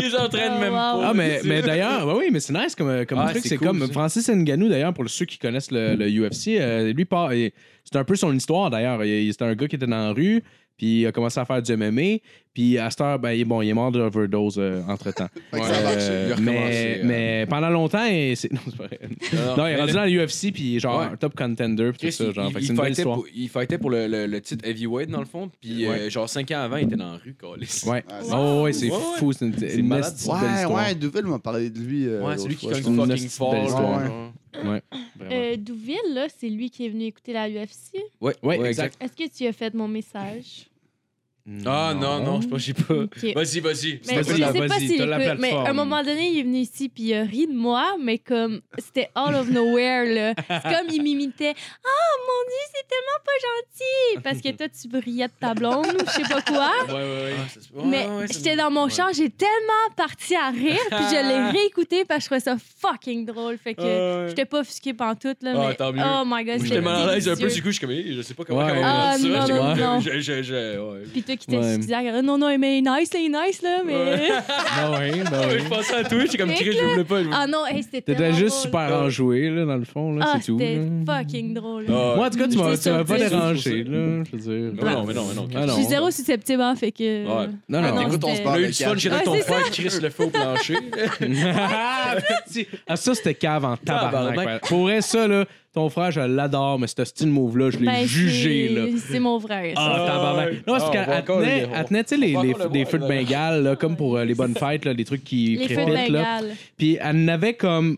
S2: Ils entraînent
S5: Ah,
S2: même
S5: wow.
S2: pas.
S4: Ah, mais, mais d'ailleurs, ouais, oui, mais c'est nice comme, euh, comme
S2: Ah,
S4: truc.
S2: c'est
S4: C'est
S2: cool,
S4: comme
S2: ça.
S4: Francis Ngannou, d'ailleurs, pour ceux qui connaissent le, le UFC, euh, lui, part, il- c'est un peu son histoire, d'ailleurs. Il- il- C'est un gars qui était dans la rue, puis il a commencé à faire du MMA, puis à cette heure, ben, il, bon, il est mort d'overdose euh, entre-temps.
S3: Fait que
S2: Ouais.
S3: ça marche.
S4: Euh,
S2: il a recommencé, euh.
S4: mais, mais pendant longtemps, il- c'est- non, c'est pas vrai.
S2: Ah,
S4: Non, il est
S2: mais
S4: rendu
S2: le-
S4: dans le UFC, puis il est genre
S2: Ouais.
S4: un top contender, puis
S2: Chris,
S4: tout ça. Genre, fait que
S2: il,
S4: c'est
S2: il,
S4: une belle
S2: fightait
S4: histoire.
S2: pour, il fightait pour le, le- le titre heavyweight, dans le fond, puis euh, genre 5 ans avant, il était dans la rue, câlisse.
S4: Ouais.
S3: Ah,
S5: c'est-
S4: Oh, ouais, c'est
S2: Ouais,
S4: fou. C'est une, une
S2: C'est malade.
S4: esti de belle
S3: Ouais,
S4: histoire.
S3: ouais, Deauville m'a parlé de lui. euh,
S2: Ouais, celui
S3: l'autre
S2: qui
S3: fois,
S2: cogne
S3: je trouve.
S4: une
S2: fucking
S4: hostie de belle
S2: fort.
S3: histoire.
S2: là.
S4: Ouais, vraiment.
S5: Euh, Douville, là, c'est lui qui est venu écouter la UFC.
S2: Ouais,
S4: Ouais, exact.
S5: Est-ce que tu as fait mon message?
S6: Ah non, non, je pense j'ai
S4: Euh,
S6: pas.
S4: ben,
S5: Ok.
S6: Vas-y, vas-y.
S5: Mais
S4: Vas-y,
S5: je sais pas
S4: vas-y,
S5: si
S4: t'as la
S5: écoute, mais à un
S4: plateforme.
S5: moment donné, il est venu ici puis il a ri de moi, mais comme c'était out of nowhere là. C'est comme il m'imitait. Ah mon dieu, c'est tellement pas gentil parce que toi tu brillais de ta blonde ou je sais pas quoi.
S6: Ouais, ouais, ouais.
S5: Ah, Mais
S6: Ouais, ouais, ça-
S5: j'étais dans mon
S6: ouais.
S5: char, j'ai tellement parti à rire puis je l'ai réécouté parce que je trouvais ça fucking drôle. Fait que
S6: Ah ouais.
S5: j'étais pas offusquée pantoute là,
S6: Ah,
S5: mais
S6: tant mieux.
S5: oh my god,
S6: Moi,
S5: c'était
S6: J'étais mal à l'aise un peu, du
S5: délicieux.
S6: coup, je suis comme, eh, je sais pas comment
S4: Ouais.
S6: comment on
S5: Ah,
S6: lance ça.
S5: non,
S6: J'étais
S5: non,
S6: comme,
S5: non.
S6: Je, je, je, ouais.
S5: Puis toi qui t'es
S4: Ouais.
S5: suffisant, non non, mais il est nice, là, il est nice là, mais
S4: Ah ouais, ben
S6: Ouais,
S4: oui.
S6: Je pensais à toi, j'étais comme,
S5: Fait
S6: Chris,
S5: que
S6: je voulais pas. je voulais-
S5: ah non, hey, c'était
S4: T'étais
S5: tellement
S4: juste
S5: drôle.
S4: super enjoué, là, dans le fond, là,
S5: Ah,
S4: c'est tout.
S5: c'était
S4: là.
S5: fucking drôle.
S6: Ah,
S4: Moi, en tout cas, tu
S5: J'étais
S4: m'as tu m'as pas
S5: surprise.
S4: dérangé, là, je veux dire.
S6: Mais non, mais non, mais non.
S4: Ah,
S5: Je
S4: non.
S5: suis zéro susceptible, hein, fait que.
S6: Ouais.
S4: Non,
S5: Ah,
S4: non.
S5: non.
S3: Écoute, on se
S5: c'était-
S6: On a
S3: parle
S6: eu
S3: de
S6: du fun,
S3: quatre.
S6: j'ai donné
S5: Ouais,
S6: ton
S5: c'est
S6: frère, Chris le feu au plancher.
S4: Ah, petit. Ah, ça, c'était cave en tabarnak.
S2: Tabarnak.
S4: Pour vrai, ça, là, ton frère, je l'adore, mais ce style move-là, je l'ai
S5: Ben,
S4: jugé,
S5: c'est-
S4: là.
S5: C'est mon frère. ça.
S4: Ah,
S6: Ah, ouais.
S4: tabarnak. Non,
S6: Ah,
S4: c'est
S6: on va
S4: qu'elle
S6: encore
S4: tenait,
S6: le-
S4: elle tenait, tu sais, les,
S6: on va
S4: les,
S6: encore le
S4: les
S6: voir,
S4: feux de
S6: là.
S4: Bengale, là, comme pour euh, les bonnes fêtes, là, les trucs qui
S5: les feux de
S4: crépitent, là.
S5: Bengale.
S4: Puis elle en avait comme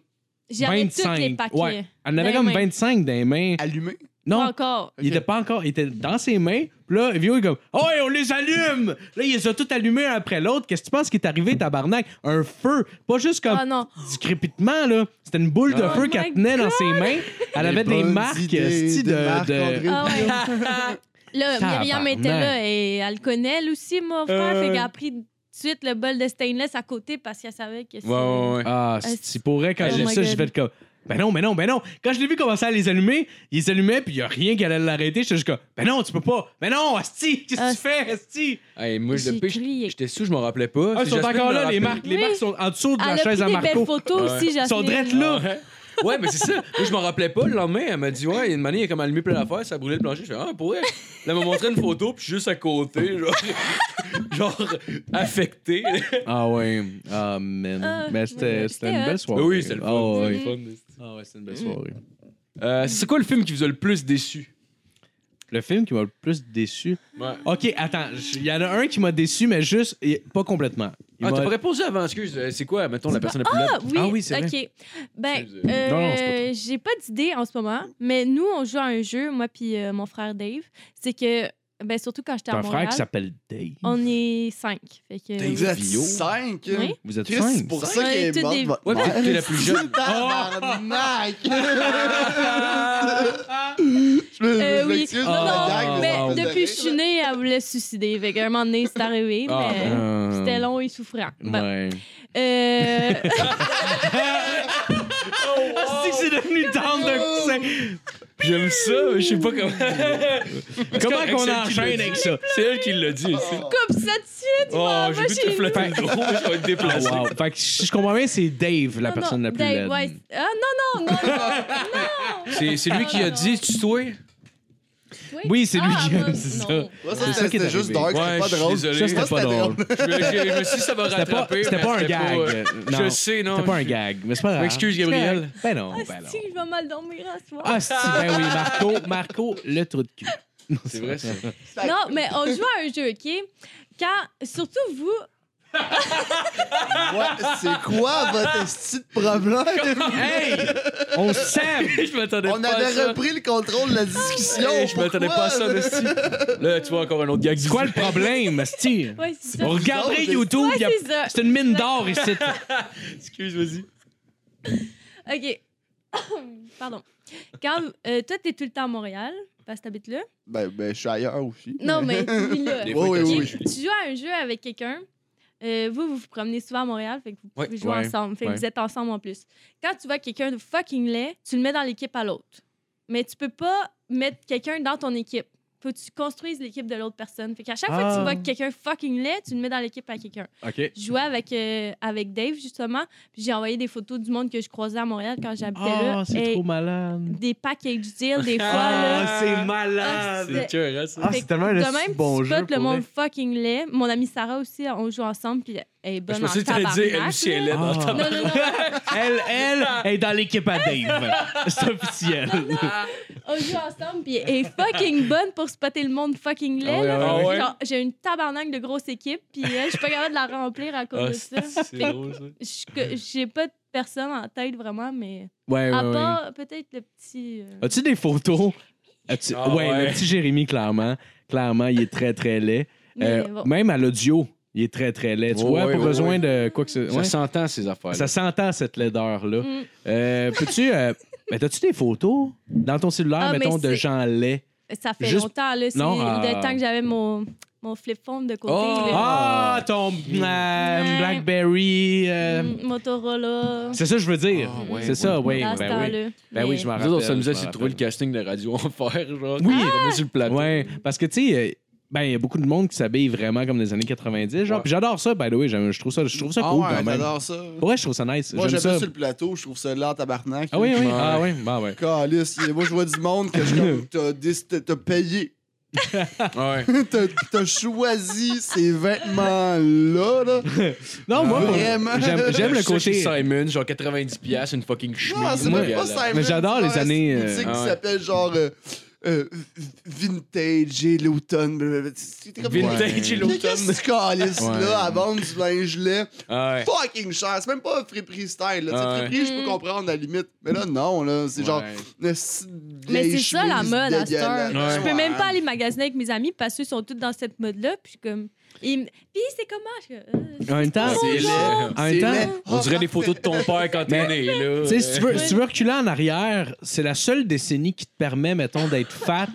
S5: J'avais tous
S4: 25.
S5: les paquets.
S4: Ouais. Elle en avait
S5: Dans
S4: comme
S5: les mains.
S4: 25 dans les mains.
S3: Allumé.
S5: Pas
S4: Non,
S5: encore.
S4: il était pas encore, il était dans ses mains. Puis là, Vio est comme Oh, on les allume! Là, il les a tous allumés un après l'autre. Qu'est-ce que tu penses qui est arrivé, tabarnak? Un feu. Pas juste comme
S5: Ah non.
S4: du crépitement, là. C'était une boule de
S5: Oh
S4: feu
S5: my
S4: qu'elle tenait dans ses mains. Elle avait des
S3: bonnes
S4: marques,
S3: idées
S4: sti, de.
S3: de marques,
S4: de-
S3: André.
S5: Ah ouais. là, Myriam
S4: Tabarnak. Euh.
S5: était là et elle connaît, elle aussi, mon frère. Fait qu'elle a pris tout de suite le bol de stainless à côté parce qu'elle savait que c'est.
S6: Ouais, ouais, ouais.
S4: Ah,
S5: Est-ce-
S4: si pour vrai, quand
S5: Oh
S4: j'ai
S5: my
S4: ça, j'ai
S5: God.
S4: fait comme. Ben non, ben non, ben non. Quand je l'ai vu commencer à les allumer, ils s'allumaient, puis il n'y a rien qui allait l'arrêter. J'étais juste comme, ben non, tu peux pas. Ben non, Asti, qu'est-ce que
S5: Ah,
S4: tu fais, Asti?
S6: Ah,
S2: Hey, moi, je
S5: J'ai
S2: le pire,
S5: crié.
S2: j'étais sous, je m'en rappelais pas.
S4: Ah, ils
S2: C'est
S4: sont
S2: Jasmine
S4: encore
S2: me
S4: là, les
S2: rappelle.
S4: marques. Les
S5: Oui.
S4: marques sont en dessous de
S5: Elle
S4: la
S5: a
S4: chaise
S5: pris
S4: à
S5: des belles
S4: Marco.
S5: photos
S6: Ouais.
S5: aussi,
S4: Ils sont
S5: Jasmine.
S4: drettes là.
S6: Ouais. Ouais, mais c'est ça. Moi, je m'en rappelais pas le lendemain. Elle m'a dit, ouais, il y a une manière, il y a comme allumé plein d'affaires, ça brûlait le plancher. Je fais, ah, pour elle. Là, elle m'a montré une photo, puis je suis juste à côté, genre, genre affecté.
S4: Ah ouais. Ah, man.
S5: Ah,
S4: Mais
S5: ouais,
S4: c'était c'était
S5: c'était
S4: une
S5: hot. Mm.
S4: belle soirée.
S6: oui, c'était le fun.
S4: Ah
S6: c'était le
S4: ouais.
S6: fun.
S4: Ah ouais, c'était une belle soirée.
S2: Euh, c'est quoi le film qui vous a le plus déçu?
S4: Le film qui m'a le plus déçu.
S6: Ouais.
S4: Ok, attends. j- Il y en a un qui m'a déçu, mais juste, et pas complètement. Il
S2: Ah,
S4: m'a-
S2: t'as pas répondu avant, excuse. Euh, C'est quoi, mettons, la personne la plus laide?
S5: Ah oui,
S4: Ah oui, c'est
S5: ok.
S4: vrai.
S5: Ben,
S6: Excusez.
S5: euh,
S4: Non, non, c'est pas
S5: j'ai pas d'idée en ce moment, mais nous, on joue à un jeu, moi puis euh, mon frère Dave. C'est que, ben, surtout quand j'étais
S4: T'as
S5: à
S4: un frère
S5: Montréal,
S4: qui s'appelle Dave.
S5: on est cinq. Fait que,
S3: T'es exact
S4: Vio.
S3: 5.
S5: Oui.
S4: Vous êtes
S3: euh, Chris,
S4: cinq.
S3: c'est pour
S5: Cinq.
S3: ça qu'il est
S5: Ouais,
S3: mort.
S5: tout des-
S3: votre
S2: Ouais,
S3: mère.
S2: puis t'es la plus jeune. Oh!
S3: Tabarnak! Je me-
S5: Euh,
S3: je
S5: oui.
S3: m'excuse,
S5: Non,
S3: la
S5: non,
S3: gag de
S5: mais
S3: cette
S5: depuis que je suis
S3: année.
S5: née, elle voulait se suicider. Fait qu'à un moment donné, c'est arrivé,
S6: Ah,
S5: mais
S4: Euh,
S5: c'était long Bah. et souffrant. Bon,
S4: Ouais.
S5: euh,
S4: Si c'est devenu down de
S6: J'aime ça, mais je sais pas comment.
S4: Comment
S6: correct,
S4: qu'on
S6: c'est elle qui
S4: enchaîne
S6: l'a
S4: avec ça?
S6: C'est elle qui l'a dit. c'est-
S5: coupe ça dessus, tu
S6: Oh,
S5: vois,
S6: j'ai
S5: va
S6: vu
S5: chez
S6: te
S5: nous.
S6: flatter le dos,
S2: Ben,
S6: je vais être
S4: Ah,
S6: déplacé.
S4: wow. Fait que si je comprends bien, c'est Dave la
S5: Non,
S4: personne
S5: non,
S4: la plus
S5: Dave,
S4: laide.
S5: ouais, Ah non, non, non, non.
S2: C'est c'est lui qui a dit, tu toi?
S4: Oui, c'est lui qui a
S5: Ah, moi,
S4: dit ça.
S5: non.
S3: Ouais,
S4: C'est
S3: ça,
S4: ça qui est
S3: c'était juste
S4: arrivé.
S3: dark,
S6: Ouais,
S3: c'était pas
S6: je suis
S3: drôle.
S6: désolé.
S4: Ça, c'était
S3: Ça,
S4: pas
S3: c'était
S4: drôle.
S6: Je me je me suis dit, ça va
S4: C'était pas-
S6: rattraper.
S4: c'était
S6: mais
S4: pas un gag.
S6: euh,
S4: Non.
S6: Je sais, non.
S4: C'était pas un gag, mais c'est pas grave.
S2: M'excuse, Gabriel.
S4: Ben non, ben
S5: Ah,
S4: non.
S5: si, je vais mal dormir à ce soir.
S4: Ah, si, ben oui, Marco, Marco, le trou de cul.
S2: C'est vrai, ça.
S5: Non, mais on joue à un jeu, OK? Quand, surtout vous,
S3: Ouais, c'est quoi votre esti de problème?
S4: Hey! On s'aime!
S6: Je m'attendais
S3: On
S6: pas à
S3: avait
S6: ça.
S3: repris le contrôle de la discussion.
S6: Hey, je m'attendais pas à ça,
S3: Pourquoi?
S6: le style. Là, tu vois encore un autre gag.
S4: C'est quoi le problème, Asti?
S5: ouais, c'est ça. Ah,
S4: On regarderait
S3: bizarre,
S4: YouTube,
S5: Ouais,
S4: y a-
S5: c'est ça.
S4: c'est une mine d'or ici.
S6: Excuse, vas-y.
S5: OK. Pardon. Quand, euh, toi, t'es tout le temps à Montréal, parce que t'habites là.
S3: Ben, ben, je suis ailleurs aussi.
S5: Non, mais tu vis là.
S6: Des
S3: Oui, oui,
S5: Tu-
S3: oui.
S5: Tu joues à un jeu avec quelqu'un. Euh, vous, vous vous promenez souvent à Montréal, fait que vous
S6: Ouais,
S5: pouvez jouer
S4: ouais,
S5: ensemble. Fait que
S4: ouais.
S5: vous êtes ensemble en plus. Quand tu vois quelqu'un de fucking laid, tu le mets dans l'équipe à l'autre. Mais tu peux pas mettre quelqu'un dans ton équipe. Faut que tu construises l'équipe de l'autre personne. Fait qu'à chaque fois que
S4: Ah.
S5: tu vois quelqu'un fucking laid, tu le mets dans l'équipe à quelqu'un.
S4: OK.
S5: Je jouais avec, euh, avec Dave, justement, puis j'ai envoyé des photos du monde que je croisais à Montréal quand j'habitais
S4: Ah,
S5: là.
S4: c'est
S5: Hey,
S4: trop malade.
S5: Des packages deals, des fois, là.
S4: Ah, c'est malade!
S6: C'est cœur, hein, ça.
S4: Ah,
S5: Fait
S4: c'est
S5: que
S4: tellement un
S5: de
S4: esti
S5: même,
S4: de bon
S5: tu
S4: jeu,
S5: spots le
S4: pour
S5: monde fucking laid. Mon amie Sarah aussi, on joue ensemble, puis elle
S2: Ben,
S5: est bonne
S6: Je
S5: en
S6: pensais que t'allais
S5: tabarnak.
S6: dire, elle aussi, elle est dans
S4: Ah.
S6: ta
S5: là. Non, non, non.
S4: Elle, elle est dans l'équipe
S5: Ah,
S4: à Dave. C'est officiel.
S5: On joue ensemble, puis elle est fucking bonne pour spotter le monde fucking laid.
S6: Ah ouais,
S5: là.
S6: ah
S5: Fait que
S6: ouais.
S5: genre, J'ai une tabarnak de grosse équipe, puis euh, je suis pas capable de la remplir à cause
S6: Ah,
S5: de
S6: c'est
S5: ça.
S6: c'est
S5: Fait
S6: drôle, ça.
S5: que je- que J'ai pas de personne en tête, vraiment, mais...
S4: Ouais, ouais,
S5: à
S4: ouais. Ah,
S5: part peut-être le petit... euh,
S4: As-tu des photos? As-tu-
S6: Ah,
S4: ouais,
S6: ouais.
S4: le petit Jérémy, clairement. Clairement, il est très, très laid.
S5: Mais
S4: Euh,
S5: bon.
S4: Même à l'audio, il est très, très laid. Tu
S2: Ouais,
S4: vois,
S2: ouais,
S4: pas
S2: ouais,
S4: besoin
S2: ouais.
S4: de quoi que ce
S2: Ça
S4: ouais.
S2: s'entend, ces affaires.
S4: Ça s'entend, cette laideur-là.
S5: Mm.
S4: Euh, Peux-tu. euh, ben, T'as-tu des photos dans ton cellulaire,
S5: Ah, mais
S4: mettons, de
S5: c'est-
S4: gens laids?
S5: Ça fait
S4: Juste-
S5: longtemps, là. C'est
S4: Non, euh,
S5: le temps que j'avais mon, mon flip phone de côté.
S2: Oh!
S5: là.
S4: Ah, ton
S2: Mm.
S4: euh, Blackberry. euh,
S5: Mm, Motorola.
S4: C'est ça que je veux dire.
S2: Ah, ouais,
S4: c'est
S2: ouais.
S4: ça, oui.
S5: Dans ce
S4: ben oui.
S5: temps-là.
S4: Ben oui,
S5: Mais-
S4: je m'en
S2: Nous
S4: rappelle.
S2: autres, on s'amusait à
S4: je m'en
S2: essayer de trouver le
S4: rappelle.
S2: casting de radio en fer, genre.
S4: Oui.
S2: on est sur le plateau.
S4: Ouais, parce que tu sais, euh, ben il y a beaucoup de monde qui s'habille vraiment comme des années 90, genre.
S2: Ouais.
S4: Puis j'adore ça, by the way, j'aime- je trouve ça, je trouve ça
S3: Ah
S4: cool
S3: ouais,
S4: quand même.
S3: j'adore ça.
S4: Ouais, je trouve ça nice.
S3: Moi,
S4: j'aime
S3: j'aime
S4: ça.
S3: ça sur le plateau, je trouve ça là, tabarnak.
S4: Ah oui, oui.
S2: Ouais.
S4: Ah oui, bah ouais.
S3: Calice, et moi je vois du monde que je suis comme, t'as déc- t'as- t'as payé,
S2: Ouais.
S3: t'as t'as choisi ces vêtements-là. Là.
S4: Non, moi, pour-
S3: Vraiment.
S4: j'aime j'aime le
S2: Ça, chez
S4: côté.
S2: Simon, genre 90$, piastres, une fucking chemise.
S3: Non, Ah, c'est
S4: moi,
S3: même pas
S2: dégueulasse.
S3: Simon.
S4: Mais j'adore les
S3: C'est
S4: années,
S3: une boutique
S2: euh,
S3: qui
S2: ouais.
S3: s'appelle genre euh, euh, vintage et l'automne. blablabla. C'est comme-
S2: Vintage et
S3: Mais
S2: l'automne.
S3: Qu'est-ce que tu calisses
S2: Ouais.
S3: là à vendre du linge lait?
S2: Ah ouais.
S3: Fucking cher. C'est même pas friperie style. Là.
S2: Ouais.
S3: sais, Friperie, je peux comprendre à la limite. Mais là, non, là, c'est genre. Mais
S5: Mais
S3: c'est
S5: c'est ça la mode à cette heure. Je peux même pas aller magasiner avec mes amis parce qu'ils sont tous dans cette mode-là. Puis je suis comme. ils me- Puis c'est comment? Je suis comme, euh,
S4: En même temps,
S2: C'est laid.
S4: en même temps,
S2: On dirait des photos de ton père quand t'es
S4: Mais-
S2: né, là.
S4: tu sais, si tu veux,
S5: Ouais.
S4: si tu veux reculer en arrière, c'est la seule décennie qui te permet, mettons, d'être fat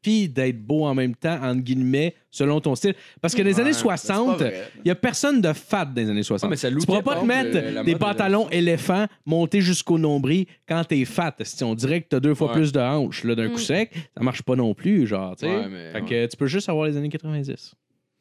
S4: puis d'être beau en même temps, entre guillemets, selon ton style. Parce que les années 60, il y a personne de fat dans les années 60.
S2: Ah, mais ça
S4: Tu
S2: lookait
S4: pourras pas
S2: pas
S4: te mettre
S2: le- la
S4: des
S2: mode euh, des
S4: pantalons éléphants montés jusqu'au nombril quand t'es fat. Si on dirait que t'as deux fois
S2: Ouais.
S4: plus de hanches là, d'un
S5: Mm.
S4: coup sec, ça marche pas non plus, genre, tu sais.
S2: Ouais, mais-
S4: fait que tu peux juste avoir les années 90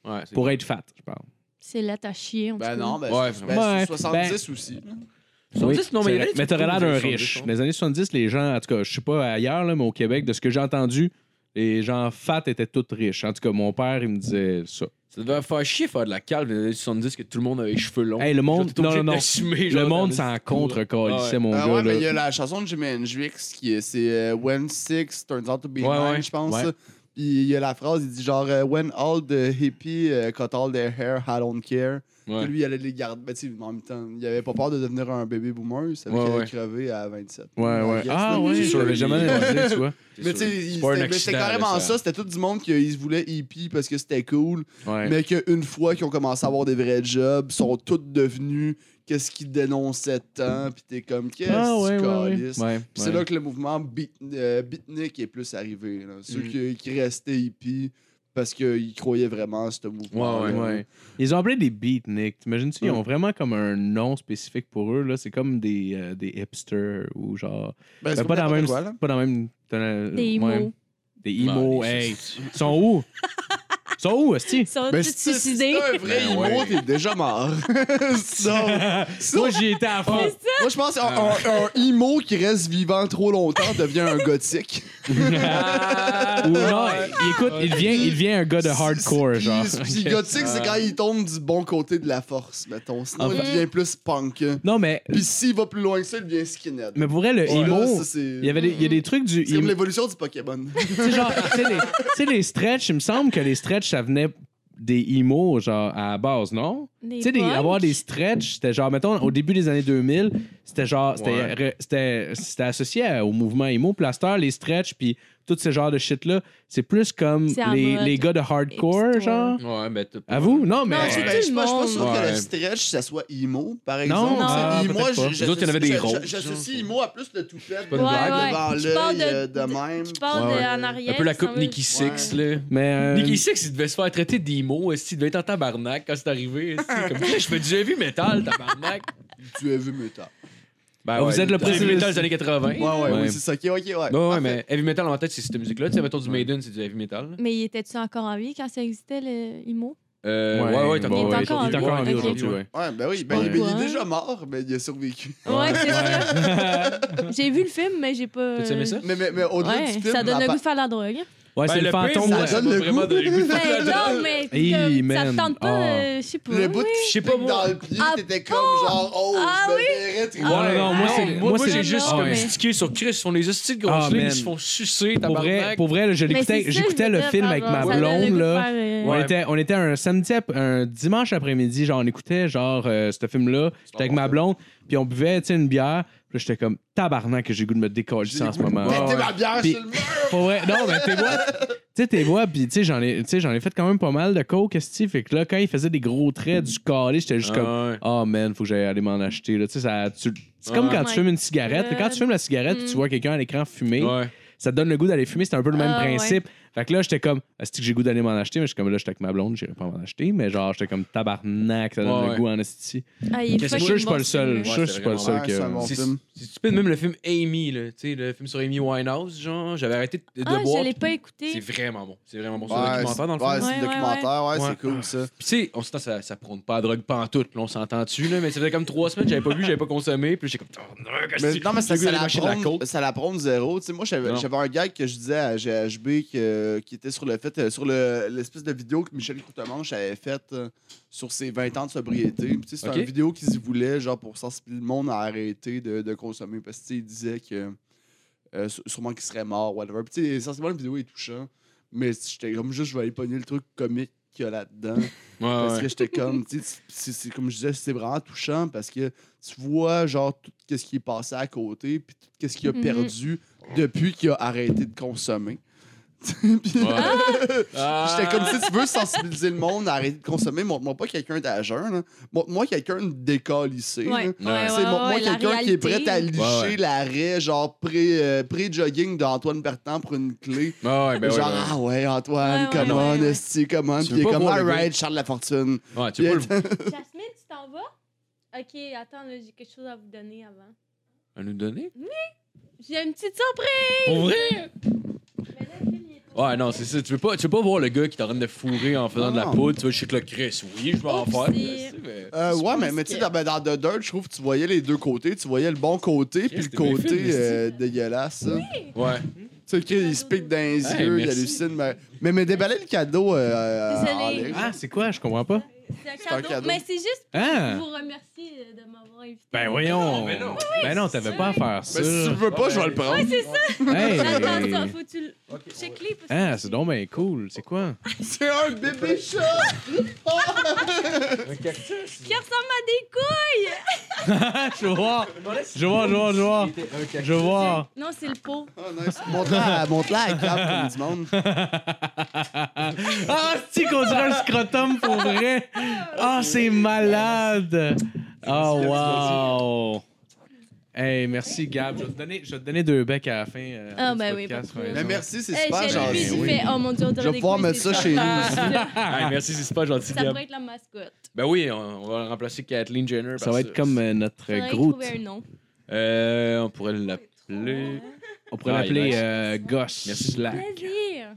S2: Ouais, c'est-
S4: pour être fat, je parle.
S5: C'est là, t'as chié. en
S3: Ben
S5: tout cas.
S3: non, ben,
S2: Ouais,
S3: c'est-
S2: vraiment.
S3: ben,
S4: Ouais,
S3: c'est 70 aussi.
S4: Oui,
S2: 70, non, mais
S4: c'est
S2: il y en a
S4: vrai.
S2: qui
S4: mais t'aurais l'air d'un
S2: trouvent des
S4: riche.
S2: 70,
S4: Les années 70, les gens, en tout cas, je sais pas ailleurs, là, mais au Québec, de ce que j'ai entendu, les gens fat étaient tous riches. En tout cas, mon père, il me disait ça.
S2: Ça devait faire chier faire de la calme dans les années 70 que tout le monde avait les cheveux longs.
S4: Hey, le monde-
S2: Genre, t'es
S4: non,
S2: obligé
S4: non, non.
S2: d'assumer, genre,
S4: Le monde
S2: dans
S4: s'en
S2: les-
S4: contre
S2: Ah ouais.
S4: mon
S3: Ah
S4: gars.
S3: ouais, mais
S4: là.
S3: il y a la chanson de Jimi Hendrix qui est c'est euh, When Six Turns Out to Be
S2: Ouais,
S3: Nine,
S2: ouais,
S3: je pense.
S4: ouais.
S3: ça. Puis il y a la phrase, il dit genre euh, When all the hippies euh, cut all their hair, I don't care.
S2: Ouais.
S3: Puis lui, il allait les garder. Ben, tu sais, en même temps, il avait pas peur de devenir un bébé boomer, il savait
S2: Ouais,
S3: qu'il allait
S2: ouais.
S3: crever à 27.
S4: Ouais, ouais.
S3: I guess,
S4: Ah,
S3: là.
S4: ouais,
S2: C'est
S4: je
S2: sûr,
S4: l'avais
S2: il-
S4: jamais réalisé, tu vois.
S2: C'est
S3: Mais
S2: sûr.
S3: tu sais, il-
S2: C'est pas un
S3: c'était mais c'était
S2: accident,
S3: carrément
S2: là,
S3: ça. C'était tout du monde qui ils se voulaient hippie parce que c'était cool.
S4: Ouais.
S3: Mais qu'une fois qu'ils ont commencé à avoir des vrais jobs, ils sont tous devenus qu'est-ce qu'ils dénonçaient tant. Puis t'es comme, qu'est-ce
S4: Ah, ouais,
S3: que tu
S4: ouais, ouais.
S3: calisses?
S4: Ouais,
S3: Puis
S4: ouais.
S3: c'est là que le mouvement beat- euh, beatnik est plus arrivé. là.
S2: Mm.
S3: Ceux qui, qui restaient hippies parce qu'ils croyaient vraiment à ce mouvement.
S2: Ouais,
S4: Ouais. Ils ont appelé des beatniks. T'imagines-tu, ils ont vraiment comme un nom spécifique pour eux. là. C'est comme des, euh, des hipsters ou genre.
S3: Ben,
S4: Ben,
S3: c'est
S4: pas, dans la même,
S3: n'importe quoi, là. Bah,
S4: pas dans la même. dans la-
S5: Des
S4: ouais.
S5: mots.
S4: Des emo, hey. Ils sont où? Ils sont où, Esti?
S5: Ils sont
S3: Ben,
S5: tous
S3: si t'es- si
S5: suicidés.
S3: t'es un vrai
S2: Ben
S3: emo,
S2: ouais.
S3: t'es déjà mort. Sinon, sinon,
S4: Moi, j'y étais à fond.
S3: moi, je pense qu'un un, un emo qui reste vivant trop longtemps devient un gothique.
S4: Ah. Ou genre, il- écoute, il devient, il devient un gars de hardcore,
S3: Puis-
S4: genre.
S3: Puis gothique,
S5: Ah.
S3: c'est quand il tombe du bon côté de la force, mettons. Sinon,
S4: Enfin.
S3: il devient plus punk.
S4: Non, mais,
S3: Puis s'il va plus loin que ça, il devient skinhead.
S4: mais pour vrai, le
S3: Puis là,
S4: emo,
S3: ça, c'est-
S4: il y, avait des, il y a des trucs du
S3: C'est comme
S4: emo.
S3: l'évolution du Pokémon.
S4: Tu sais, genre, tu sais, les, tu sais, les stretch, il me semble que les stretch, ça venait des emo, genre, à la base, non? Tu sais, des- avoir des stretch, c'était genre, mettons, au début des années 2000, c'était genre, c'était
S2: Ouais.
S4: re- c'était c'était associé à- au mouvement emo. Plaster, les stretch, puis tout ce genre de shit-là, c'est plus comme
S5: C'est en
S4: les,
S5: mode
S4: les gars de hardcore,
S5: hipster.
S4: genre.
S2: Ouais, mais t'as pas-
S4: À vous? Non, mais.
S5: Non, c'est
S3: Ben, je suis pas, je suis pas
S5: monde.
S3: sûr que
S2: Ouais.
S3: le stretch, ça soit emo, par exemple.
S4: Non,
S5: Non.
S3: C'est
S4: ah,
S3: emo,
S4: peut-être pas.
S3: je- je-
S2: Les autres, il y en avait des
S3: je- je-
S2: ronds.
S3: J'associe emo à plus de toupette.
S2: pas
S5: une blague. Ouais, ouais.
S3: Devant
S5: Tu parles
S3: l'œil,
S5: de-
S3: euh, de,
S5: de-
S3: même.
S5: Je parle
S2: Ouais,
S5: de
S2: ouais.
S5: en arrière.
S2: Un peu la
S5: ça
S2: coupe
S5: va-
S2: Nicky Six, là.
S4: Mais. euh,
S2: Nicky Six, il devait se faire traiter d'emo. Est-ce qu'il devait être en tabarnak quand c'est arrivé? est-ce que- Comme, je fais du heavy metal, tabarnak.
S3: Tu as vu metal.
S2: Ben
S4: Ah, vous êtes le
S2: du heavy
S4: président-
S2: metal des années 80.
S3: Ouais, ouais,
S4: Ouais.
S3: oui, c'est ça. Ok, ok, ouais.
S2: Non, ouais,
S3: Parfait.
S2: mais heavy metal, en tête, c'est cette musique-là. Tu sais, mettons du Maiden, c'est du heavy metal.
S5: Mais il était-tu encore en vie quand ça existait, le IMO?
S2: Euh,
S4: Ouais,
S2: ouais, ouais, t'as
S4: bon,
S5: Il est
S2: encore,
S5: encore en
S4: il est
S5: vie.
S4: encore en vie
S5: Ok.
S4: aujourd'hui, ouais.
S3: Ouais, ben oui, ben,
S2: Ouais.
S3: ben, il
S5: Ouais.
S3: est déjà mort, mais il a survécu.
S5: Ouais, c'est ça. J'ai vu le film, mais j'ai pas.
S2: T'as-tu aimé ça?
S3: Mais, mais, mais au-delà
S5: Ouais,
S3: du film,
S5: ça donne
S3: la
S5: le
S3: pa-
S5: goût de faire de la drogue. hein.
S4: Ouais, c'est
S2: Ben,
S4: le
S2: pire,
S4: fantôme.
S2: ça
S4: de-
S3: donne
S2: m'a
S3: le
S2: vraiment
S3: goût.
S2: donné le goût de
S5: Ben
S2: faire de la-
S5: non, mais
S4: Hey,
S5: comme, ça
S4: man.
S5: te tente pas,
S4: Ah.
S5: euh, je sais pas.
S3: le bout
S5: oui.
S3: qui
S2: Je sais pas,
S3: clique dans
S2: moi.
S3: le pied,
S5: Ah,
S3: t'étais comme genre, oh,
S5: Ah
S3: je me
S5: oui.
S3: verrais triper.
S4: Ah, non, non, moi,
S2: Non,
S4: c'est-
S2: moi,
S4: moi,
S2: moi,
S4: c'est-
S2: j'ai juste
S5: Ah,
S2: comme
S5: ouais.
S2: stické sur Chris, sur les hosties de grosses
S4: Ah,
S2: lignes
S4: man.
S2: qui se font sucer,
S4: Pour vrai,
S2: tabarnak.
S4: pour vrai, là, je
S5: Mais
S4: l'écoutais,
S5: c'est ça,
S4: j'écoutais
S5: je
S4: le
S5: veux
S4: film
S5: dire,
S4: avec ma
S5: pardon, ça donne le
S4: blonde
S5: goût de
S4: là.
S5: faire, euh,
S4: On
S2: Ouais.
S4: était, on était un samedi, ap- un dimanche après-midi, genre on écoutait genre euh, ce film-là, j'étais avec ma blonde, puis on buvait, tu sais, une bière, puis là, j'étais comme tabarnak que j'ai le goût de me décoller ça en ce moment.
S3: Mettez ma bière
S4: Puis-
S3: sur le mur.
S4: Pour vrai, non, mais t'es what? Tu sais, tes voix, puis tu sais, j'en ai, tu sais, j'en ai fait quand même pas mal de coke, esti. Fait que là, quand il faisait des gros traits du carré, j'étais juste comme,
S2: Ah ouais.
S4: oh man, faut que j'aille aller m'en acheter. Là. Tu sais, ça, tu- c'est comme
S2: Ouais.
S4: quand
S5: Oh
S4: tu
S5: my
S4: fumes une cigarette.
S5: God.
S4: Quand tu fumes la cigarette, puis tu
S5: Mm.
S4: vois quelqu'un à l'écran fumer,
S2: Ouais.
S4: ça te donne le goût d'aller fumer. C'est un peu le même
S5: Ah,
S4: principe. Fait que là, j'étais comme, est-ce que j'ai le goût d'aller m'en acheter? Mais je suis comme, là, j'étais avec ma blonde, j'irai pas m'en acheter. Mais genre, j'étais comme tabarnak, ça donne
S2: Ouais,
S4: le
S2: ouais.
S4: goût en esti.
S5: Ah, il est
S4: Je suis
S5: fucking
S4: sûr que je suis
S5: bon,
S4: pas le
S5: ce
S4: seul. Je
S5: film-là.
S4: suis sûr que je suis pas le
S3: c'est
S4: seul
S3: vraiment- ouais, c'est un bon
S4: que.
S2: C'est
S3: film.
S2: c'est stupide, même le film Amy, là, tu sais, le film sur Amy Winehouse, genre, j'avais arrêté de, de
S5: Ah, je
S2: boire.
S5: l'ai pas
S2: C'est
S5: écouté.
S2: vraiment bon. C'est vraiment bon. C'est un
S3: Ouais,
S2: documentaire, dans le fond.
S3: ouais, c'est
S5: Ouais,
S3: un
S5: ouais,
S3: documentaire, ouais,
S2: Ouais.
S3: c'est cool ça.
S2: Puis, tu sais, on s'entend, ça, ça prône pas la drogue pantoute, là, on s'entend-tu, là, mais ça faisait comme trois semaines, j'avais pas bu, j'avais pas consommé, puis j'étais comme, oh, non, qu'est-ce
S3: Mais
S2: que tu-
S3: non, mais ça,
S2: j'ai goût
S3: ça,
S2: d'aller
S3: la
S2: mâcher de la
S3: prône,
S2: coke.
S3: ça la prône zéro. Tu sais, moi, j'avais
S2: Non.
S3: j'avais un gag que je disais à GHB que- qui était sur le fait, euh, sur le- l'espèce de vidéo que Michel Courtemanche avait faite euh, sur ses 20 ans de sobriété. Puis, tu sais, C'est
S2: Ok.
S3: une vidéo qu'ils voulaient, genre, pour sensibiliser le monde à arrêter de, de consommer. Parce qu'il disait que euh, sû- sûrement qu'il serait mort, whatever. Puis, tu sais, essentiellement, la vidéo est touchante. Mais j'étais comme juste, je vais aller pogner le truc comique qu'il y a là-dedans.
S2: Ouais,
S3: Parce
S2: ouais.
S3: que j'étais comme, tu sais, c'est c'est comme je disais, c'est vraiment touchant parce que tu vois, genre, tout ce qui est passé à côté, puis tout ce qu'il a
S5: Mhm.
S3: perdu depuis qu'il a arrêté de consommer. Puis là,
S2: Ah.
S3: j'étais comme, si tu veux sensibiliser le monde à arrêter de consommer, montre-moi pas quelqu'un d'agent, montre-moi quelqu'un de décalissé. là.
S5: Ouais, ouais,
S2: Non,
S5: ouais,
S3: Tu
S5: ouais,
S3: sais, montre-moi
S5: ouais, la
S3: quelqu'un qui est prêt à
S5: réalité.
S3: licher
S2: Ouais, ouais.
S3: l'arrêt, genre pré- euh, pré-jogging d'Antoine Bertrand pour une clé.
S2: Ah, ouais, ben ouais,
S3: genre,
S2: ouais.
S3: ah ouais, Antoine,
S5: Ouais, ouais,
S3: come
S5: ouais,
S3: on,
S5: ouais.
S3: esti, come on.
S2: Tu
S3: Puis
S2: veux
S3: il est
S2: pas
S3: comme,
S2: voir le gars.
S3: alright, Charles Lafortune.
S2: Ouais, tu peux le.
S5: Jasmine, tu t'en vas? Ok, attends, là, j'ai quelque chose à vous donner avant.
S2: À nous donner
S5: J'ai une petite surprise!
S2: Pour vrai
S5: Mais là, le film, il est trop-
S2: Ouais, non, c'est ça. Tu veux, pas, tu veux pas voir le gars qui est en train de fourrer en faisant de la
S3: Non.
S2: poudre, tu veux chier que le Chris. Oui, je vais en
S5: Oups,
S2: faire.
S5: c'est-
S2: mais c'est- mais-
S3: Euh, ouais, mais, mais tu sais,
S5: que-
S3: dans, ben, dans The Dirt, je trouve que tu voyais les deux côtés. Tu voyais le bon côté puis le
S2: t'es bien
S3: côté
S2: fait,
S3: euh, dégueulasse. là.
S2: Ouais.
S3: Tu sais, le kid, il se pique dans les
S2: Hey,
S3: yeux, il
S2: merci.
S3: hallucine. Mais, mais, mais déballez le cadeau. Euh, euh,
S5: Désolée.
S3: Alex.
S4: Ah, c'est quoi? Je comprends pas.
S5: C'est un
S3: un
S5: cadeau.
S3: cadeau.
S5: Mais c'est juste pour
S4: Ah!
S5: vous remercier euh, de m'avoir invité.
S4: Ben voyons!
S2: Mais non.
S4: Ben non, t'avais pas à faire ça.
S3: Ben, si tu le veux pas, je vais le prendre.
S5: C'est ça! Attends, attends,
S4: Hey!
S5: faut que tu le check les parce que-
S4: Ah, c'est donc bien cool. C'est quoi?
S3: C'est un bébé chat!
S5: Qui ressemble à des couilles!
S4: Ah, je vais voir! Je vais voir, je vais voir, je vais voir. Je vais voir.
S5: Non, c'est le pot.
S3: Oh, nice. Montre-la montre à la cam comme du monde.
S4: Ah, c'est qu'on dirait un scrotum pour vrai! Ah, c'est malade! Oh, wow! Hey, merci Gab. Je vais te donner, je vais te donner deux becs à la fin. euh,
S5: Ah,
S4: du
S5: ben oui,
S4: podcast,
S5: pas
S4: par
S5: de
S3: Mais
S5: problème. Eh,
S4: exemple.
S3: merci, c'est
S5: Hey,
S3: super
S5: j'ai le
S3: gentil.
S5: fils, il fait Oh mon dieu, on
S3: Je vais pouvoir mettre ça chez nous.
S2: Hey, merci, c'est super gentil,
S5: Ça
S2: Gab.
S5: pourrait être la mascotte.
S2: Ben oui, on, on va remplacer Kathleen Jenner.
S4: Ça
S2: par
S4: va être comme euh, notre
S5: Faudrait
S4: gros.
S5: trouver un nom.
S2: Euh, on pourrait l'appeler.
S4: On pourrait
S2: Ah,
S4: l'appeler
S2: il va-
S4: euh, Goss.
S2: Merci.
S4: Slack.
S5: Plaisir!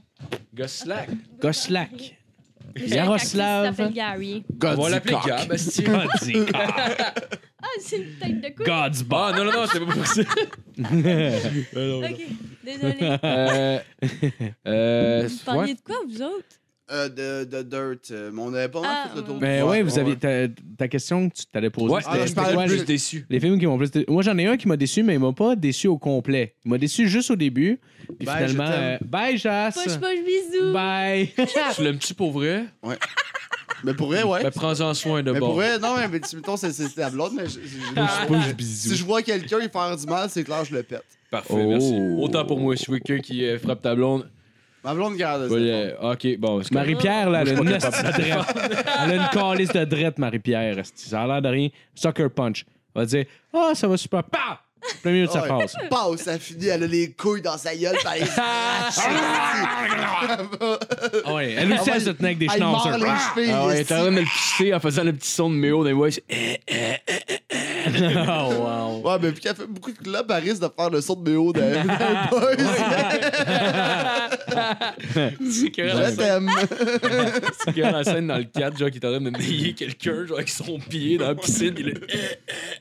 S2: Goslack.
S4: Goslack.
S5: Mais j'ai un cactus qui
S4: Yaroslav.
S5: s'appelle Gary.
S2: On va l'appeler Gab, esti.
S5: Ah, c'est une tête de couille.
S4: God's
S2: Ah, non, non, non, c'était pas pour ça.
S5: Ok, désolé.
S2: Euh, euh,
S5: Vous parliez de quoi, vous autres?
S3: Euh, de, de Dirt. euh, mais on avait pas mal
S5: Ah,
S3: fait le tour.
S4: Ben ouais, vous
S3: ouais.
S4: avez ta, ta question que tu t'allais poser.
S2: Ouais,
S4: c'était-
S3: ah, je
S4: c'était
S3: parlais
S4: quoi,
S3: plus
S4: je-
S2: déçu.
S4: les films qui m'ont plus dé- Moi, j'en ai un qui m'a déçu, mais il m'a pas déçu au complet. Il m'a déçu juste au début. Puis
S3: Bye,
S4: finalement,
S3: je t'aime.
S4: euh, bye,
S5: Poche,
S4: Jas.
S5: poche, bisous!
S4: Bye.
S2: Tu l'aimes-tu pour vrai?
S3: Mais pour vrai, ouais.
S2: Ben, prends-en soin de
S3: Mais pour
S2: bord.
S3: vrai, non, mais tu- mettons, c'est- c'est la blonde, mais je- je- je- Si je vois quelqu'un y faire du mal, c'est clair, je le pète.
S2: Parfait,
S4: Oh.
S2: merci. Autant pour moi, si je vois quelqu'un qui euh, frappe ta blonde.
S3: Ma blonde garde ça.
S2: Ouais, euh, ok, bon, c'est correct.
S4: Marie-Pierre, là, elle a une hostie de drette. Elle a une calice de drette, Marie-Pierre. hostie. Ça a l'air de rien. Sucker Punch. Elle va dire Ah, ça va super. Pam! Plein milieu de sa
S3: Ah Ouais.
S4: phrase.
S3: Pau, ça finit, elle a les couilles dans sa gueule, par les
S4: Ah ouais, elle aussi, elle se tenait avec des
S3: Elle mord
S4: schnauzers.
S3: les chevilles.
S2: Ah ouais,
S3: esti.
S2: t'es en train de le pisser en faisant le petit son de méo dans les voix. Eh,
S4: Oh, wow.
S3: Ouais, mais puis qu'elle fait beaucoup de clubs, elle risque de faire le son de méo d'un d'un boys.
S2: C'est que la
S3: Je
S2: scène-
S3: t'aime.
S2: c'est que la scène dans le 4, genre, qui est en train de nier quelqu'un, genre, avec son pied dans la piscine. Il est...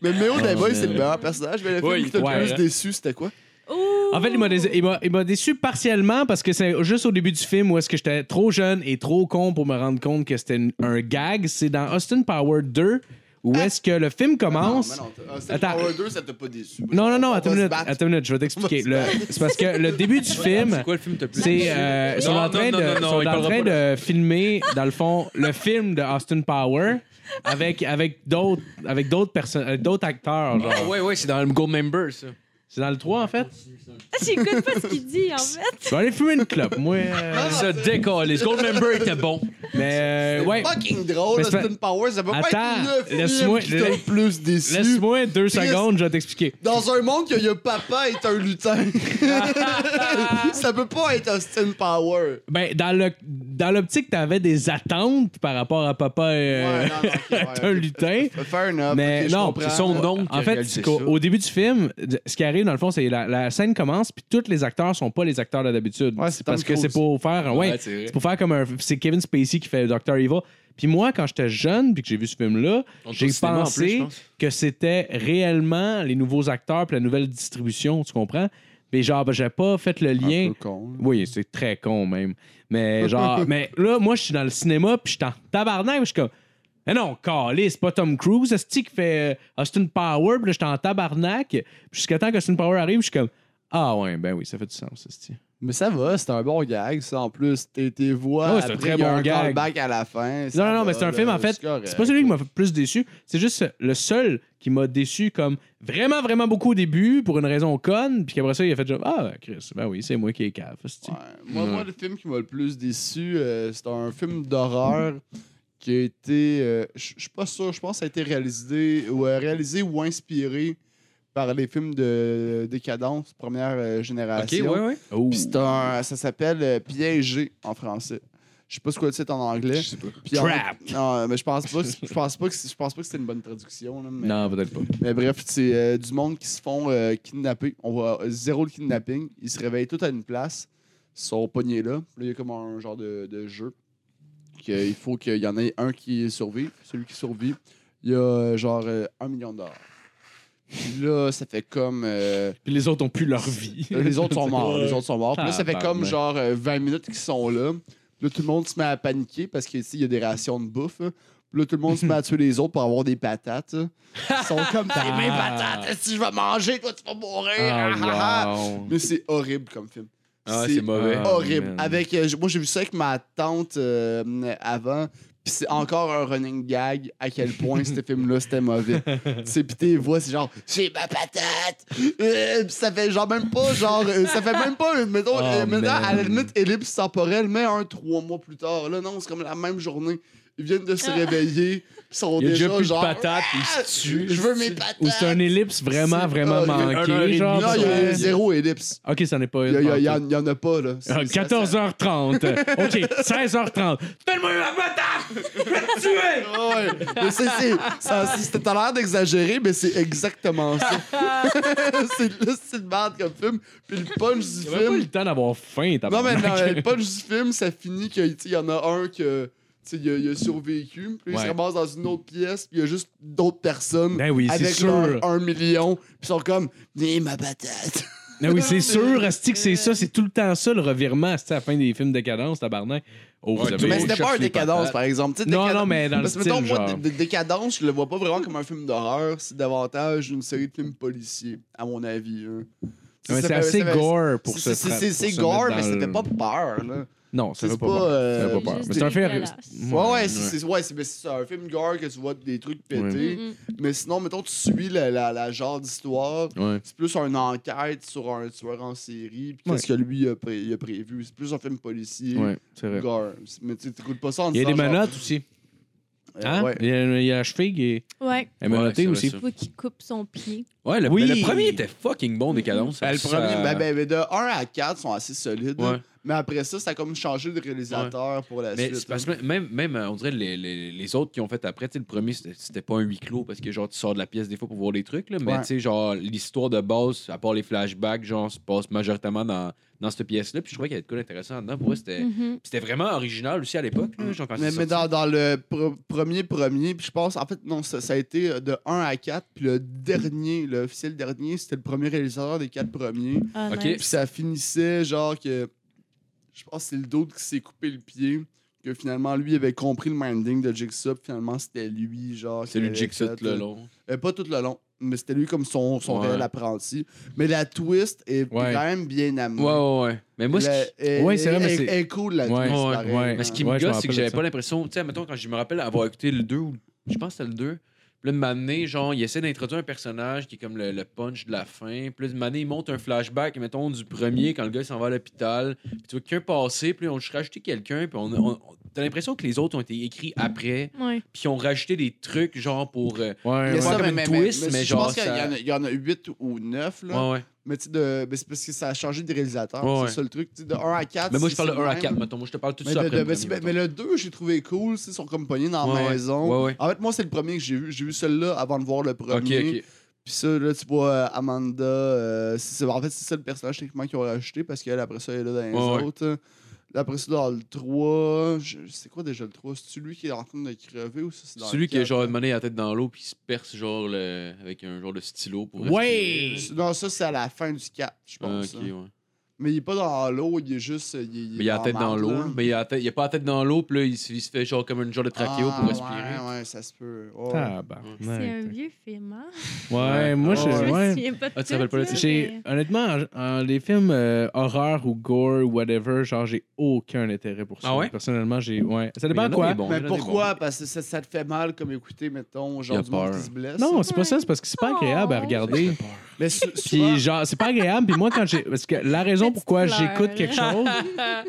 S3: Mais méo d'un
S4: Oh,
S3: boys,
S4: man.
S3: c'est le meilleur personnage. Mais le
S2: Ouais,
S3: film qui t'a
S4: ouais,
S3: le
S4: hein.
S3: plus déçu, c'était quoi?
S5: Ouh!
S4: En fait, il m'a dés- il m'a- il m'a déçu partiellement parce que c'est juste au début du film où est-ce que j'étais trop jeune et trop con pour me rendre compte que c'était une- un gag. C'est dans Austin Power 2 où est-ce que le film commence.
S3: Ah! Non, mais non, t'as-
S4: Attends.
S3: Austin Power 2, ça t'a pas déçu.
S4: Non, non,
S3: On
S4: non,
S3: va
S4: attends
S3: se
S4: une minute,
S3: battre.
S4: attends une minute, je vais t'expliquer.
S3: On va se
S4: Le- C'est parce que le début du film,
S2: Ah, C'est quoi le film te plaît?
S4: c'est. euh, ils sont
S2: Non,
S4: en train
S2: non,
S4: de,
S2: non, non,
S4: ils
S2: non,
S4: sont
S2: il
S4: en
S2: parlera
S4: train
S2: pas
S4: de filmer, dans le fond, le film de Austin Power avec, avec d'autres avec d'autres personnes, avec d'autres acteurs. Genre.
S2: Ah ouais, ouais, c'est dans le Gold Member, ça.
S4: C'est dans le 3, en fait.
S5: Ah, J'écoute pas ce qu'il dit, en fait.
S4: Je vais aller fumer une clope, moi.
S2: Ah,
S4: euh,
S6: Ça décolle. Gold Member était bon.
S4: Mais, euh, ouais.
S3: Fucking drôle,
S4: Mais c'est
S3: Austin Powers. Ça peut pas
S4: Attends,
S3: être le film
S4: laisse-moi-
S3: qui t'a le plus déçu.
S4: Laisse-moi deux
S3: Chris.
S4: secondes, je vais t'expliquer.
S3: Dans un monde que y a papa est un lutin. ça peut pas être Austin Power.
S4: Ben, dans le dans l'optique, t'avais des attentes par rapport à papa euh,
S3: Ouais, non, non, ok, ouais,
S4: est un
S3: ok.
S4: lutin.
S3: Fair enough.
S4: Mais
S3: ok, je
S4: non,
S3: comprends.
S6: C'est son nom qui a
S4: En fait,
S6: réalisé
S4: c'est qu'au-
S6: ça.
S4: au début du film, d- ce qui arrive dans le fond, c'est la, la scène commence, puis tous les acteurs sont pas les acteurs de d'habitude.
S3: Ouais, c'est
S4: c'est
S3: Tom
S4: parce que
S3: Cruise.
S4: c'est pour faire, un- ouais,
S6: Ouais, c'est vrai.
S4: c'est pour faire comme un, c'est Kevin Spacey qui fait Dr Evil. Puis moi, quand j'étais jeune, puis que j'ai vu ce film-là,
S6: On est au
S4: j'ai
S6: cinéma, en plus, je
S4: pensé
S6: pense.
S4: que c'était réellement les nouveaux acteurs, puis la nouvelle distribution, tu comprends? Mais genre, ben, j'ai pas fait le
S3: Un
S4: lien.
S3: peu con, là.
S4: Oui, c'est très con même. Mais genre, mais là, moi, je suis dans le cinéma, puis je suis en tabarnak, puis je suis comme. Mais non, calé, c'est pas Tom Cruise, c'est qui fait euh, Austin Power, puis là, j'étais en tabarnak. Puis jusqu'à temps qu'Austin Power arrive, je suis comme. Ah ouais, ben oui, ça fait du sens, Asti.
S3: Mais ça va, c'est un bon gag, ça, en plus. Tes, tes voix,
S4: Ouais, c'est un
S3: après,
S4: très
S3: il y a
S4: bon
S3: un
S4: gag.
S3: callback à la fin.
S4: Non,
S3: ça
S4: non, non,
S3: va,
S4: mais c'est un
S3: là,
S4: film, en fait.
S3: correct.
S4: C'est pas celui qui m'a fait plus déçu. C'est juste le seul qui m'a déçu comme vraiment, vraiment beaucoup au début pour une raison conne. Puis après ça, il a fait genre, ah, Chris, ben oui, c'est moi qui ai cave. esti.
S3: Ouais. Moi, moi, le film qui m'a le plus déçu, euh, c'est un film d'horreur qui a été. euh, Je je suis pas sûr, je pense que ça a été réalisé ou, euh, réalisé ou inspiré par les films de décadence, première euh, génération.
S6: ouais.
S4: Oh.
S3: Puis c'est un- ça s'appelle euh, Piégé en français. Je sais pas ce que c'est en anglais.
S6: Je sais pas.
S3: Puis en-
S4: Trap.
S3: Non, mais je pense pas. que c'est- Je pense pas que c'est- je pense pas que c'était une bonne traduction. là, mais...
S4: Non, peut-être pas.
S3: Mais bref, c'est euh, du monde qui se font euh, kidnapper. On voit zéro le kidnapping. Ils se réveillent tous à une place. Ils sont pognés là. Puis là, il y a comme un genre de, de jeu. qu'il faut qu'il y en ait un qui survive. Celui qui survit, il y a euh, genre euh, un million de dollars. Puis là, ça fait comme. euh,
S4: Puis les autres ont pu leur vie.
S3: les autres sont morts. Les autres sont morts. Puis là, ça fait comme
S4: Tabarnak.
S3: genre euh, 20 minutes qu'ils sont là. Puis là, tout le monde se met à paniquer parce qu'ici, il y a des rations de bouffe. hein. Puis là, tout le monde se met à tuer les autres pour avoir des patates. hein. Ils sont comme t'es mes
S6: Ah.
S3: patates. Si je vais manger, toi, tu vas mourir.
S4: Ah,
S3: ah, ah, ah.
S4: wow.
S3: Mais c'est horrible comme film.
S6: Ah, c'est mauvais.
S4: Ah,
S3: horrible.
S4: man.
S3: Avec, euh, j- moi, j'ai vu ça avec ma tante euh, avant. Puis c'est encore un running gag à quel point ce film-là, c'était mauvais. tu sais, pis tes voix, c'est genre, j'ai ma patate! Euh, pis ça fait genre même pas, genre, euh, ça fait même pas, euh, mettons,
S4: Oh,
S3: euh, mettons, à la
S4: man.
S3: limite, ellipse temporelle, mais un, trois mois plus tard. Là, non, c'est comme la même journée. Ils viennent de se réveiller, ils sont
S6: Il y a
S3: déjà
S6: déjà plus de
S3: genre.
S6: patates, puis ils se tuent.
S3: Je veux mes patates!
S4: Ou c'est un ellipse vraiment,
S3: C'est-
S4: vraiment
S3: ah,
S6: il y a une heure
S4: manqué.
S6: et
S4: Genre,
S3: Non, il y a
S4: parce que-
S3: zéro ellipse.
S4: Ok, ça n'est pas.
S3: Il y, a- il y a- il y en- il y en a pas, là.
S4: Ah,
S3: C'est- ça-
S4: 14h30. ok, 16h30.
S3: Ouais. Mais c'est- c'est- ça- c'est- c'était- T'as l'air d'exagérer, mais c'est exactement ça. c'est le style merde comme film. Puis le punch du
S4: J'avais pas eu
S3: film.
S4: le temps d'avoir faim, t'as
S3: Non, mais non, le punch du film, ça finit qu'il y en a un que. tu sais, Il a, il a survécu, puis il se
S4: Ouais.
S3: ramasse dans une autre pièce, puis il y a juste d'autres personnes
S4: Ben oui, c'est
S3: avec
S4: sûr.
S3: leur un million, puis ils sont comme « Viens ma patate!
S4: Mais oui, c'est sûr, Asti, que c'est ça. C'est tout le temps ça, le revirement, c'est à la fin des films de cadence, tabarnak. Oh, vous
S6: Ouais, »
S4: avez-
S3: Mais c'était pas un
S6: cherche les
S3: décadence,
S6: patates.
S3: par exemple. Tu sais,
S4: Non,
S3: décadence-
S4: non, mais dans le
S3: Parce que, mettons,
S4: style,
S3: moi,
S4: genre.
S3: Dé- Dé- Décadence, je le vois pas vraiment comme un film d'horreur. C'est davantage une série de films policiers, à mon avis. hein.
S4: Ouais,
S3: Ça
S4: C'est
S3: fait-
S4: assez
S3: ça fait-
S4: gore pour
S3: c'est-
S4: ça.
S3: c'est- C'est c'est gore, mais ça fait pas peur. Là.
S4: Non, ça
S3: C'est
S4: fait pas.
S3: pas,
S4: peur. Ça
S3: euh,
S4: fait pas peur.
S5: juste
S4: Mais c'est un film.
S5: dégueulasse.
S3: Ouais, ouais, c'est c'est- ouais, c'est- mais c'est un film gore que tu vois des trucs pétés.
S5: Mm, mm.
S3: Mais sinon, mettons, tu suis la, la, la genre d'histoire.
S4: Ouais.
S3: C'est plus une enquête sur un tueur en série. Puis qu'est-ce que lui a, pré- il a prévu. C'est plus un film policier.
S4: Ouais, c'est vrai.
S3: Gore. Mais tu sais, t'écoutes pas ça en
S4: Il y a des
S3: disant genre,
S4: menottes aussi.
S3: euh,
S4: Hein?
S3: ouais.
S4: Il y a- il y a la cheville qui est
S5: Ouais,
S4: elle est
S6: Ouais,
S4: menottée
S6: c'est vrai,
S4: aussi.
S6: ça.
S5: tu vois qu'il coupe son pied.
S6: Ouais, le,
S4: Oui.
S6: mais le premier était fucking bon, Décadence.
S3: Ben, le
S6: Ça-
S3: premier, ben, ben, ben, de 1 à 4 sont assez solides.
S6: Ouais.
S3: Mais après ça, ça a comme changé de réalisateur pour la
S6: Mais c'est
S3: suite.
S6: parce que même, même euh, on dirait, les, les, les autres qui ont fait après, tu sais, le premier, c'était c'était pas un huis clos parce que, genre, tu sors de la pièce des fois pour voir des trucs, là, mais,
S3: Ouais.
S6: tu sais, genre, l'histoire de base, à part les flashbacks, genre, se passe majoritairement dans, dans cette pièce-là. Puis je trouvais qu'il y avait de quoi d'intéressant dedans. Pour moi,
S2: Euh,
S6: c'était
S5: Mhm.
S6: c'était vraiment original aussi à l'époque, là, genre, quand
S3: Mais,
S6: c'est
S3: mais
S6: sorti.
S3: dans, dans le pr- premier, premier, puis je pense, en fait, non, ça, ça a été euh, de 1 à 4, puis le dernier, le officiel dernier, c'était le premier réalisateur des quatre premiers.
S5: Ah,
S6: Ok.
S5: nice.
S3: Puis ça finissait genre que. Je pense que c'est le d'autre qui s'est coupé le pied, que finalement, lui avait compris le minding de Jigsaw, puis finalement, c'était lui, genre.
S6: C'est
S3: qui
S6: le
S3: l'avait
S6: Jigsaw
S3: fait,
S6: tout le
S3: là.
S6: long.
S3: Euh, pas tout le long, mais c'était lui comme son, son
S6: Ouais.
S3: réel apprenti. Mais la twist est
S4: Ouais.
S3: quand même bien amenée.
S6: Ouais, ouais, ouais. Mais moi, ce qui-
S3: ouais,
S4: Ouais, c'est vrai, mais c'est-
S3: cool la
S4: Ouais,
S3: twist,
S6: ouais,
S3: pareil,
S4: ouais.
S3: hein.
S6: Mais ce qui
S4: Ouais,
S6: me
S4: je me
S6: gosse, c'est que
S4: rappelle
S6: j'avais
S4: de
S6: pas l'impression. Tu sais, mettons, quand je me rappelle avoir écouté le 2, ou je pense que c'était le 2,
S2: Puis là, de m'amener, genre, il essaie d'introduire un personnage qui est comme le, le punch de la fin. Puis là, de m'amener, il monte un flashback, mettons, du premier, quand le gars il s'en va à l'hôpital. Puis tu vois quelqu'un passer, puis là, on juste rajouté quelqu'un. Puis on, on- t'as l'impression que les autres ont été écrits après,
S5: Ouais.
S2: puis ils ont rajouté des trucs, genre, pour. euh,
S3: Il y a
S2: ouais.
S3: ça,
S2: Comme
S3: mais,
S2: une
S3: mais-
S2: twist,
S3: mais
S2: mais
S3: je
S2: genre,
S3: pense qu'il y en
S2: ça-
S3: a- il y, en a 8 ou 9. Là.
S2: Ouais, ouais.
S3: Mais tu sais, de- mais c'est parce que ça a changé des réalisateurs.
S2: Ouais, ouais.
S3: C'est ça le truc. Tu sais, de 1 à 4.
S2: Mais moi, je
S3: ah, c'est-
S2: parle de
S3: c'est
S2: 1 à
S3: même.
S2: 4, mettons. Moi, je te parle tout de
S3: Mais,
S2: suite
S3: de-
S2: après.
S3: de-
S2: le
S3: mais,
S2: premier,
S3: c'est-
S2: mettons.
S3: mais le 2, j'ai trouvé cool. tu sais, Ils sont comme pognés dans la
S2: Ouais, ouais.
S3: maison.
S2: Ouais, ouais.
S3: En fait, moi, c'est le premier que j'ai vu. J'ai vu celui-là avant de voir le premier.
S2: Ok, ok.
S3: Puis ça, là, tu vois euh, Amanda. euh, c'est- en fait, c'est ça le personnage techniquement qu'ils ont rajouté parce qu'elle, après ça, elle est là dans les
S2: Ouais, ouais.
S3: autres. hein. Là, Après ça, dans le 3. je- C'est quoi déjà le 3 C'est lui qui est en train de crever ou ça c'est dans le
S2: Celui qui est
S3: quatre,
S2: genre
S3: hein?
S2: mené la tête dans l'eau puis il se perce genre le- avec un genre de stylo pour
S4: Ouais!
S3: Non, ça, c'est à la fin du 4, je
S2: Ah,
S3: pense.
S2: ok,
S3: hein.
S2: ouais.
S3: Mais il est pas dans l'eau, il est juste. euh, Il, est-
S2: Mais il a la
S3: en
S2: tête dans
S3: marde,
S2: l'eau.
S3: là.
S2: là. Mais il a, la tête- il a pas la tête dans l'eau, puis là, il, se- il se fait genre comme une genre de trachéo
S3: Ah,
S2: pour respirer.
S3: Ouais, ouais, ça se peut. Ouais.
S4: Tabarnak.
S5: C'est un vieux film, hein?
S4: Ouais, moi,
S5: Je
S4: je.
S5: me
S4: Oh, ouais.
S5: souviens pas de
S2: Ah, tu te rappelles pas le
S5: tout,
S2: titre?
S4: J'ai, honnêtement, en- en- les films euh, horreur ou gore ou whatever, genre, j'ai aucun intérêt pour ça.
S2: Ah ouais?
S4: Personnellement, j'ai. Ouais.
S2: Mais il y
S4: Ça dépend
S2: en a
S4: quoi.
S2: des bons,
S3: Mais
S2: il y en a des
S3: pourquoi Parce que ça, ça te fait mal comme écouter, mettons,
S2: Il
S3: genre
S2: a
S3: du monde
S2: peur.
S3: qui se blesse.
S4: Non, c'est pas
S5: Ouais.
S4: ça, c'est parce que c'est pas agréable à
S5: Oh.
S4: regarder.
S3: mais sou- souvent-
S4: Puis genre, c'est pas agréable. Puis moi, quand j'ai. Parce que la raison
S5: Petite
S4: pourquoi
S5: fleur,
S4: j'écoute
S5: là.
S4: quelque chose.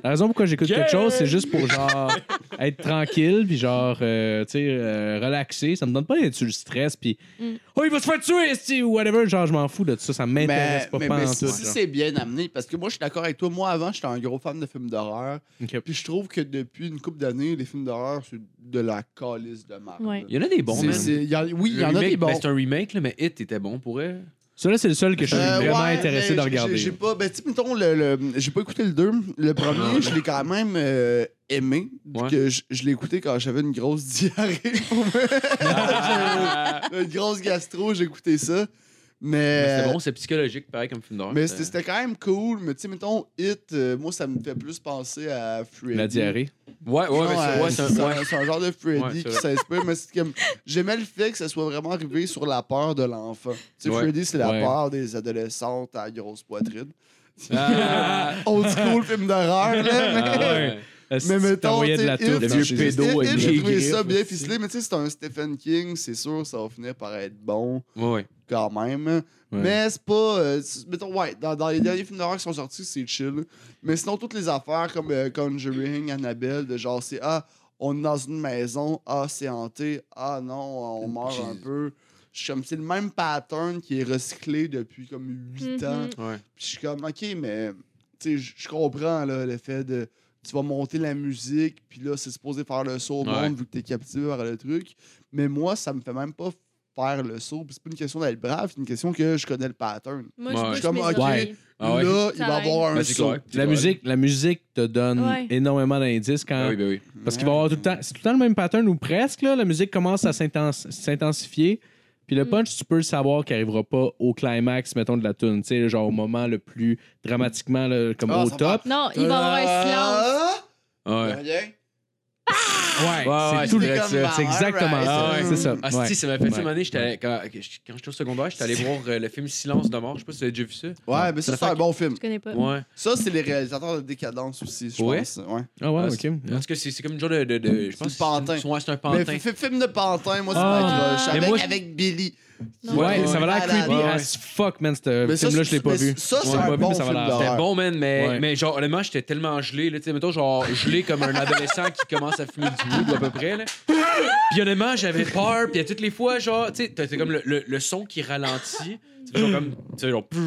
S4: La raison pourquoi j'écoute quelque chose, c'est juste pour genre être tranquille. Puis genre, euh, tu sais, euh, relaxer. Ça me donne pas d'être sur le stress. Puis.
S5: Mm.
S4: Oh, il va se faire tuer, esti, ou whatever. Genre, je m'en fous de tout ça. Ça m'intéresse
S3: mais,
S4: pas
S3: mais-
S4: pas
S3: mais
S4: en tout.
S3: si, si c'est bien amené, parce que moi, je suis d'accord avec toi. Moi, avant, j'étais un gros fan de films d'horreur. Puis je trouve que depuis une couple d'années, les films d'horreur, c'est de la calice de marque.
S5: Ouais.
S2: Il y en a des bons,
S3: C'est-
S2: man.
S3: c'est- il y en- oui, il
S2: Le
S3: y en a
S2: remake,
S3: des bons.
S2: ben, c'est un remake, là, mais Hit était bon pour elle.
S4: Celui-là, c'est le seul que je suis
S3: Euh,
S4: vraiment
S3: ouais,
S4: intéressé
S3: mais
S4: de
S3: j'ai-
S4: regarder.
S3: J'ai pas, ben, tu sais, mettons, le, le- j'ai pas écouté le 2. Le premier, je l'ai quand même euh, aimé. vu
S2: Ah. Ouais.
S3: Que je, je l'ai écouté quand j'avais une grosse diarrhée.
S2: Ah.
S3: J'avais une grosse gastro, j'ai écouté ça. Mais,
S2: C'est bon, c'est psychologique, pareil comme film d'horreur.
S3: Euh, mais
S2: ça-
S3: c'était c'était quand même cool. Mais tu sais, mettons, Hit, euh, moi, ça me fait plus penser à Freddy.
S4: La diarrhée.
S2: Ouais, ouais,
S3: Non,
S2: mais c'est-
S3: euh,
S2: ouais, c'est
S3: c'est
S2: un. ouais.
S3: un- c'est un genre de
S2: Ouais,
S3: Freddy
S2: c'est
S3: qui
S2: vrai.
S3: s'inspire, mais c'est comme. J'aimais le fait que ça soit vraiment arrivé sur la peur de l'enfant. Tu sais,
S2: Ouais.
S3: Freddy, c'est la
S4: Ouais.
S3: peur des adolescentes à grosse poitrine.
S2: Ah,
S3: Old school film d'horreur, là.
S2: ah,
S3: Mais,
S2: ouais.
S3: mais mettons,
S4: t'envoyais de la
S3: tu sais,
S4: touffe
S3: If-
S4: dans
S2: vieux
S4: chez eux.
S3: If-
S2: pédo
S3: If,
S2: avec
S3: j'ai
S2: des
S3: trouvé ça
S2: griffes
S3: bien
S2: aussi.
S3: ficelé, mais tu sais, c'est un Stephen King, c'est sûr, ça va finir par être bon
S2: Ouais, ouais.
S3: quand même. Mais c'est pas. euh, c'est- mettons, ouais, dans, dans les derniers films d'horreur qui sont sortis, c'est chill. Mais sinon, toutes les affaires comme euh, Conjuring, Annabelle, de genre, c'est ah, on est dans une maison, ah, c'est hanté, ah non, on meurt un
S2: Jesus.
S3: peu. Je suis comme, c'est le même pattern qui est recyclé depuis comme 8 ans.
S5: Mhm.
S2: Ouais.
S3: Puis je suis comme, OK, mais tu sais, je je comprends là, le fait de. Tu vas monter la musique, puis là, c'est supposé faire le saut au
S2: Ouais.
S3: monde vu que t'es captivé par le truc. Mais moi, ça me fait même pas faire le saut. Puis c'est pas une question d'être brave, c'est une question que je connais le pattern.
S5: Moi,
S2: Ouais.
S5: je bouge
S3: Je suis
S5: mes
S3: comme, ok.
S5: oreilles.
S2: Ah ouais.
S3: Là, il
S5: Ça
S3: va
S5: aide.
S3: avoir un
S2: Ben, c'est
S3: saut.
S2: clair.
S4: La musique, la musique te donne
S5: Ouais.
S4: énormément d'indices quand.
S2: Ah oui, ben oui.
S4: Parce qu'il va y avoir tout le temps. C'est tout le temps le même pattern ou presque, là. La musique commence à s'intensi- s'intensifier. Puis le
S5: Mm.
S4: punch, tu peux le savoir qu'il arrivera pas au climax, mettons, de la tune. Tu sais, genre au moment le plus dramatiquement, là, comme
S3: Ah,
S4: au
S3: ça
S4: top.
S5: Non, il va y
S3: Ah.
S5: avoir un silence.
S2: Ah, Ouais.
S3: Ouais.
S4: Ouais,
S2: Ouais, ouais,
S4: c'est tout
S2: c'est
S4: le
S2: comme
S4: C'est exactement ça.
S2: Ah ouais.
S4: C'est ça.
S2: Ah,
S4: ouais.
S2: si, ça m'a fait ça,
S4: Ouais.
S2: une année, j'étais- quand quand j'étais au secondaire, j'étais allé voir euh, le film Silence de mort. Je sais pas si tu as déjà vu ça.
S3: Ouais, mais ça, c'est un bon film.
S5: Je connais pas.
S2: Ouais.
S3: Ça, c'est les réalisateurs de Décadence aussi, je
S2: Ouais.
S3: pense. Ouais.
S4: Ah ouais,
S2: Ah,
S4: ok.
S2: Parce que c'est c'est comme une genre de. de, de- je
S3: C'est
S2: pense
S3: le pantin.
S2: que c'est- Ouais, c'est un
S3: Mais
S2: pantin.
S3: f- f- film de Pantin, moi, c'est
S4: Ah.
S3: ma crush.
S5: Mais
S3: Avec,
S2: moi, je-
S3: avec Billy.
S5: Non.
S4: Ouais,
S2: Ouais,
S4: ça va l'air
S3: ouais.
S4: creepy
S2: Ouais, ouais.
S4: as fuck, man. Ce
S3: Mais ça,
S4: film-là, je l'ai pas
S3: mais
S4: vu.
S3: Ça, c'est
S4: Ouais,
S3: un
S4: pas vu,
S3: bon
S4: mais ça va
S3: film
S4: l'air-
S3: d'horreur.
S2: C'était bon, man, mais,
S4: Ouais.
S2: mais genre, honnêtement, j'étais tellement gelé, là, tu sais, mettons, genre, gelé comme un adolescent qui commence à fumer du mood, à peu près, là. Puis honnêtement, j'avais peur, puis à toutes les fois, genre, tu sais, t'as t'as comme le, le- le son qui ralentit, tu fais genre comme, tu sais, genre, pouf,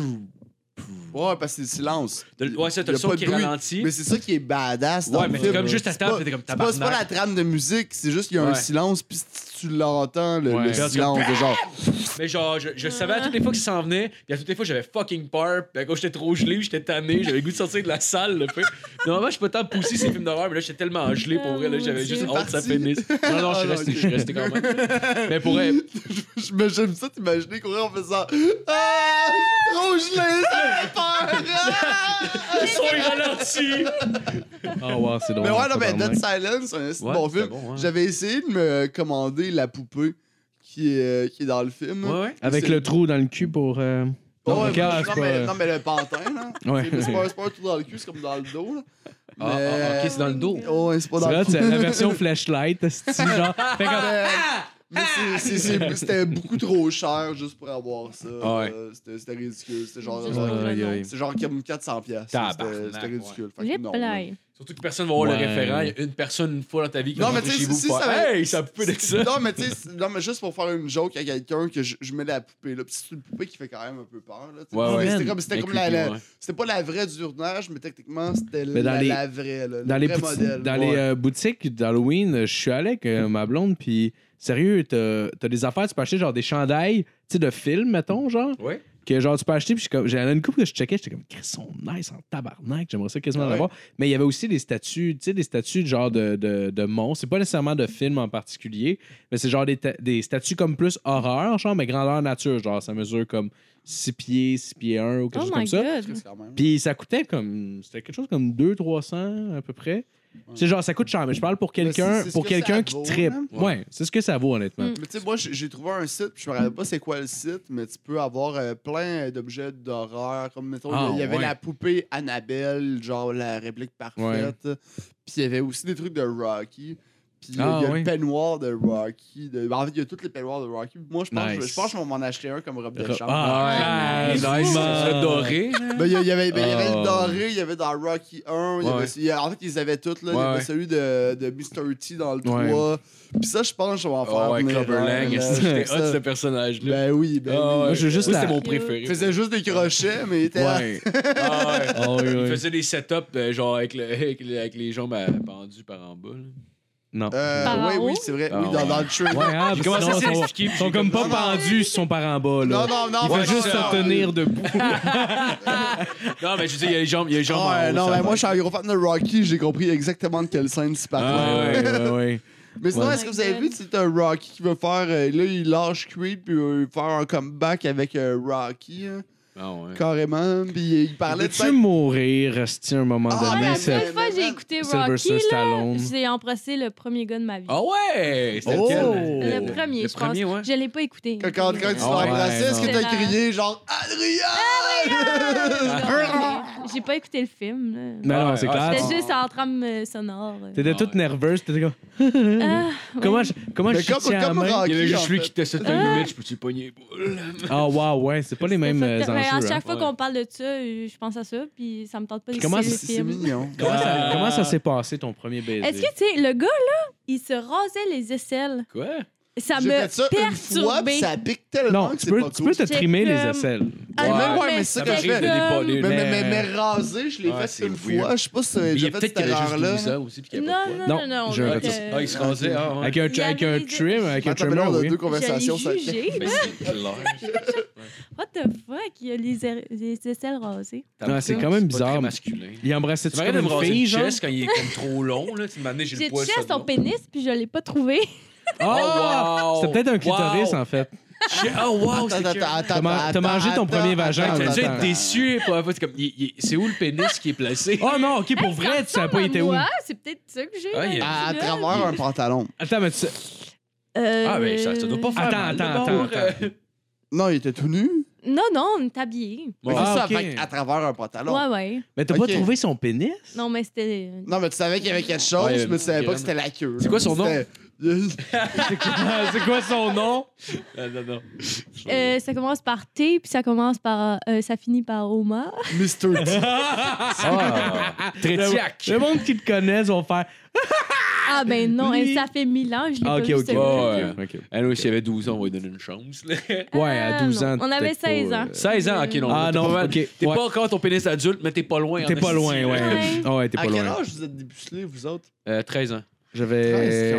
S3: Ouais, parce que c'est le silence.
S2: t'as le- ouais, ça, t'as
S3: Il y
S2: le
S3: a
S2: son
S3: pas de
S2: qui
S3: bruit.
S2: ralentit.
S3: Mais c'est ça qui est badass dans
S2: Ouais,
S3: le
S2: mais t'es
S3: film.
S2: comme juste à
S3: C'est
S2: table,
S3: pas-
S2: t'es comme
S3: c'est pas- C'est pas la
S2: tabarnak.
S3: trame de musique, c'est juste qu'il y a un
S2: Ouais.
S3: silence, puis si tu l'entends, le,
S4: Ouais.
S3: le
S4: Puis là,
S2: tu
S3: silence, de genre.
S2: Mais genre, je, je savais à
S3: Ah.
S2: toutes les fois qu'il s'en venait, puis à toutes les fois, j'avais fucking peur, puis à cause j'étais trop gelé, j'étais tanné, j'avais le goût de sortir de la salle, le peu. Normalement, je suis pas tant poussé ces films d'horreur, mais là, j'étais tellement gelé, pour vrai, là, j'avais juste
S3: C'est
S2: honte que ça
S3: Oh parti.
S2: finisse. Non, non, je suis
S3: Ah,
S2: resté,
S3: ok.
S2: je suis resté quand même. Mais pour vrai,
S3: J'imagine- J'aime ça t'imaginer courir en faisant Ah! Trop gelé, ça fait peur! Ah!
S2: le son il ralentit.
S4: Ah ouais, c'est drôle.
S3: Mais ouais, non, mais
S4: tabarnak.
S3: Dead Silence, c'est un esti de
S2: Ouais,
S3: bon
S2: c'était
S3: film.
S2: bon, ouais.
S3: J'avais essayé de me commander la poupée qui est, euh, qui est dans le film.
S2: Ouais, ouais.
S4: Avec
S3: c'est-
S4: le trou dans le cul pour. euh,
S3: Ouais,
S4: Non,
S3: mais-
S4: regarde,
S3: non,
S4: c'est
S3: mais,
S4: pas-
S3: non, mais le pantin, là.
S4: Ouais.
S3: C'est- C'est pas, c'est pas un trou dans le cul, c'est comme dans le dos, là.
S2: Ah, ah, ok, c'est dans le dos.
S3: Oh, ouais, c'est pas
S4: C'est
S3: dans
S4: vrai,
S3: le
S2: Ah,
S4: c'est la version flashlight, c'est genre. Fait comme-
S3: Mais- Mais c'est- c'est- c'est- c'était beaucoup trop cher juste pour avoir ça.
S2: Ah ouais.
S3: Euh, c'était c'était ridicule. C'était genre,
S5: Juste
S3: genre-
S5: pour le
S7: aïe,
S5: nom.
S7: aïe.
S3: c'est genre comme 400$. piastres. C'était
S2: Tabarnak,
S3: c'était ridicule. Fait que
S5: Lip
S3: non,
S5: line.
S2: Surtout que personne va voir
S7: Ouais.
S2: le référent. Il y a une personne une fois dans ta vie qui
S3: Non,
S2: va
S3: mais
S2: rentrer
S3: tu
S2: chez
S3: sais, si-
S2: vous
S3: si
S2: pour
S3: ça
S2: faire,
S3: va-
S2: Hey, ça peut de ça.
S3: Non, mais tu sais, c'est- non, mais juste pour faire une joke à quelqu'un que je, je mets la poupée là. Puis c'est une poupée qui fait quand même un peu peur. là, tu sais.
S2: Ouais, ouais.
S3: Mais C'était comme, c'était
S2: Mais
S3: comme la,
S2: creepy,
S3: la-
S2: ouais.
S3: c'était pas la vraie du tournage, mais techniquement, c'était
S4: Mais dans
S3: la,
S4: les-
S3: la vraie. Là,
S4: dans
S3: le
S4: les,
S3: vrai
S4: petits-
S3: modèle.
S4: dans
S3: Ouais.
S4: les euh, boutiques d'Halloween, euh, je suis allé avec euh, ma blonde, puis sérieux, t'as t'as des affaires, tu peux acheter genre des chandails, tu sais, de films, mettons, genre,
S2: Ouais.
S4: que genre tu peux acheter, puis je suis comme- j'en ai une coupe que je checkais, j'étais comme, Chris, sont nice en tabarnak, j'aimerais ça quasiment
S3: Ah ouais.
S4: l'avoir. Mais il y avait aussi des statues, tu sais, des statues de genre de, de, de monstres, c'est pas nécessairement de films en particulier, mais c'est genre des, ta- des statues comme plus horreur, genre, mais grandeur nature, genre, ça mesure comme 6 pieds, 6 pieds 1 ou quelque
S5: Oh
S4: chose comme
S5: my
S4: ça.
S5: god.
S3: C'est quand même-
S4: Puis ça coûtait comme. C'était quelque chose comme 200-300 à peu près. C'est genre, ça coûte cher, mais je parle pour
S3: Mais
S4: quelqu'un
S3: Ben, c'est- c'est ce
S4: pour
S3: que
S4: quelqu'un
S3: ça
S4: qui
S3: vaut,
S4: tripe.
S3: hein?
S4: Ouais, c'est ce que ça vaut, honnêtement.
S5: Mm.
S3: Mais tu sais, moi, j'ai j'ai trouvé un site, puis je me rappelle pas c'est quoi le site, mais tu peux avoir euh, plein d'objets d'horreur. Comme, mettons,
S4: Ah,
S3: il y avait
S4: ouais.
S3: la poupée Annabelle, genre la réplique parfaite. Puis il y avait aussi des trucs de Rocky. Puis il y a-
S4: Ah,
S3: il y a
S4: ouais.
S3: le peignoir de Rocky. De... En fait, il y a tous les peignoirs de Rocky. Moi, je pense,
S4: Nice.
S3: je, pense que je vais m'en acheter un comme robe de
S4: Ro-
S3: chambre.
S4: Ah,
S2: Ouais.
S4: nice.
S2: Nice. Ça doré.
S3: Ben, il y, a- il y avait, ben, il y avait
S4: Ah.
S3: le doré, il y avait dans Rocky 1, il y
S2: Ouais.
S3: avait, il y a- en fait, ils avaient tout, là. il y
S2: Ouais,
S3: avait
S2: ouais.
S3: celui de, de Mr. T dans le
S4: Ouais. Ah,
S3: 3. Puis ça, je pense que je vais en faire
S2: Oh, ouais,
S3: venir un,
S2: Cloverlang.
S3: là,
S2: J'étais
S3: ça.
S2: hot, ce personnage-là.
S3: Ben oui, ben
S2: Ah,
S3: oui.
S2: ouais.
S4: Moi, j'ai juste
S2: Moi,
S4: la-
S2: C'était mon préféré.
S3: Il faisait juste des crochets, mais il était.
S4: Ouais.
S2: Ah, ouais.
S4: Ah oui, oui.
S2: Il faisait des setups euh, genre avec, le- avec le- avec les jambes euh, pendues par en bas. là.
S4: Non.
S3: Euh,
S5: Par
S3: oui,
S5: en
S3: oui,
S5: haut?
S3: c'est vrai.
S2: Ah,
S3: oui, dans,
S2: ouais.
S3: dans le trailer.
S4: Ouais, hein,
S2: J'ai
S4: parce
S2: commencé
S4: que
S2: à
S4: sinon, ils sont,
S2: s'expliquer, puis
S4: sont
S2: j'ai
S4: comme
S2: fait,
S4: pas
S3: non, non.
S4: pendus sur son parent en bas. Là.
S3: Non, non, non.
S4: Il
S3: ouais,
S4: fait juste
S3: non,
S4: se
S3: non.
S4: tenir debout.
S2: Non, mais je veux dire, il y a les jambes. Il y a les jambes
S3: Ah,
S2: en haut,
S3: non,
S2: ça
S3: mais
S2: va.
S3: moi, je suis un gros fan de Rocky, j'ai compris exactement de quelle scène se parlait.
S2: Ah, ouais.
S4: ouais, ouais.
S3: Mais sinon,
S4: Ouais.
S3: est-ce que vous avez vu, c'est un Rocky qui veut faire. euh, là, il lâche Creed, puis il veut faire un comeback avec euh, Rocky, hein,
S2: Ah, ouais.
S3: carrément. Puis il parlait de ça.
S4: tu mourir, resti à un moment
S3: ben- Ah, ben,
S5: Ah,
S4: donné?
S5: la
S3: mais
S4: c'est-
S3: c'est-
S5: seule fois que j'ai écouté
S4: Sylvester
S5: ben, Rocky, là,
S4: Stallone.
S5: j'ai embrassé le premier gars de ma vie.
S2: Ah ouais! C'était
S4: Oh!
S2: lequel?
S5: Le premier,
S2: Le
S5: je pense.
S2: premier, ouais.
S5: Je l'ai pas écouté.
S3: Quand, quand, quand tu
S5: Euh,
S3: t'es
S2: Ah, ouais,
S3: embrassé, est-ce que
S5: non.
S3: t'as crié genre Adrien
S5: J'ai pas écouté le film. là.
S4: Non, non,
S2: Ouais,
S4: c'est
S2: ouais,
S4: clair.
S5: C'était
S2: Ah.
S5: juste en trame euh, sonore. euh.
S4: T'étais
S2: Ah,
S4: toute
S2: ouais.
S4: nerveuse. T'étais comme.
S5: Ah, ouais.
S4: Comment je, comment
S3: Mais
S4: je
S3: comme,
S4: tiens la
S3: comme
S4: main?
S3: Rocky.
S2: Il y avait
S3: en
S2: juste lui
S3: fait.
S2: qui testait une limite, je peux-tu le pogner?
S4: Ah, waouh, ouais, c'est pas les mêmes euh,
S5: Mais
S4: enjeux.
S5: à
S4: hein.
S5: chaque fois
S2: Ouais.
S5: qu'on parle de ça, euh, je pense à ça, puis ça me tente pas de
S4: Puis comment
S5: citer le
S4: c'est-
S3: C'est
S5: film.
S3: mignon.
S4: Comment
S2: Ah!
S4: ça, comment ça s'est passé ton premier baiser?
S5: Est-ce que, tu sais, le gars, là, il se rasait les aisselles.
S2: Quoi?
S5: Ça
S3: J'ai fait
S5: me
S3: ça une fois,
S5: perturbait.
S3: puis ça pique tellement
S4: Non,
S3: que
S4: tu
S3: c'est
S4: peux,
S3: pas
S4: tu
S3: cool.
S4: peux te
S5: Check,
S4: trimer les
S5: euh,
S4: aisselles.
S5: Ah
S2: Ouais,
S5: non,
S3: ouais, mais ça,
S5: c'était
S2: m'arrive de
S5: comme-
S2: déballer.
S3: Mais,
S4: Mais-
S3: mais, mais, mais rasé, je l'ai
S2: Ouais,
S3: fait
S2: c'est
S3: une
S2: weird.
S3: fois. Je sais pas si j'ai
S2: Il y a
S3: déjà fait
S2: peut-être
S3: cette
S2: qu'il avait juste
S3: erreur-là.
S2: 12 ans aussi, puis qu'il avait pas
S5: Non,
S2: de poils.
S5: non, non,
S4: Non,
S5: non.
S4: je
S5: donc,
S2: Ah, il
S5: euh,
S2: se- ah, il se rasait. Ah, ouais.
S4: Avec un,
S5: Il y
S4: avec
S5: avait
S4: un
S5: des-
S4: trim, avec un
S3: Attends, mais là,
S4: trimmer,
S3: on a
S4: oui.
S3: deux
S5: je l'ai
S3: conversations. ça-
S5: jugé,
S2: Mais
S5: là.
S2: Ben, c'est clair.
S5: What the fuck? Il a les, air- les aisselles rasées.
S4: Non, c'est quand même
S2: pas
S4: bizarre.
S2: très masculin.
S4: Il embrassait
S2: Tu
S4: tu
S2: m'arrêtes de
S4: comme
S2: me
S4: une
S2: raser
S4: fille,
S2: le
S4: genre?
S2: chest quand il est comme trop long, là. Tu m'as donné, j'ai
S5: J'ai
S2: le poil
S5: touché
S2: sur
S5: à
S2: le
S5: son
S2: long.
S5: pénis, Oh, puis je l'ai pas trouvé.
S4: Ah!
S2: wow!
S4: C'était peut-être un clitoris, en fait.
S2: J'ai- Oh, wow!
S3: Attends,
S2: c'est
S3: attends,
S2: que-
S3: attends,
S4: T'as ma- t'as
S3: attends,
S4: mangé ton
S3: attends,
S4: premier vagin,
S3: attends,
S2: T'as
S4: en
S2: déjà
S4: même
S2: été
S4: temps.
S2: déçu pour la fois, c'est comme, il- il- c'est où le pénis qui est placé?
S4: Oh non, ok, pour vrai, tu savais pas, il était où?
S5: Ouais, c'est peut-être ça que j'ai.
S2: Ah,
S5: là,
S2: il y a-
S3: À
S5: tu vois.
S3: travers un pantalon.
S4: Attends, mais tu sais.
S5: Euh,
S2: Ah, mais ça, ça doit pas faire.
S4: Attends,
S2: mal,
S4: attends,
S2: d'abord,
S4: attends,
S2: euh,
S3: Non, il était tout nu.
S5: Non, non, on est habillés.
S2: bon.
S3: C'est ça,
S4: Ah, ok.
S3: fait que à travers un pantalon.
S5: Ouais, ouais.
S4: Mais t'as pas
S3: Ok.
S4: trouvé son pénis?
S5: Non, mais c'était.
S3: Non, mais tu savais qu'il y avait
S2: Ouais,
S3: quelque
S2: il y
S3: chose,
S2: a
S3: mais tu savais
S2: une
S3: pas
S2: graine.
S3: que c'était la queue. euh,
S2: C'est quoi son nom?
S3: nom?
S4: C'est quoi, c'est quoi son nom?
S2: Ah, non, non.
S5: Euh, ça commence par T, puis ça commence par. euh, ça finit par Oma.
S3: Mr. T.
S2: Ah, Trétiac.
S4: Le, le monde qui te connaît, ils vont faire.
S5: Ah, ben non,
S4: Lui-
S5: hein, ça fait mille ans, je l'ai
S4: Ah,
S5: pas
S4: ok,
S5: vu,
S4: ok.
S5: ce
S2: Ouais,
S5: gars.
S2: ouais.
S4: ok, ok.
S2: Ah, oui, s'il y avait 12 ans, on va lui donner une chance. là.
S4: Ouais, à
S5: Ah,
S4: 12
S5: non.
S4: ans.
S5: On avait
S4: peut-être pas,
S5: 16 ans.
S4: euh,
S2: 16 ans, ok, non.
S4: Ah,
S2: t'es
S4: non,
S2: pas mal-
S4: ok,
S2: T'es
S4: ouais.
S2: pas encore ton pénis adulte, mais t'es pas loin.
S4: T'es
S2: en
S4: pas
S2: esti,
S4: loin,
S2: là.
S4: ouais.
S5: Ouais.
S4: Ah Ouais, t'es
S3: À
S4: pas
S3: quel
S4: loin.
S3: âge vous êtes dépucelés, vous autres?
S2: Euh, 13 ans.
S4: J'avais.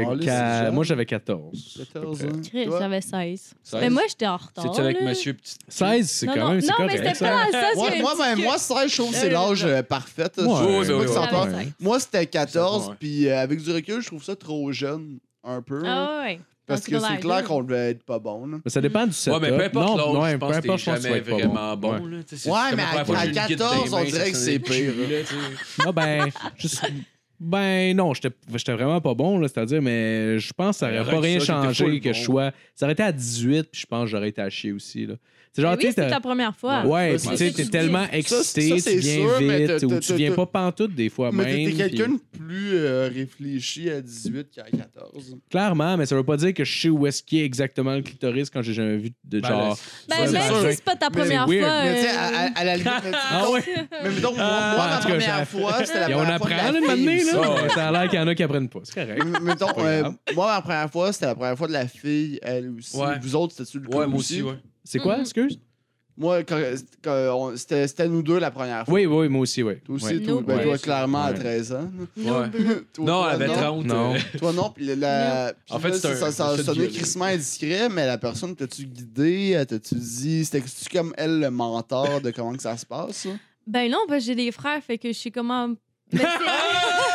S3: Treize,
S4: qua-
S3: c'est
S4: Moi, j'avais 14.
S3: 14 ans.
S5: Chris,
S3: Toi?
S5: j'avais 16.
S2: 16.
S5: Mais moi, j'étais en retard.
S2: C'est-tu avec
S5: là.
S2: monsieur petit.
S4: 16, c'est
S5: Non,
S4: quand
S5: non,
S4: même. c'est
S5: non, mais
S4: correct,
S5: c'était
S4: ça.
S5: pas ça.
S3: Moi, moi, ben, moi, 16, je trouve que c'est l'âge euh, parfait.
S4: Ouais,
S3: Je sais
S2: ouais,
S3: pas si
S2: ouais,
S3: c'est
S5: ouais.
S3: encore-
S5: Ouais.
S3: Moi, c'était
S2: C'est
S3: 14,
S2: bon, ouais.
S3: puis euh, avec du recul, je trouve ça trop jeune, un peu. là.
S5: Ah, ouais.
S3: parce que c'est clair qu'on devait être pas bon. là.
S4: Mais ça dépend du setup.
S2: Ouais, mais peu importe l'âge,
S4: non, ouais,
S2: je pense
S4: peu
S2: que t'es
S4: importe, je pense que tu vas
S2: jamais
S4: être pas
S2: vraiment bon.
S4: Ouais.
S2: là, tu sais, c'est
S3: Ouais,
S2: comme
S3: mais
S2: la
S3: à-
S2: première fois que
S3: à
S2: j'ai eu une guide dans les
S3: 14, on
S2: mains, ça
S3: dirait que
S2: sonnait
S3: c'est
S2: le cul,
S3: pire. hein.
S2: là, tu sais.
S4: Ah, ben, juste- ben non, j'étais j'étais vraiment pas bon, là, c'est-à-dire, mais je pense que ça aurait
S2: Arrête
S4: pas rien
S2: ça, t'étais
S4: changé
S2: full
S4: que je
S2: bon.
S4: sois. Ça aurait été à 18, puis je pense que j'aurais été à chier aussi. Là. C'est genre,
S5: Mais
S4: tu
S5: Eh oui,
S4: sais,
S5: c'est
S4: t'as-
S5: ta première fois.
S4: Ouais, puis
S3: Ça,
S4: tu
S5: c'est
S4: sais,
S5: ce que
S4: t'es
S5: tu
S4: tellement
S5: dis.
S4: excité,
S3: Ça, ça, c'est
S4: tu viens
S3: sûr, mais
S4: vite,
S3: t'as-
S4: ou
S3: t'as-
S4: tu viens
S3: t'as-
S4: pas pantoute des fois
S3: Mais
S4: même.
S3: t'étais quelqu'un
S4: puis-
S3: de plus euh, réfléchi à 18 qu'à 14.
S4: Clairement, mais ça veut pas dire que je sais où est-ce qu'il est exactement le clitoris quand j'ai jamais vu de
S2: Ben,
S4: genre.
S5: Ben,
S4: Ouais,
S5: même
S4: c'est sûr.
S5: si c'est pas ta
S3: Mais
S5: première
S4: c'est
S5: fois.
S3: Mais tu sais, à,
S5: euh,
S3: à- à la limite. mais-
S4: Ah ouais?
S3: Mais mettons, moi,
S4: Ah,
S3: moi,
S4: en
S3: ma
S4: tout cas, ça-
S3: première fois, c'était la
S4: Et on
S3: première fois. de
S4: apprend là,
S3: la
S4: de
S3: fille,
S4: m'amener,
S3: ça.
S4: là. Ça a l'air qu'il y en a qui apprennent pas. C'est correct.
S3: M- Mettons,
S4: pas
S3: euh,
S4: grave.
S3: moi, ma première fois, c'était la première fois de la fille, elle aussi.
S2: Ouais.
S3: Vous autres, c'était-tu le cas
S2: Ouais, moi aussi, ouais.
S4: C'est quoi,
S5: Mhm.
S4: excuse?
S3: Moi, quand- quand on- c'était c'était nous deux la première fois.
S4: Oui, oui, moi aussi, oui.
S3: Toi aussi,
S4: Ouais.
S3: toi,
S5: Nope.
S3: ben, toi,
S5: Ouais.
S3: clairement, à
S4: Ouais.
S3: 13 ans.
S2: Ouais.
S3: Toi,
S2: Non,
S3: toi,
S2: elle avait 30.
S4: Non.
S2: euh,
S3: Toi non, puis la... puis
S2: En fait,
S3: là,
S2: c'est un-
S3: ça,
S2: un
S3: ça
S2: fait
S3: sonnait
S2: violé.
S3: crissement indiscret, mais la personne t'as-tu guidé, Elle t'as-tu dit, c'était tu comme elle le mentor de comment que ça se passe ça?
S5: Ben non, ben j'ai des frères, fait que je suis comment. Ben, c'est-
S2: euh,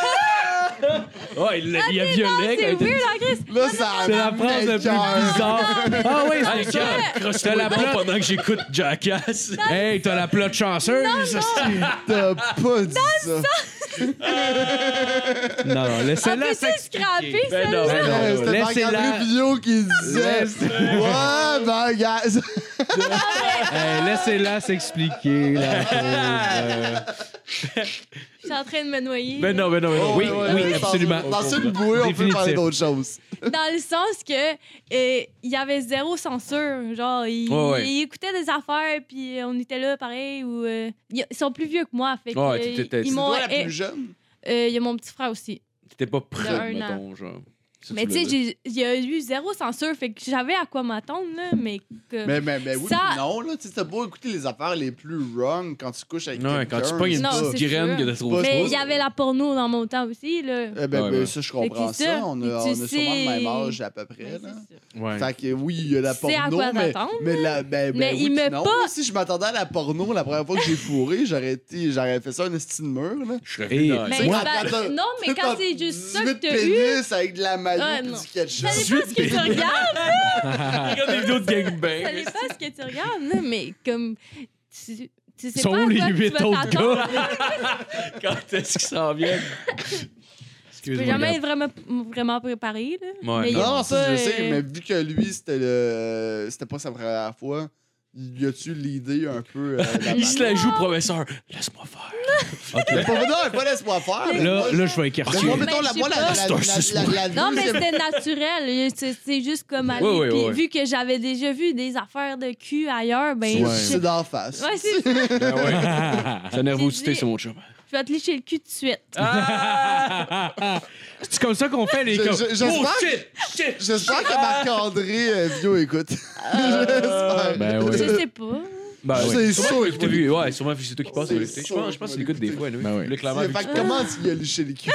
S4: Oh, il l'a- il a violé.
S5: c'est
S4: quand il était-
S5: weird, en Christ.
S3: Là, ça
S4: C'est la phrase la plus bizarre. Ah oui,
S2: Hey,
S4: c'est ça.
S2: gars,
S4: T'as
S2: crosse-toi
S4: la
S2: la
S4: plate.
S2: pendant que j'écoute Jackass.
S4: Hey, t'as la plot chanceuse.
S3: T'as pas dit ça.
S4: Non, non,
S5: En
S4: laissez-la
S5: plus, c'est scrappé,
S2: Ben
S5: celle-là.
S2: non,
S4: Ben non,
S3: Euh, C'était
S4: laissez-la.
S3: Marc-André Villot qui disait
S4: Laisse-
S3: Ouais, ben, gars.
S4: Hey, Laissez-la s'expliquer. la euh. pauvre.
S5: Je suis en train de me noyer.
S2: Ben non, ben non, ben non.
S4: Oui,
S3: Oh, Ouais,
S4: oui,
S3: ouais, dans-
S4: absolument.
S3: Dans une bouée, on peut
S4: Définitif.
S3: parler d'autre chose.
S5: Dans le sens que euh, il y avait zéro censure. Genre, ils
S2: Ouais, ouais.
S5: ils écoutaient des affaires, puis euh, on était là pareil. Ou, euh, ils ils sont plus vieux que moi, fait que,
S2: Ouais,
S5: euh,
S2: t'étais-
S5: ils
S2: c'est
S5: m'ont.
S3: Toi, la
S5: eh,
S3: plus jeune.
S5: euh, Il y a mon petit frère aussi.
S2: T'étais pas
S5: De
S2: prêt,
S5: un an.
S2: mettons, genre. Ça,
S5: Mais tu
S2: l'as
S5: sais,
S2: dit.
S5: j'ai- il y a eu zéro censure, fait que j'avais à quoi m'attendre, là, mais comme.
S3: Mais, mais, mais oui,
S5: Ça-
S3: puis non, là, tu sais, t'as beau écouter les affaires les plus wrong quand tu couches avec
S2: Non,
S3: quelqu'un.
S2: quand tu pognes une
S5: Non,
S2: petite
S5: c'est
S2: graine
S5: sûr.
S2: que t'as trouvé.
S3: c'est
S5: Mais
S3: pas-
S5: il y avait la porno dans mon temps aussi, là.
S3: Eh ben,
S2: Ouais,
S3: ben,
S2: ouais.
S3: ça, je
S5: Fait
S3: comprends
S5: que
S3: ça.
S5: c'est ça.
S3: On
S5: Puis
S3: a,
S5: tu
S3: on a sûrement le
S5: sais-
S3: même âge à peu près.
S5: Ben,
S3: Là.
S5: c'est ça.
S4: Ouais.
S3: Fait que oui, il y a la
S5: Tu sais à
S3: porno,
S5: quoi
S3: mais,
S5: t'attendre,
S3: mais, la, ben, ben
S5: Mais
S3: oui,
S5: il
S3: puis
S5: me
S3: non.
S5: pas-
S3: Moi, Si je m'attendais à la porno la première fois que j'ai fourré, j'aurais été- j'aurais fait ça un esti de mur. Là.
S2: Je serais
S4: Et-
S2: venu dans-
S5: Mais
S3: C'est
S5: ben,
S3: quand t'as-
S5: non, mais quand
S3: T'as
S5: c'est juste ça que
S3: 18
S5: t'as eu,
S3: pénis avec de la maillot
S5: Ah,
S3: et
S5: non.
S3: du ketchup.
S5: ça dépend ce que tu regardes,
S2: Regarde des vidéos de
S5: ça
S2: gangbang.
S5: dépend ce que tu regardes, là, mais comme. Tu, tu sais
S4: Sont
S5: pas à
S4: où les
S5: quoi tu
S4: huit
S5: vas
S4: autres
S5: t'attendre.
S2: Quand est-ce qu'ils s'en viennent?
S5: Tu peux
S4: Excuse-moi. regarde.
S5: jamais être vraiment, vraiment préparé, là.
S2: Ouais,
S5: mais il y a
S3: Non, ça,
S5: pas,
S3: je sais,
S5: euh,
S3: mais vu que lui, c'était le... c'était pas sa première fois, y a-tu l'idée un peu. euh, la
S2: Il se la joue, professeur. Laisse-moi faire.
S3: Mais pas, non, pas laisse-moi faire. mais moi,
S4: Là,
S3: je-
S4: là, je vais écarter.
S3: Mais moi,
S5: Mais
S3: mettons,
S5: je
S3: la,
S5: sais
S3: moi, la,
S5: pas.
S3: la, la, la, la,
S5: Non, mais
S3: deuxième-
S5: c'était naturel. C'est c'est juste comme aller.
S2: Ouais, ouais,
S5: puis
S2: ouais.
S5: Vu que j'avais déjà vu des affaires de cul ailleurs, ben.
S3: c'est-
S4: Ouais.
S3: c'est d'en face.
S5: Ouais, c'est ça.
S2: Sa
S5: J'ai
S2: nervosité,
S5: dit-
S2: c'est mon chum.
S5: Je vais te licher le cul tout de suite.
S4: Ah! C'est comme ça qu'on fait les
S3: Je-
S4: co-
S3: je- j'espère
S4: Oh,
S3: que-
S4: shit! Shit!
S3: J'espère que
S5: Ah.
S3: Marc-André euh, Vio écoute. J'espère.
S4: Ben oui.
S5: Je sais pas.
S2: Bah,
S3: C'est sûr
S2: sûrement
S3: que
S2: que t'as vu. Ouais, sûrement que c'est toi qui passe.
S3: C'est
S2: sur les- Je
S3: sûr
S2: pense je pense
S3: que
S2: qu'il écoute des fois.
S4: Ben oui.
S2: Le clairement.
S3: C'est-
S2: vu
S3: Fait
S2: que-
S3: que comment tu y as léché les culs?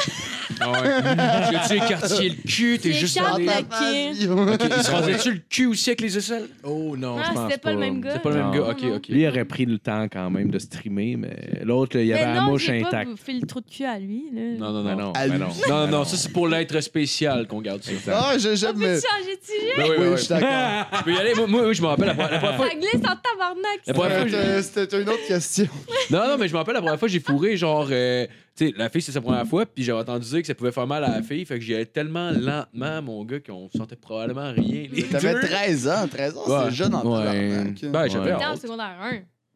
S2: Ah ouais. J'ai-tu écarté le cul? T'es
S5: C'est
S2: juste
S5: Charles
S2: dans
S5: Black.
S2: la
S5: Plaqué.
S3: Vio.
S2: Il se rasait-tu le cul aussi avec les aisselles?
S4: Oh non,
S5: Ah,
S4: je pense
S5: c'était pas le même gars.
S2: C'est pas le même
S4: Non.
S2: gars. Ok, ok.
S4: Lui, il aurait pris le temps quand même de streamer, mais l'autre, là, il y avait
S5: Mais
S4: la
S5: non,
S4: mouche
S5: j'ai pas
S4: intacte.
S5: fait le trou de cul à lui. Là.
S2: Non, non,
S4: Non,
S2: non.
S4: non,
S3: À
S4: ben
S3: lui.
S4: non.
S2: Non,
S4: ben
S2: non, ça c'est pour l'être spécial qu'on garde ça.
S4: Exact.
S3: Ah, je-
S5: On
S3: j'aime.
S5: peut
S3: mais-
S5: changer de sujet?
S2: Ben oui,
S3: Oui,
S2: oui,
S3: je
S2: oui.
S3: suis d'accord.
S2: Tu peux y aller? Moi, moi, oui, je me rappelle la première la première fois.
S5: Ça glisse en tabarnak.
S2: La
S5: ça.
S2: première fois, j'ai-
S3: Euh, C'était une autre question.
S2: Non, non, mais je me rappelle la première fois, j'ai fourré, genre, euh, tu sais, la fille, c'était sa première fois, puis j'avais entendu dire que ça pouvait faire mal à la fille, fait que j'y allais tellement lentement, mon gars, qu'on sentait probablement rien. les
S3: T'avais
S2: deux.
S3: 13 ans. 13 ans,
S2: Ouais.
S3: c'est jeune en
S4: Ouais.
S3: tabarnak.
S2: Ben, j'avais
S4: Ouais.
S5: J'étais en
S2: hâte.
S5: secondaire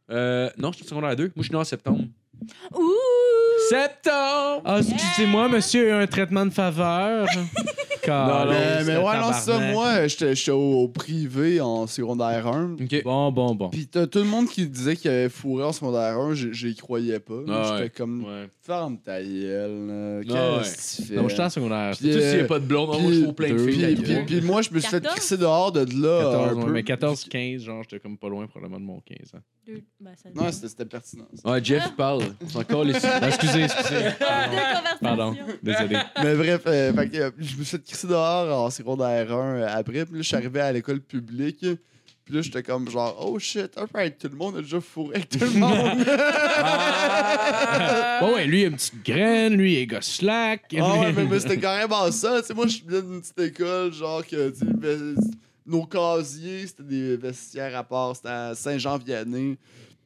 S5: 1.
S2: Euh, non, je suis en secondaire 2. Moi, je suis né en septembre.
S5: Ouh!
S2: Septembre!
S4: Ah, excusez-moi, monsieur, un traitement de faveur.
S2: Non, non,
S3: Mais,
S4: Caliste,
S3: mais ouais, non, c'est ça,
S4: tabarnak.
S3: moi, j'étais j'étais au, au privé en secondaire 1.
S2: Ok.
S4: Bon, bon, bon.
S3: Pis t'as tout le monde qui disait qu'il avait fourré en secondaire 1, j'ai- j'y croyais pas.
S2: Ah
S3: J'étais
S2: ouais.
S3: comme,
S2: Ouais.
S3: ferme ta gueule, là.
S2: Ah
S3: qu'est-ce que tu fais?
S4: Non, moi, je suis en secondaire.
S3: Puis,
S2: Tu sais,
S3: euh,
S2: s'il n'y a pas de blonde, moi,
S3: puis-
S2: je trouve plein de
S4: deux,
S2: filles.
S3: Puis,
S2: la
S3: puis-
S2: gueule.
S3: puis moi, je me suis fait
S5: 14?
S3: crisser dehors de là.
S4: 14,
S3: ah, un
S4: ouais,
S3: peu.
S4: mais 14, 15, genre, j'étais comme pas loin probablement de mon hein. 15 ans.
S5: Deux. Ben, ça
S3: Non, c'était c'était pertinent. ça.
S2: Ouais, Jeff parle. C'est encore les.
S4: Ah, excusez, excusez.
S5: Deux conversations.
S4: Pardon, désolé.
S3: mais bref, euh, fait que, euh, je me suis fait crisser dehors en secondaire 1 euh, après. Puis là, je suis arrivé à l'école publique. Puis là, j'étais comme genre, oh shit, alright, tout le monde a déjà fourré avec tout le monde.
S2: Ah!
S4: Bon, ouais, lui, il a une petite graine, lui, il est gars slack.
S3: Ah ouais, mais, mais c'était carrément ça. Tu sais, moi, je suis venu d'une petite école, genre que tu sais, le ves- nos casiers, c'était des vestiaires à part, c'était à Saint-Jean-Vianney.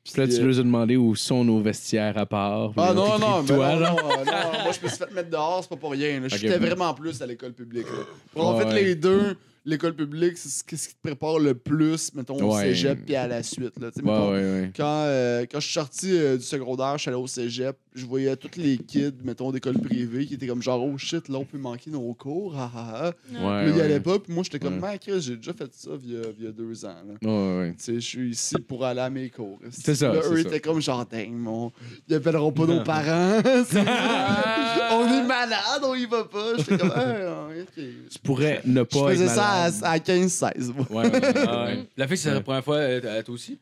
S3: Puis,
S4: Puis là, tu
S3: euh,
S4: leur as demandé où sont nos vestiaires à part.
S3: Ah non, non, mais
S4: toi,
S3: non, non, euh, non, moi je me suis fait mettre dehors, c'est pas pour rien. là.
S4: Ok,
S3: J'étais
S4: bon.
S3: vraiment plus à l'école publique. là. Bon, en
S4: Ouais,
S3: fait,
S4: ouais.
S3: les deux, l'école publique, c'est ce qui ce qui te prépare le plus, mettons, au
S8: Ouais.
S3: cégep, puis à la suite. Là, Tu sais,
S8: Ouais,
S3: mettons,
S8: ouais, ouais.
S3: Quand, euh, quand je suis sorti euh, du secondaire, je suis allé au cégep, je voyais tous les kids, mettons, d'école privée, qui étaient comme genre, oh shit, là, on peut manquer nos cours, ah ah ah.
S8: Ouais,
S3: Puis là, ils
S8: ouais.
S3: allaient pas, puis moi, j'étais comme,
S8: Ouais.
S3: man, Chris, j'ai déjà fait ça via, via deux ans.
S8: Ouais,
S3: là.
S8: ouais, ouais.
S3: Tu sais, je suis ici pour aller à mes cours.
S8: C'est ça,
S3: Là,
S8: c'est
S3: eux
S8: ça.
S3: étaient comme genre, dang, mon. Ils appelleront pas nos parents. C'est- on est malade, on y va pas. J'étais comme, ah, ok.
S4: Tu pourrais ne
S3: Je
S4: pas
S3: faisais
S4: être
S3: ça à,
S4: malade.
S3: à 15-16. moi.
S8: Ouais, ouais, ouais,
S2: Ah ouais.
S8: ouais.
S2: La fille, c'est
S8: Ouais.
S2: la première fois, euh, à toi aussi.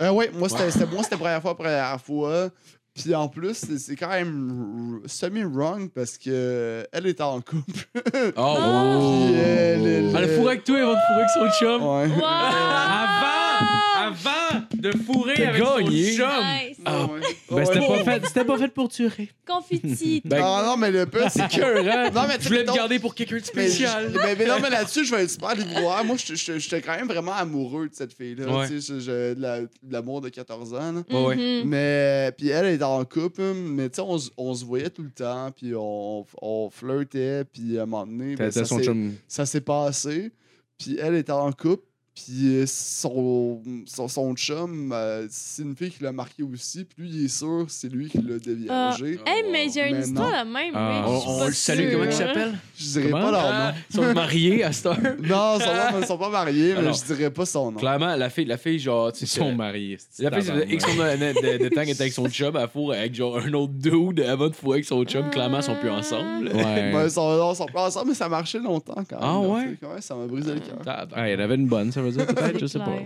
S3: Euh, ouais, moi, c'était c'était- moi, c'était première fois, première fois. Puis en plus, c'est- c'est quand même r- semi-wrong parce que elle était en couple.
S2: Oh,
S3: Euh, Puis elle, elle-
S2: Elle a fourré avec toi, elle va te fourrer avec son chum.
S3: Ouais.
S5: Wow!
S4: Avant, avant de fourrer
S8: T'as
S4: avec
S8: gagné.
S4: son chum.
S5: Nice.
S3: Ah, ouais.
S4: Ben, c'était pas
S3: Ouais.
S4: fait, c'était pas fait pour tuer.
S5: Confetti.
S8: Ben,
S3: Ah non, mais le pire, c'est que.
S2: Cœur, hein?
S3: Non, mais
S2: Je voulais
S3: mettons-
S2: me garder pour quelqu'un de
S3: Mais,
S2: spécial.
S3: mais- mais non, mais là-dessus, je vais être super dévoueur. Moi, j'étais- j'étais j'étais quand même vraiment amoureux de cette fille-là.
S2: Ouais.
S3: Tu sais, je- je- de la- de l'amour de 14 ans. là.
S2: Ouais, ouais.
S3: Mm.
S5: Mhm.
S3: Mais, puis elle est en couple, hein, mais tu sais, on, se- on se voyait tout le temps, puis on, on flirtait, puis à un moment donné, ben, ça s'est-
S8: chum.
S3: ça s'est passé, puis elle était en couple, puis euh, son, son, son chum, euh, c'est une fille qui l'a marqué aussi, puis lui, il est sûr, c'est lui qui l'a
S2: Ah.
S3: déviergé.
S5: Hey, mais j'ai une
S3: Mais
S5: histoire la même.
S4: Ah,
S5: mais je
S2: On,
S5: suis
S2: on
S5: pas
S2: le salue,
S5: sûre.
S2: comment il s'appelle?
S3: Je dirais
S4: Comment?
S3: pas leur nom.
S2: Ah, ils sont mariés à cette heure.
S3: Non, ils sont pas- ils sont pas mariés, mais
S2: Alors.
S3: je dirais pas son nom.
S2: Clairement, la fille, la fille genre, tu sais,
S4: Ils sont mariés. c'est
S2: La fille, ça faisait X nombre d'années de, de temps qu'elle était avec son chum, elle fourre avec genre un autre dude avant de fourrer avec son chum, clairement, ils sont plus ensemble.
S4: Ouais.
S3: Ben, ils sont, non, ils sont pas ensemble, mais ça marchait longtemps quand même.
S2: Ah
S3: là,
S2: ouais?
S3: tu sais, quand même, ça m'a brisé le cœur.
S2: Tabarnak.
S4: Ah, il y en avait une bonne, ça veut dire peut-être, je sais pas.
S5: Claire.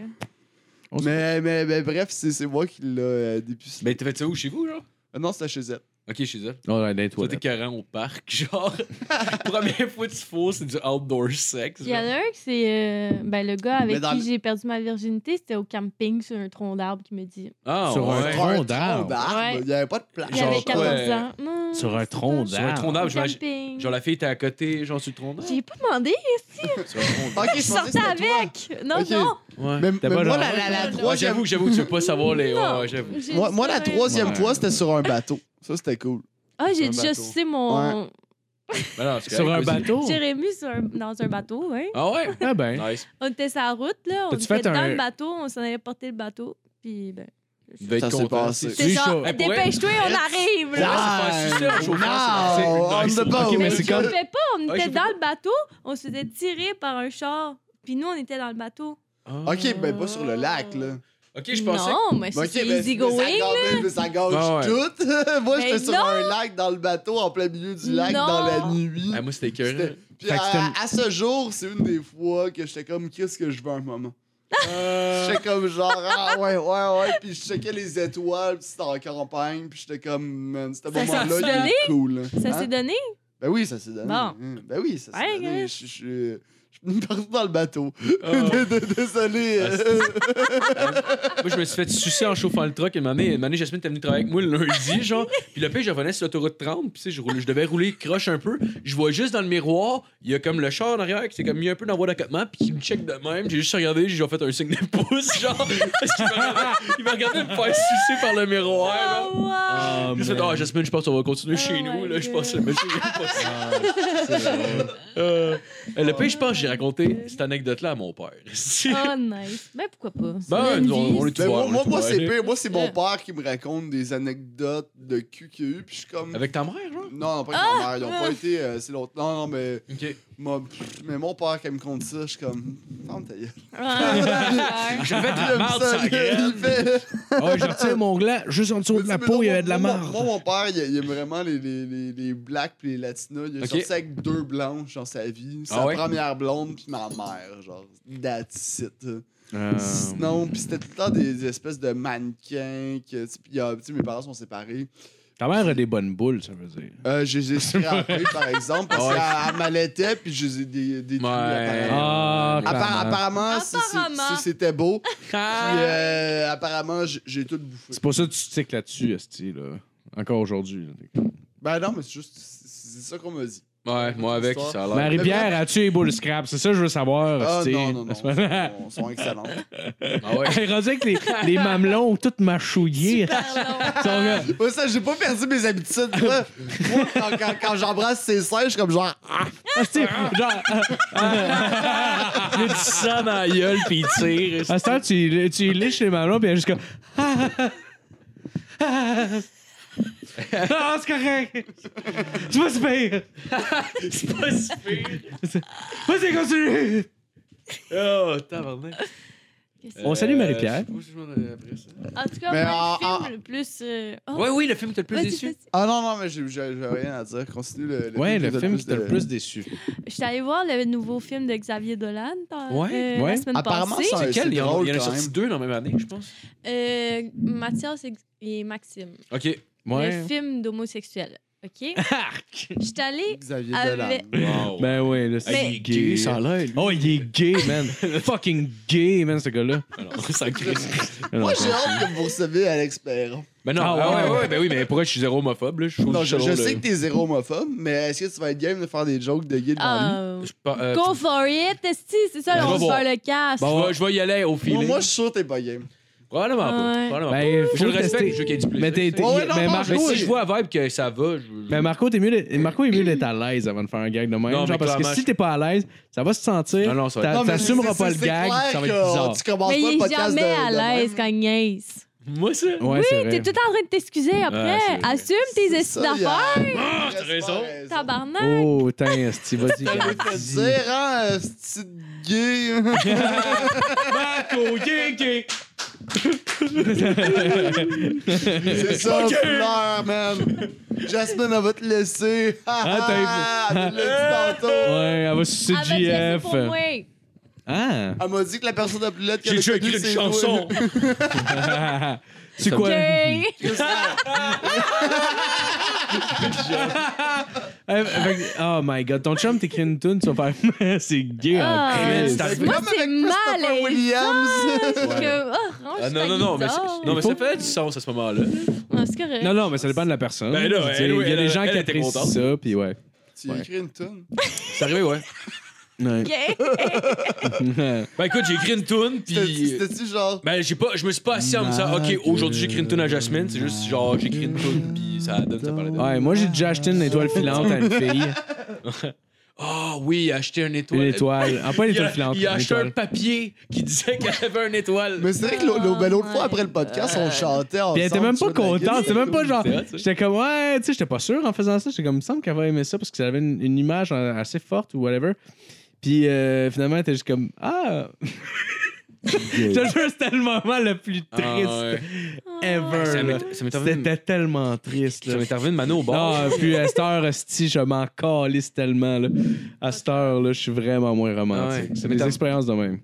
S4: On se-
S3: Mais, mais, mais bref, c'est c'est moi qui l'a euh, dépucelé.
S2: Mais t'as fait ça où chez vous, genre?
S3: Ah Non, c'était chez elle.
S2: Ok, chez elle.
S4: Oh, ouais, dans les
S2: Toi, t'es
S4: toilettes.
S2: carrément au parc, genre. Première fois que tu fourres, c'est du outdoor sex.
S5: Il y en
S2: genre.
S5: a un que c'est euh, ben, le gars
S3: Mais
S5: avec
S3: dans
S5: qui
S3: le-
S5: j'ai perdu ma virginité, c'était au camping sur un tronc d'arbre qui me dit.
S2: Ah,
S4: Sur un
S2: ouais.
S4: tronc d'arbre.
S5: Ouais.
S3: Il n'y avait pas de place.
S5: Il avait
S2: Genre,
S5: 14
S2: ouais.
S5: ans. Non,
S4: Sur un
S5: c'est
S4: tronc
S5: pas-
S2: euh, Sur un
S4: d'arbre.
S2: tronc d'arbre,
S5: Au
S2: j'imagine.
S5: camping.
S2: Genre, la fille était à côté, genre, sur le tronc d'arbre.
S5: J'ai pas demandé,
S2: Sur un tronc
S3: Ok,
S5: je
S3: je pensais que
S5: sortais
S3: c'était toi.
S5: avec. Non,
S3: Ok.
S5: non.
S2: d'arbre. Ouais.
S3: Mais,
S4: T'as
S3: mais
S4: pas
S3: moi,
S4: genre-
S3: la, la- la
S5: Non,
S2: Ouais,
S3: troisième,
S2: j'avoue, j'avoue, tu veux pas savoir les.
S5: Non.
S2: Ouais, j'avoue.
S5: J'ai
S3: moi,
S5: dit
S3: moi, la
S5: ça,
S3: troisième
S4: Ouais.
S3: fois, c'était sur un bateau. Ça, c'était cool.
S5: Ah, j'ai
S3: un
S5: déjà
S3: bateau.
S5: sucé mon.
S2: Ben non, c'est
S4: Sur un
S2: correct, vas-y.
S4: bateau?
S5: Jérémy sur un- dans un bateau, hein.
S2: Ah ouais?
S4: Ah ben.
S2: Nice.
S5: On était sur la route, là. On
S4: T'as-tu
S5: était
S4: fait
S5: dans
S4: un-
S5: le bateau, on s'en allait porter le bateau. Puis, ben.
S2: Tu devais
S3: Ça
S2: être
S3: s'est
S2: content.
S3: passé.
S2: c'est-
S5: C'est
S4: Suce-
S5: genre,
S2: Hey, pour vrai-
S5: dépêche-toi, on arrive,
S2: Pour vrai,
S5: là.
S2: se faire sucer en chauffant, c'est-
S3: Non,
S2: c'est-
S3: on
S2: nice.
S3: the boat.
S4: Ok, mais
S5: Mais
S4: c'est
S5: je
S4: comme-
S5: le fais pas, on
S2: Ouais,
S5: était
S2: je
S5: dans
S2: fais
S5: le bateau, on se faisait tirer par un char. Puis nous, on était dans le bateau.
S3: Ok, ben pas sur le lac, là.
S2: Ah. Ok, je pensais.
S5: Non, mais
S3: Ok,
S5: c'est
S3: mais-
S5: easy
S3: mais ça
S5: going.
S3: gâche- mais ça gâche
S2: Ah ouais.
S3: tout. Moi,
S5: Mais
S3: j'étais sur
S5: non.
S3: un lac dans le bateau, en plein milieu du lac,
S5: Non.
S3: dans la nuit.
S2: Ah, moi, c'était
S3: C'était-
S2: écœurant.
S3: Puis
S4: Fait que c'était
S3: à,
S4: une-
S3: à ce jour, c'est une des fois que j'étais comme, qu'est-ce que je veux un moment?
S2: Euh,
S3: J'étais comme genre, ah ouais, ouais, ouais. Puis je checkais les étoiles, puis c'était en campagne, puis j'étais comme, man, c'était
S5: Ça
S3: moment-là,
S5: s'est
S3: il
S5: donné?
S3: est cool.
S5: Ça
S3: Hein?
S5: s'est donné?
S3: Ben oui, ça s'est donné.
S5: Bon.
S3: Hein. Ben oui, ça s'est
S5: Ouais, hein?
S3: donné.
S5: gars.
S3: Je je- je- je suis parti dans le bateau.
S2: Oh.
S3: Désolé.
S2: Ah,
S3: euh,
S2: Moi, je me suis fait sucer en chauffant le truck. Une année, une année Jasmine était venue travailler avec moi le lundi, genre. Puis le pire, je revenais sur l'autoroute 30. Puis, tu sais, je, roulais- je devais rouler croche un peu. Je vois juste dans le miroir, il y a comme le char en arrière qui s'est comme mis un peu dans la voie d'accotement. Puis, il me check de même. J'ai juste regardé, j'ai genre fait un signe de pouce, genre. Parce qu'il m'a regardé- il m'a regardé me faire sucer par le miroir, là.
S5: Oh, wow!
S4: Ah,
S2: Puis, j'ai fait,
S4: man.
S2: Ah, Jasmine, je pense qu'on va continuer
S5: Oh
S2: chez nous,
S5: my
S2: là. Je pense que
S5: God.
S2: le monsieur est pas ça.
S4: C'est-
S2: Euh, le pire, je pense que j'ai raconté cette anecdote-là à mon père. Ah,
S5: Oh, nice. Ben, pourquoi pas? C'est
S2: Ben,
S5: une
S2: on-
S5: vie.
S2: on est tous-
S3: ben, moi,
S2: on
S3: moi,
S2: tout
S3: moi,
S2: voir.
S3: c'est pire. Moi, c'est mon
S5: Ouais.
S3: père qui me raconte des anecdotes de cul qu'il y a eu, puis je suis comme.
S2: Avec ta mère, genre?
S3: Non, non, pas avec ma mère. Ils ont
S5: Ah!
S3: pas été. euh, c'est l'autre. Non, non, mais.
S2: Ok.
S3: moi, pff, mais mon père, quand il me compte ça, je suis comme. Ferme ta gueule.
S5: Ah, ouais.
S2: J'avais de
S3: Il aime ça,
S2: sa
S3: il- il fait-
S4: Ah, j'ai retiré mon gland, juste en dessous de la
S3: Mais
S4: peau,
S3: non,
S4: il y avait de la
S3: moi,
S4: marde.
S3: Moi, mon père, il, il aime vraiment les, les, les, les blacks puis les latinos. Il a
S2: Ok.
S3: sorti avec deux blanches dans sa vie. Sa
S2: Ah ouais?
S3: première blonde puis ma mère, genre. That's it.
S4: Euh,
S3: Sinon, puis c'était tout le temps des espèces de mannequins. Que, tu sais, puis il y a- tu sais, mes parents sont séparés.
S4: Ta mère a des bonnes boules, ça veut dire.
S3: Euh, je les ai scrappés, par exemple, parce
S2: Ouais.
S3: qu'elle m'allaitait puis je les ai dé- détruits. apparemment.
S4: Ah,
S2: Ah,
S3: Appa- apparemment, si- si-
S5: Apparemment.
S3: si c'était beau. Puis
S2: Ah.
S3: euh, apparemment, j- j'ai tout bouffé.
S4: C'est pour ça que tu stick là-dessus, Esti, là. Encore aujourd'hui. là.
S3: Ben non, mais c'est juste. C'est c'est ça qu'on me dit.
S2: Ouais, moi avec, ça a l'air.
S4: Marie-Pierre, as-tu les boules scrap? C'est ça que je veux savoir.
S3: Ah,
S4: hostie.
S3: non, non, non.
S4: La semaine-
S3: Ils sont, sont excellents.
S2: Ah ouais.
S4: Elle est rendue avec les, les mamelons toutes mâchouillées.
S5: Super
S4: Son gars,
S3: Moi, ça, j'ai pas perdu mes habitudes. Moi, Moi, quand, quand- quand j'embrasse ses seins, je suis comme genre. Ah,
S4: hostie, genre,
S2: Il dit ça dans la gueule, puis il tire.
S4: à ce temps, tu, tu liches les mamelons, puis elle est juste comme. Ah, ah, ah, ah. Ah, c'est correct! C'est pas super!
S2: C'est pas si pire.
S4: Vas-y, continue!
S2: Oh, tabarnak.
S5: long.
S4: On salue
S2: Euh,
S4: Marie-Pierre.
S2: je sais pas si je m'en avais après ça.
S5: En tout cas,
S3: Mais
S5: moi, le
S3: en-
S5: film le plus. euh, oh,
S2: Ouais, oui, le film t'a le plus
S5: vas-y,
S2: déçu.
S5: vas-y.
S3: Ah non, non, mais j'ai j'ai- j'ai rien à dire. Continue le, le
S4: Ouais,
S3: film.
S4: le
S3: qui
S4: film qui t'a
S3: de-
S4: le plus déçu.
S5: Je suis allée voir le nouveau film de Xavier Dolan euh,
S2: Ouais,
S5: la
S4: ouais.
S5: semaine
S3: Apparemment,
S5: passée.
S3: ça-
S2: C'est
S3: Ouais,
S2: quel?
S3: c'est
S2: Il y en a-
S3: drôle
S2: il y en a
S3: quand
S2: sorti
S3: même.
S2: deux dans la même année, je pense.
S5: Euh, Mathias et- et Maxime.
S2: OK.
S5: Le film d'homosexuel. OK? Je suis allée
S3: Xavier
S5: Avec-
S3: Dolan.
S2: Ben,
S4: Ben ouais, là,
S5: Mais-
S4: c'est gay.
S2: ça a l'air,
S4: Oh, il est gay, man. Fucking gay, man, ce gars-là.
S2: ça crisse.
S3: Moi, j'ai hâte que vous receviez Alex Perron.
S2: Ben non,
S4: Ah
S2: ah
S4: ouais,
S2: ouais,
S4: ouais.
S2: ouais, ben oui, mais pourquoi je suis zéro homophobe, là? Je,
S4: Ben,
S2: trouve
S3: Non, je,
S2: ça
S3: je
S2: drôle,
S3: sais
S2: là.
S3: que t'es zéro homophobe, mais est-ce que tu vas être game de faire des jokes de gay devant
S5: Ah,
S2: Je pas- euh,
S5: Go for it, esti, c'est ça,
S2: Ben,
S5: là,
S2: je
S5: on
S2: vais
S5: se
S2: voir.
S5: fait le casse.
S2: Bon, je, vais, je vais y aller au
S3: lui? Moi,
S2: feeling.
S3: moi, je suis sûr que t'es pas game.
S2: Probablement
S5: Ouais.
S2: pas. Probablement pas.
S4: Ben,
S2: Je
S4: faut
S2: le respecte,
S4: tester.
S2: je veux qu'il y ait du plaisir.
S4: Mais t'es- t'es-
S3: Ouais, ouais, non,
S4: mais
S3: non,
S4: Marco,
S2: Mais
S3: Oui.
S2: si je vois à vibe que ça va, je. je-
S4: mais Marco, t'es mieux de- Marco est mieux d'être à l'aise avant de faire un gag de même.
S2: Non,
S4: genre,
S2: mais
S4: parce que
S2: clairement,
S4: si t'es pas à l'aise, ça va se sentir.
S2: Non, non, ça va
S4: T'a-
S2: être-
S3: Non, mais
S4: T'assumeras
S3: c'est-
S4: pas
S3: c'est-
S4: le gag,
S3: c'est clair
S4: ça va être
S3: que, euh,
S4: bizarre.
S3: Tu commences
S5: Mais
S3: pas le
S5: il est
S3: podcast
S5: jamais
S3: de-
S5: à
S3: de même.
S5: l'aise quand il niaise.
S2: Moi, ça.
S4: Ouais, c'est
S5: oui,
S4: vrai.
S5: t'es tout en train de t'excuser
S2: Ah,
S5: après.
S2: c'est vrai.
S5: Assume tes
S3: C'est
S5: estis
S3: ça, il y a-
S5: d'affaires,
S3: Ah,
S2: t'as raison.
S5: tabarnak.
S4: Oh, tain, Steve, vas-y.
S3: T'as le fait
S4: gars.
S3: dire, hein, petit gay.
S2: Marco, gay, gay.
S3: C'est ça, fleur, man. Jasmine, elle va te laisser.
S4: Ah, t'as-
S3: Elle me l'a dit tantôt.
S4: Ouais, elle va sucer
S5: Elle va te laisser
S4: GF.
S5: pour moi.
S4: Ah!
S3: Elle m'a dit que la personne la plus laide qu'elle
S2: J'ai
S3: a
S2: déjà
S3: connue,
S2: écrit une
S3: c'est toi.
S2: chanson.
S4: C'est quoi?
S5: Gay.
S4: Euh, fait que- Oh my god, ton chum t'écrit une tune, tu vas faire. C'est gay en
S5: Ah,
S4: Christ.
S2: c'est
S5: Moi,
S3: Comme
S5: c'est
S3: avec Christopher
S5: malaisant.
S3: Williams.
S5: Je suis comme, oh, range
S2: Ah,
S5: ta
S2: non, non, non, mais,
S5: guitare.
S2: c'est- non, mais
S4: Il faut-
S2: ça fait du sens à ce moment-là.
S5: Ah, c'est correct.
S4: Non, non, mais ça dépend de la personne.
S2: Ben là,
S4: Je veux
S2: elle,
S4: dire,
S2: oui,
S4: il y a des
S2: elle,
S4: gens
S2: elle
S4: qui
S2: était
S4: apprécient
S2: contente.
S4: ça, puis ouais.
S3: Tu as écrit une tonne.
S2: C'est arrivé, ouais.
S5: Gay.
S2: Ben écoute, j'ai écrit une toune, puis.
S3: C'était-tu genre.
S2: Ben j'ai pas, je me suis pas assis en me disant, ok, aujourd'hui j'écris une toune à Jasmine, c'est juste genre j'écris une toune, puis ça donne, ça parlait de.
S4: Ouais, moi j'ai déjà acheté une étoile filante à une fille.
S2: Ah oui, acheter une étoile.
S4: Une étoile. Ah, pas une
S2: Il
S4: étoile
S2: a,
S4: filante.
S2: il a
S4: une
S2: acheté un
S4: étoile.
S2: papier qui disait qu'elle avait une étoile.
S3: Mais c'est vrai que l'au- l'au- ben, l'autre
S5: Ah,
S3: fois, après le podcast,
S2: Euh,
S3: on chantait ensemble.
S4: Puis elle était même
S3: tu
S4: pas
S3: vois, dans la gueule.
S4: contente, c'est même pas genre.
S2: C'est hot, ça.
S4: J'étais comme, ouais, tu sais, j'étais pas sûr en faisant ça. J'étais comme, il me semble qu'elle va aimer ça parce que ça avait une, une image euh, assez forte ou whatever. Puis euh, finalement, elle était juste comme, ah. Je te jure, c'était le moment le plus triste
S2: Ah, ouais.
S4: ever.
S2: Ça
S4: là.
S2: m'est- ça m'est arrivé
S4: C'était tellement triste.
S2: Ça
S4: Là.
S2: m'est arrivé de Mano au bar.
S4: Ah, puis à cette heure, hostie, je m'en calisse tellement. Là. À cette heure, là, je suis vraiment moins romantique.
S2: Ah ouais.
S4: C'est
S2: Mais
S4: des
S2: t'as-
S4: expériences de même.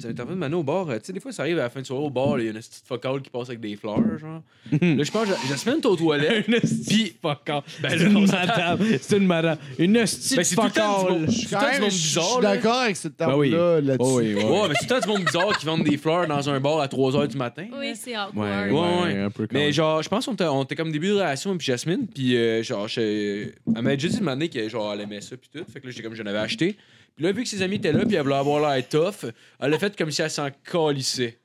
S2: Ça m'est arrivé de Mano au bar. Euh, Tu sais, des fois, ça arrive à la fin de soirée au bar, il y a une petite focale qui passe avec des fleurs, genre. Là, je pense, Jasmine, t'es aux toilettes.
S4: Une hostie fuck-all.
S2: Ben
S4: C'est
S2: là,
S4: une
S2: on s'entend.
S4: madame. C'est une madame. Une hostie
S2: Ben, c'est tout le temps du
S4: fuck-all.
S2: monde- c'est tout le temps
S3: Quand
S2: du
S3: même,
S2: monde
S3: je suis
S2: bizarre. là.
S3: d'accord avec cette
S4: Ben oui.
S3: table-là,
S4: Oh
S3: là-dessus.
S4: oui, ouais.
S2: Ouais, mais c'est tout le temps du monde bizarre qui vendent des fleurs dans un bar à 3h du matin.
S5: Oui, c'est
S4: Ouais,
S5: awkward.
S2: Ouais, ouais.
S4: un peu quand
S2: Mais
S4: même.
S2: genre, je pense qu'on était- on était comme début de relation, puis Jasmine, puis euh, genre, je- elle m'a déjà dit de m'amener que genre, elle aimait ça, puis tout. Fait que là, j'étais comme, j'en avais acheté. Puis là, vu que ses amis étaient là, puis elle voulait avoir l'air tough, elle a fait comme si elle s'en calissait.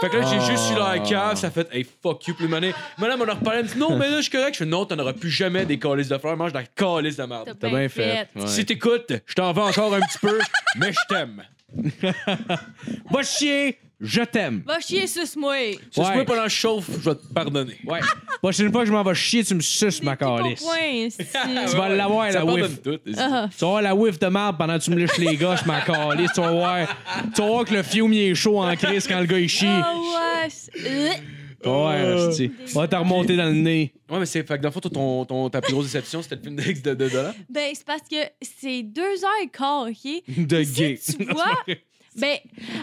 S2: Fait que là, j'ai juste eu
S4: Ah.
S2: l'air cave, ça a fait, hey, fuck you, plus mané. Madame, on a reparlé, elle me dit, non, mais là, je suis correct. Je fais, non, t'en auras plus jamais des calices de fleurs, mange de la calice de merde.
S4: T'as bien fait. Ouais.
S2: Si t'écoutes, je t'en veux encore un petit peu, mais je t'aime.
S4: Va chier, je t'aime.
S5: Va chier, suce-moi.
S2: Si
S4: Ouais.
S2: tu veux pendant que je chauffe, je vais te pardonner.
S4: Ouais. Prochaine fois que je m'en vais chier, tu me suces ma calice.
S2: Ah,
S4: Tu vas l'avoir,
S2: Ça
S4: la
S2: pardonne
S4: whiff.
S2: tout.
S5: Ah.
S4: Tu vas avoir la whiff de marde pendant que tu me lèches les gosses, ma calisse. Tu vas voir, tu vas voir que le fiume il est chaud en crise quand le gars il chie.
S5: Ah ouais. c'est-
S4: Ouais,
S2: Oh.
S4: hostie. Va te remonter dans le nez.
S2: Ouais, mais c'est. Fait que dans le fond, toi, ton, ton, ta plus grosse déception, c'était le film d'Ex de 2 dollars.
S5: Ben, c'est parce que c'est deux heures et quart, OK?
S4: De
S5: Si
S4: gay.
S5: tu vois, ben,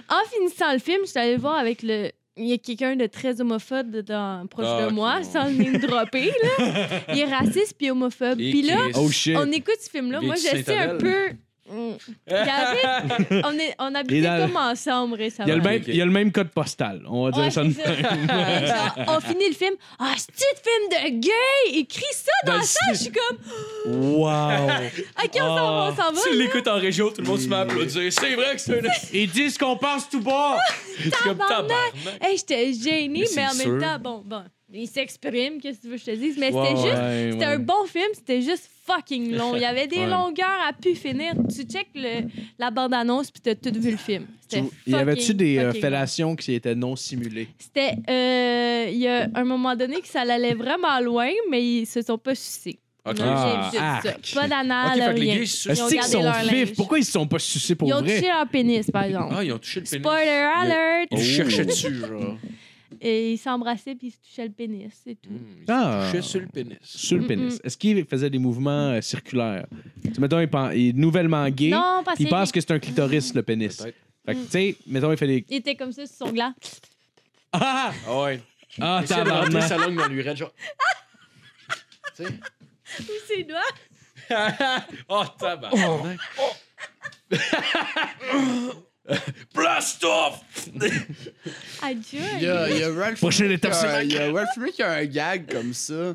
S5: en finissant le film, je suis allée le voir avec le. Il y a quelqu'un de très homophobe dedans, proche
S2: Ah,
S5: de
S2: ok,
S5: moi,
S2: bon.
S5: sans le name dropper, là. Il est raciste puis homophobe. Puis là,
S4: Oh shit.
S5: on écoute ce film-là. Moi,
S2: Vicky
S5: j'essaie un
S2: Saint-Adèle.
S5: peu Mm. Il y avait- on, est, on habitait
S4: Et là-
S5: comme ensemble récemment.
S4: Il y, a le même,
S2: Ok.
S4: il y a le même code postal, on va dire
S5: Ouais,
S4: ça.
S5: c'est ça. Et genre, on finit le film. Ah, c'est film de gay! Écris ça
S2: Dans
S4: Ben,
S5: dans, la
S2: le
S5: salle! Je suis comme,
S4: Wow!
S5: OK, on s'en va, on
S4: Ah,
S5: s'en va.
S2: Tu l'écoutes Ah. en région, tout le monde se met à applaudir. C'est vrai que c'est un
S4: Ils disent qu'on passe tout bas!
S2: c'est comme tabarnak.
S5: Hey, j'étais gênée,
S2: Mais
S5: mais,
S2: c'est
S5: en
S2: sûr.
S5: même temps, bon, bon, il s'exprime, qu'est-ce que tu veux que je te dise? Mais
S2: Ouais,
S5: c'était juste,
S4: Ouais,
S5: c'était
S4: ouais.
S5: un bon film, c'était juste fucking long. Il y avait des
S2: Ouais.
S5: longueurs à pu finir. Tu check le- la bande-annonce, puis t'as tout vu le film. C'était
S4: Il y avait-tu
S5: fucking,
S4: des euh,
S5: fucking long.
S4: fellations qui étaient non simulées?
S5: C'était, euh, il y a un moment donné que ça allait vraiment loin, mais ils se sont pas sucés.
S2: Ok.
S5: Non, j'ai
S4: Ah,
S5: juste ça.
S4: arc.
S5: Pas
S2: Ok,
S5: d'anal,
S2: fait que les
S5: rien.
S2: gars, ils se-
S5: Ils ont
S4: Est-ce qu'ils
S5: gardé
S4: sont
S5: leur
S4: vifs?
S5: linge.
S4: Pourquoi ils se sont pas sucés pour
S5: Ils ont
S4: vrai?
S5: touché leur pénis, par exemple.
S2: Ah, ils ont touché le pénis.
S5: Spoiler alert!
S2: Ils
S4: Oh.
S2: cherchaient dessus, genre.
S5: Et ils s'embrassaient puis ils se touchaient le pénis, c'est tout.
S2: Hmm, Ils
S4: Ah.
S2: se touchaient sur le pénis.
S4: Sur le
S5: Mm-mm.
S4: pénis. Est-ce qu'ils faisaient des mouvements euh, circulaires? Tu mettons, il, pen- il est nouvellement gay,
S5: Non, parce
S4: puis il pense
S5: qu'il
S4: que c'est un clitoris, le pénis.
S2: Peut-être.
S4: Fait que, tu sais, mettons, il fait des...
S5: était comme ça sur son gland.
S4: Ah!
S2: Ah ouais.
S4: Ah,
S2: Ils essayaient de rentrer
S4: tabarnak!
S2: sa langue dans l'urètre, genre. Tu sais?
S5: Tous ses doigts.
S2: oh, tabarnak. Blast off!
S5: Adieu.
S3: Il y a, il y a Ralph
S4: Prochaine
S3: Fiennes qui
S4: étape,
S3: a-
S4: c'est la
S3: Il y a Ralph Fiennes qui a un gag comme ça.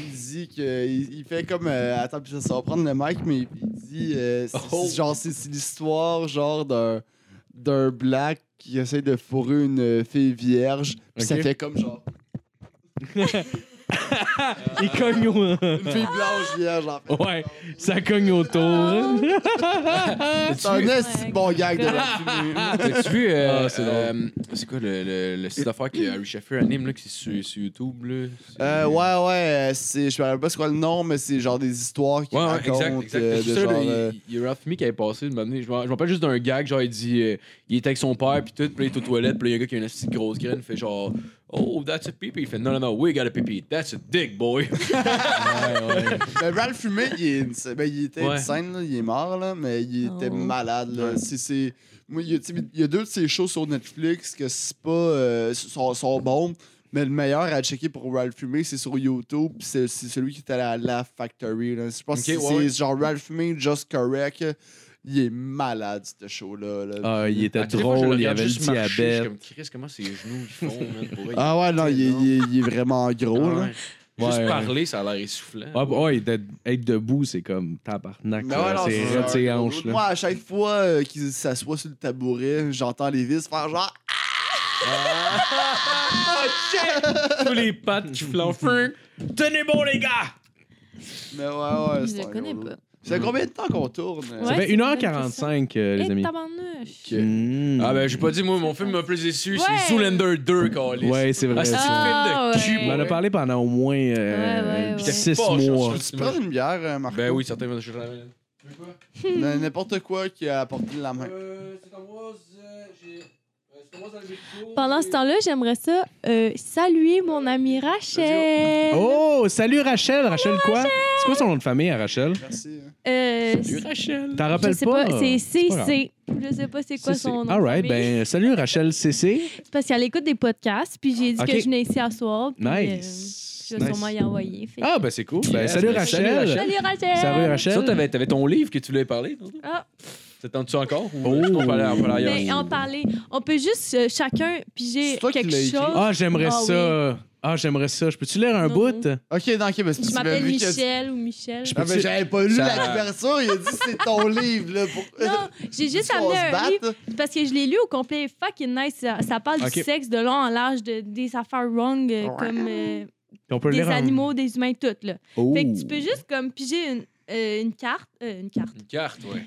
S3: Il dit que. Il, il fait comme. euh, attends, puis ça, ça va prendre le mic, mais il dit. euh, c'est-
S2: Oh.
S3: c'est Genre, c'est c'est l'histoire, genre, d'un. D'un black qui essaie de fourrer une euh, fille vierge. Puis ça
S4: Ok.
S3: fait comme genre.
S4: Il cogne au...
S3: Une fille blanche vierge, en
S2: Oh.
S3: fait.
S4: Ouais, ça cogne
S5: Oh.
S4: autour.
S3: C'est un esti de bon gag de Ralph Fiennes.
S2: T'as-tu vu. euh,
S4: Ah, c'est drôle.
S2: euh, c'est quoi le, le, le site d'affaires que Harry Sheffer anime, là, qui est sur, sur YouTube, là? C'est-
S3: Euh, ouais, ouais, euh, c'est, je me rappelle pas c'est quoi le nom, mais c'est genre des histoires qui
S2: Ouais, ouais,
S3: racontent
S2: exact, exact.
S3: euh,
S2: C'est
S3: de
S2: ça,
S3: genre...
S2: là, il-
S3: euh,
S2: il y a Ralph Fiennes qui avait passé une année. Je m'en je m'en rappelle juste d'un gag, genre, il dit. euh, il est avec son père, puis tout, puis il est aux toilettes, puis là, il y a un gars qui a une petite grosse graine, il fait genre. Oh, that's a pee-pee. Il fait non, non, non, we got a pee-pee. That's a dick, boy.
S3: Ben, Ralph Fumé, il, est ins- ben, il était
S2: Ouais.
S3: insane, là, il est mort, là, mais il était
S5: Oh.
S3: malade. Là. C'est- c'est- Moi, il, y a, tu sais, il y a deux de ses shows sur Netflix que c'est pas, euh, sont, sont bons, mais le meilleur à checker pour Ralph Fumé, c'est sur YouTube, puis c'est, c'est celui qui était à la Laugh Factory. Là. Je pense
S2: Ok,
S3: que c'est
S2: ouais, ouais.
S3: genre Ralph Fumé, Just Correct. Il est malade, ce show-là. là.
S4: Ah, il était
S2: À toutes les fois, je le
S4: drôle, il
S2: regarde
S4: avait le
S2: juste marcher, je suis
S4: diabète.
S2: comme, Chris, comment ses genoux ils font, man, pour vrai,
S3: Ah ouais, non, il est,
S2: énorme.
S3: il est- il est vraiment gros.
S2: Ah
S3: là.
S2: ouais. Juste
S4: Ouais.
S2: parler, ça a l'air essoufflant.
S4: Ouais, bah, ouais, d'être être debout, c'est comme tabarnak.
S3: Mais
S4: là,
S3: ouais, non,
S4: c'est
S3: c'est
S4: raide ses
S3: un-
S4: hanches.
S3: Moi,
S4: Là.
S3: à chaque fois euh, qu'il s'assoit sur le tabouret, j'entends les vis faire genre.
S4: Tous les pattes qui flanfrent. Tenez bon, les gars!
S3: Mais ouais, ouais,
S5: Je
S3: c'est
S5: le
S3: un
S5: connais
S3: gros
S5: pas.
S3: loup. Ça fait combien de temps qu'on tourne? euh?
S4: Ça
S5: Ouais,
S4: fait
S5: c'est une bonne
S4: 1h45, euh, les
S5: Et
S4: amis. Hmm.
S5: tabarnouche.
S2: Ok. Ah ben, j'ai pas dit, moi, mon film m'a plus déçu,
S5: Ouais.
S2: c'est Zoolander 2, Calis.
S4: Ouais, c'est vrai.
S2: Ah, c'est
S4: ça.
S5: Ah,
S2: un film de cul,
S5: ouais.
S4: On en a parlé pendant au moins
S5: Ouais, ouais, ouais.
S4: 6
S2: Pas, je-
S4: mois.
S3: Tu prends une bière, euh, Marco?
S2: Ben oui, certainement. Je...
S3: N- N'importe quoi qui a apporté de la main.
S2: Euh, c'est j'ai... euh,
S5: Pendant ce temps-là, j'aimerais ça euh, saluer mon amie Rachel.
S4: Oh, salut Rachel. Rachel quoi? C'est quoi son nom de famille à Rachel?
S3: Merci. hein.
S5: Euh, c-
S2: Rachel.
S4: T'en
S5: je
S4: rappelles
S5: sais
S4: pas?
S5: pas, c'est
S4: grave.
S5: CC. Je sais pas c'est quoi
S4: CC.
S5: son nom.
S4: All
S5: de
S4: right,
S5: famille.
S4: ben salut Rachel CC.
S5: C'est Parce qu'elle écoute des podcasts, puis j'ai dit
S4: Ok.
S5: que je venais ici à soir. puis,
S4: Nice.
S5: euh, je vais
S4: Nice.
S5: sûrement y envoyer. fait.
S4: Ah ben c'est cool. Ben,
S2: Yes,
S4: salut,
S2: ben,
S4: Rachel.
S2: salut, Rachel.
S5: Salut Rachel!
S4: Salut
S2: Ça,
S4: Rachel.
S2: t'avais, t'avais ton livre que tu voulais parler. tantôt?
S5: Ah.
S2: T'attends-tu encore? Ou
S4: Oh.
S2: on peut aller- on peut aller ailleurs?
S5: Mais en parler, on peut juste euh, chacun piger
S3: C'est toi qui
S5: quelque
S3: l'as
S5: chose.
S3: écrit.
S4: Ah j'aimerais
S5: Ah,
S4: ça. Ah j'aimerais ça. Je peux-tu lire un
S5: Non.
S4: bout?
S3: Ok, non, ok, ben c'est parce que
S5: Je
S3: tu m'as
S5: m'appelle
S3: vu que-
S5: Michel ou Michel.
S3: Ah, ben
S4: Peux-tu-
S3: j'avais pas lu
S2: Ça-
S3: la couverture, il a dit c'est ton livre, là. Pour...
S5: Non, j'ai juste
S3: Qu'on
S5: amené
S3: se
S5: un
S3: batte.
S5: livre parce que je l'ai lu au complet. Fucking nice. Ça, ça parle
S4: Ok.
S5: du sexe de long en large, de, des affaires wrong, euh, comme euh,
S4: ben, On peut
S5: des
S4: lire un-
S5: animaux, des humains, tout. Là.
S4: Oh,
S5: Fait que tu peux juste comme piger une, euh, une carte. euh, une carte.
S2: Une carte, ouais.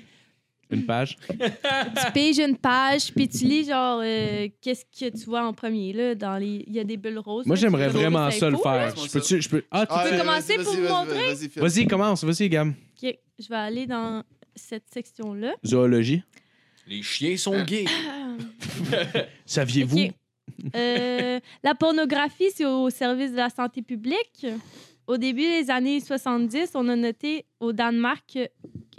S4: Une page.
S5: Tu piges une page, puis tu lis genre euh, qu'est-ce que tu vois en premier. là dans les... Il y a des bulles roses.
S4: Moi
S5: là,
S4: j'aimerais
S5: tu peux
S4: vraiment
S5: rose
S4: ça le
S5: info.
S4: faire.
S3: là.
S4: Je peux-tu? Je peux. Ah tu-
S3: Ah,
S5: peux
S3: ouais,
S5: commencer
S3: vas-y,
S5: pour
S3: vas-y,
S5: me
S3: vas-y,
S5: montrer?
S3: Vas-y, fais-
S4: Vas-y commence. Vas-y Gam.
S5: Ok, je vais aller dans cette section-là.
S4: Zoologie.
S2: Les chiens sont gays.
S4: Saviez-vous?
S5: Ok. Euh, la pornographie, c'est au service de la santé publique. Au début des années 70, on a noté au Danemark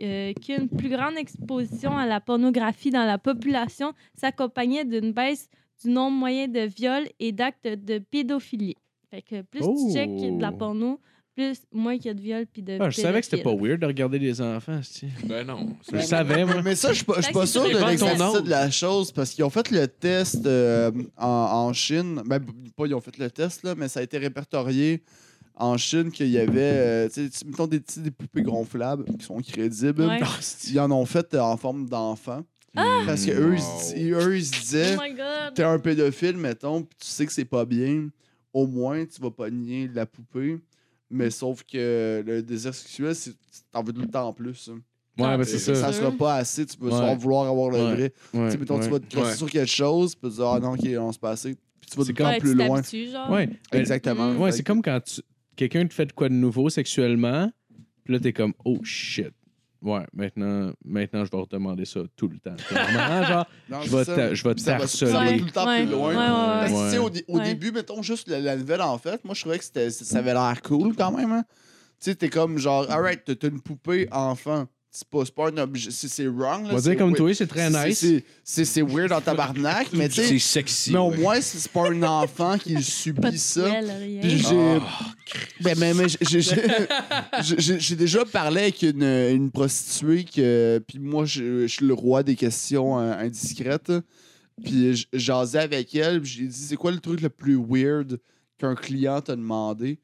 S5: euh, qu'une plus grande exposition à la pornographie dans la population s'accompagnait d'une baisse du nombre moyen de viols et d'actes de pédophilie. Fait que plus
S4: Oh.
S5: tu check de la porno, plus, moins qu'il y a de viol puis de.
S4: Ah, je savais que c'était pas
S5: pédophiles.
S4: weird de regarder les enfants, esti.
S6: Ben non.
S4: Je le
S3: Ouais,
S4: savais, moi.
S3: Mais ça, je suis pas, je suis pas sûr de
S6: Dépend de ton
S3: l'exactitude
S6: âge.
S3: de la chose parce qu'ils ont fait le test euh, en, en Chine. Ben, pas ils ont fait le test, là, mais ça a été répertorié en Chine qu'il y avait, euh, tu sais, tu- mettons, des, petits- des poupées gonflables qui sont crédibles.
S5: Ouais.
S3: Ils en ont fait euh, en forme d'enfant. Parce que eux, ils se dis- eux, ils se disaient,
S5: Oh my god!
S3: t'es un pédophile, mettons, puis tu sais que c'est pas bien, au moins tu vas pas nier la poupée. Mais sauf que le désir sexuel, c'est- t'en veux tout le temps en plus. hein.
S2: Ouais, ben c'est
S3: Ça,
S2: ça.
S5: Mhm.
S3: sera pas assez, tu peux
S2: Ouais.
S3: souvent vouloir avoir le
S2: Ouais.
S3: vrai. Tu
S2: Ouais,
S3: sais, mettons,
S2: ouais.
S3: tu vas te crosser
S6: Ouais.
S3: sur quelque chose, puis tu dis, ah non, ok, on se passer. Puis tu vas tout
S4: C'est
S3: le temps
S5: Ouais,
S3: plus
S5: tu
S3: loin.
S5: t'habitues, genre.
S4: Ouais. Ben,
S3: Exactement.
S4: Ouais,
S3: Fait
S4: c'est
S3: que-
S4: comme quand tu- quelqu'un te fait de quoi de nouveau sexuellement, puis là, t'es comme, oh shit. Ouais, maintenant, maintenant je vais redemander ça tout le temps. Clairement, genre,
S3: Non,
S4: je
S3: c'est
S4: vais
S3: ça.
S4: t'a- je vais
S3: Puis ça va-
S4: t'harceler.
S3: Ça va tout le temps
S5: Ouais.
S3: plus loin.
S5: Ouais,
S3: Parce que,
S5: ouais, ouais.
S3: tu sais, au, dé- au
S5: Ouais.
S3: début, mettons juste la, la nouvelle en fait, moi je trouvais que c'était- ça avait l'air cool quand même. hein. Tu sais, t'es comme genre, alright, t'as t'as une poupée enfant. C'est pas, c'est pas un objet. C'est c'est wrong. Là,
S4: On va dire
S3: c'est
S4: comme
S3: weird.
S4: toi, c'est très
S3: C'est-
S4: nice.
S3: c'est- C'est c'est weird en tabarnak, mais tu
S6: C'est
S3: sais.
S6: sexy.
S3: Mais au
S6: ouais.
S3: moins, c'est c'est pas un enfant qui
S5: Pas de
S3: subit ça.
S5: poêle, rien.
S3: Puis j'ai. Ben, ben, ben, j'ai- j'ai- j'ai- j'ai- j'ai déjà parlé avec une, une prostituée, que, puis moi, je, je suis le roi des questions euh, indiscrètes. Puis j- jasais avec elle, puis j'ai dit c'est quoi le truc le plus weird qu'un client t'a demandé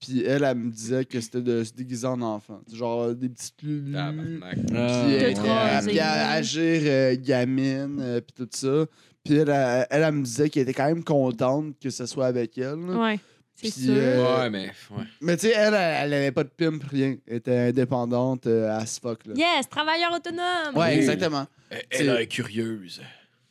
S3: Puis elle, elle me disait que c'était de se déguiser en enfant. Genre des petites lulus,
S2: ben,
S6: Tabarnak.
S4: Ah,
S3: puis,
S5: Te
S3: euh,
S5: troller.
S3: puis à- agir euh, gamine, euh, puis tout ça. Puis elle, elle, elle, elle me disait qu'elle était quand même contente que ce soit avec elle.
S4: Mm.
S3: là.
S5: Ouais, c'est
S3: Puis,
S5: sûr.
S3: euh,
S6: Ouais, mais. Ouais.
S3: Mais tu sais, elle, elle elle avait pas de pimp, rien. Elle était indépendante euh, à ce fuck, là.
S5: Yes, travailleur autonome!
S3: Ouais,
S6: Oh.
S3: exactement.
S6: Elle,
S3: elle a
S6: est curieuse.